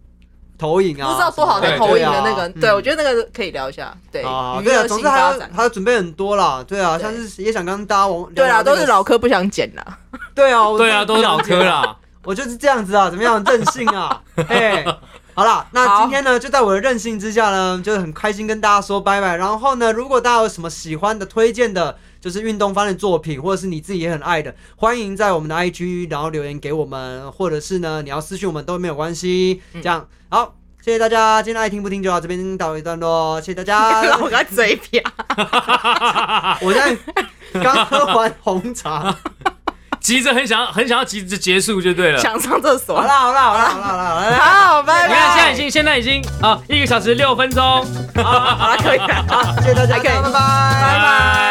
[SPEAKER 4] 投影啊，
[SPEAKER 5] 不知道多少
[SPEAKER 3] 对
[SPEAKER 5] 在
[SPEAKER 3] 对
[SPEAKER 5] 投影的那
[SPEAKER 4] 对
[SPEAKER 5] 个，
[SPEAKER 4] 啊
[SPEAKER 5] 对,、
[SPEAKER 4] 嗯
[SPEAKER 5] 我觉得那个可以聊一下，对，
[SPEAKER 4] 啊，
[SPEAKER 5] 娱
[SPEAKER 4] 对啊，
[SPEAKER 5] 乐
[SPEAKER 4] 总
[SPEAKER 5] 性
[SPEAKER 4] 之还
[SPEAKER 5] 发
[SPEAKER 4] 要
[SPEAKER 5] 展。
[SPEAKER 4] 还要准备很多啦，对啊，
[SPEAKER 5] 对
[SPEAKER 4] 像是也想跟大家往
[SPEAKER 5] 对啦，
[SPEAKER 4] 聊聊
[SPEAKER 5] 都
[SPEAKER 4] 那个
[SPEAKER 5] 是老科不想剪啦。
[SPEAKER 4] 对啊，我
[SPEAKER 3] 对啊，都是老科啦。
[SPEAKER 4] 我就是这样子啊，怎么样，任性 啊，哎，好啦，那
[SPEAKER 5] 好
[SPEAKER 4] 今天呢，就在我的任性之下呢，就是很开心跟大家说拜拜。然后呢，如果大家有什么喜欢的、推荐的，就是运动方的作品，或者是你自己也很爱的，欢迎在我们的 IG 然后留言给我们，或者是呢，你要私讯我们都没有关系。这样好，谢谢大家，今天的爱听不听就到这边到一段落，谢谢大 家。
[SPEAKER 5] 老哥嘴瓢，
[SPEAKER 4] 我现在刚喝完红茶，
[SPEAKER 3] 急着很想很想要急着结束就对了。
[SPEAKER 5] 想上厕所
[SPEAKER 4] 好啦好啦好啦好啦好啦好啦。
[SPEAKER 5] 好，拜
[SPEAKER 3] 你看，现在
[SPEAKER 5] 拜
[SPEAKER 3] 已。经现在已经啊、一个小时六分钟，
[SPEAKER 5] 好了，可以了，
[SPEAKER 4] 谢谢大家，
[SPEAKER 5] 还可以
[SPEAKER 4] 拜拜。
[SPEAKER 5] 拜拜。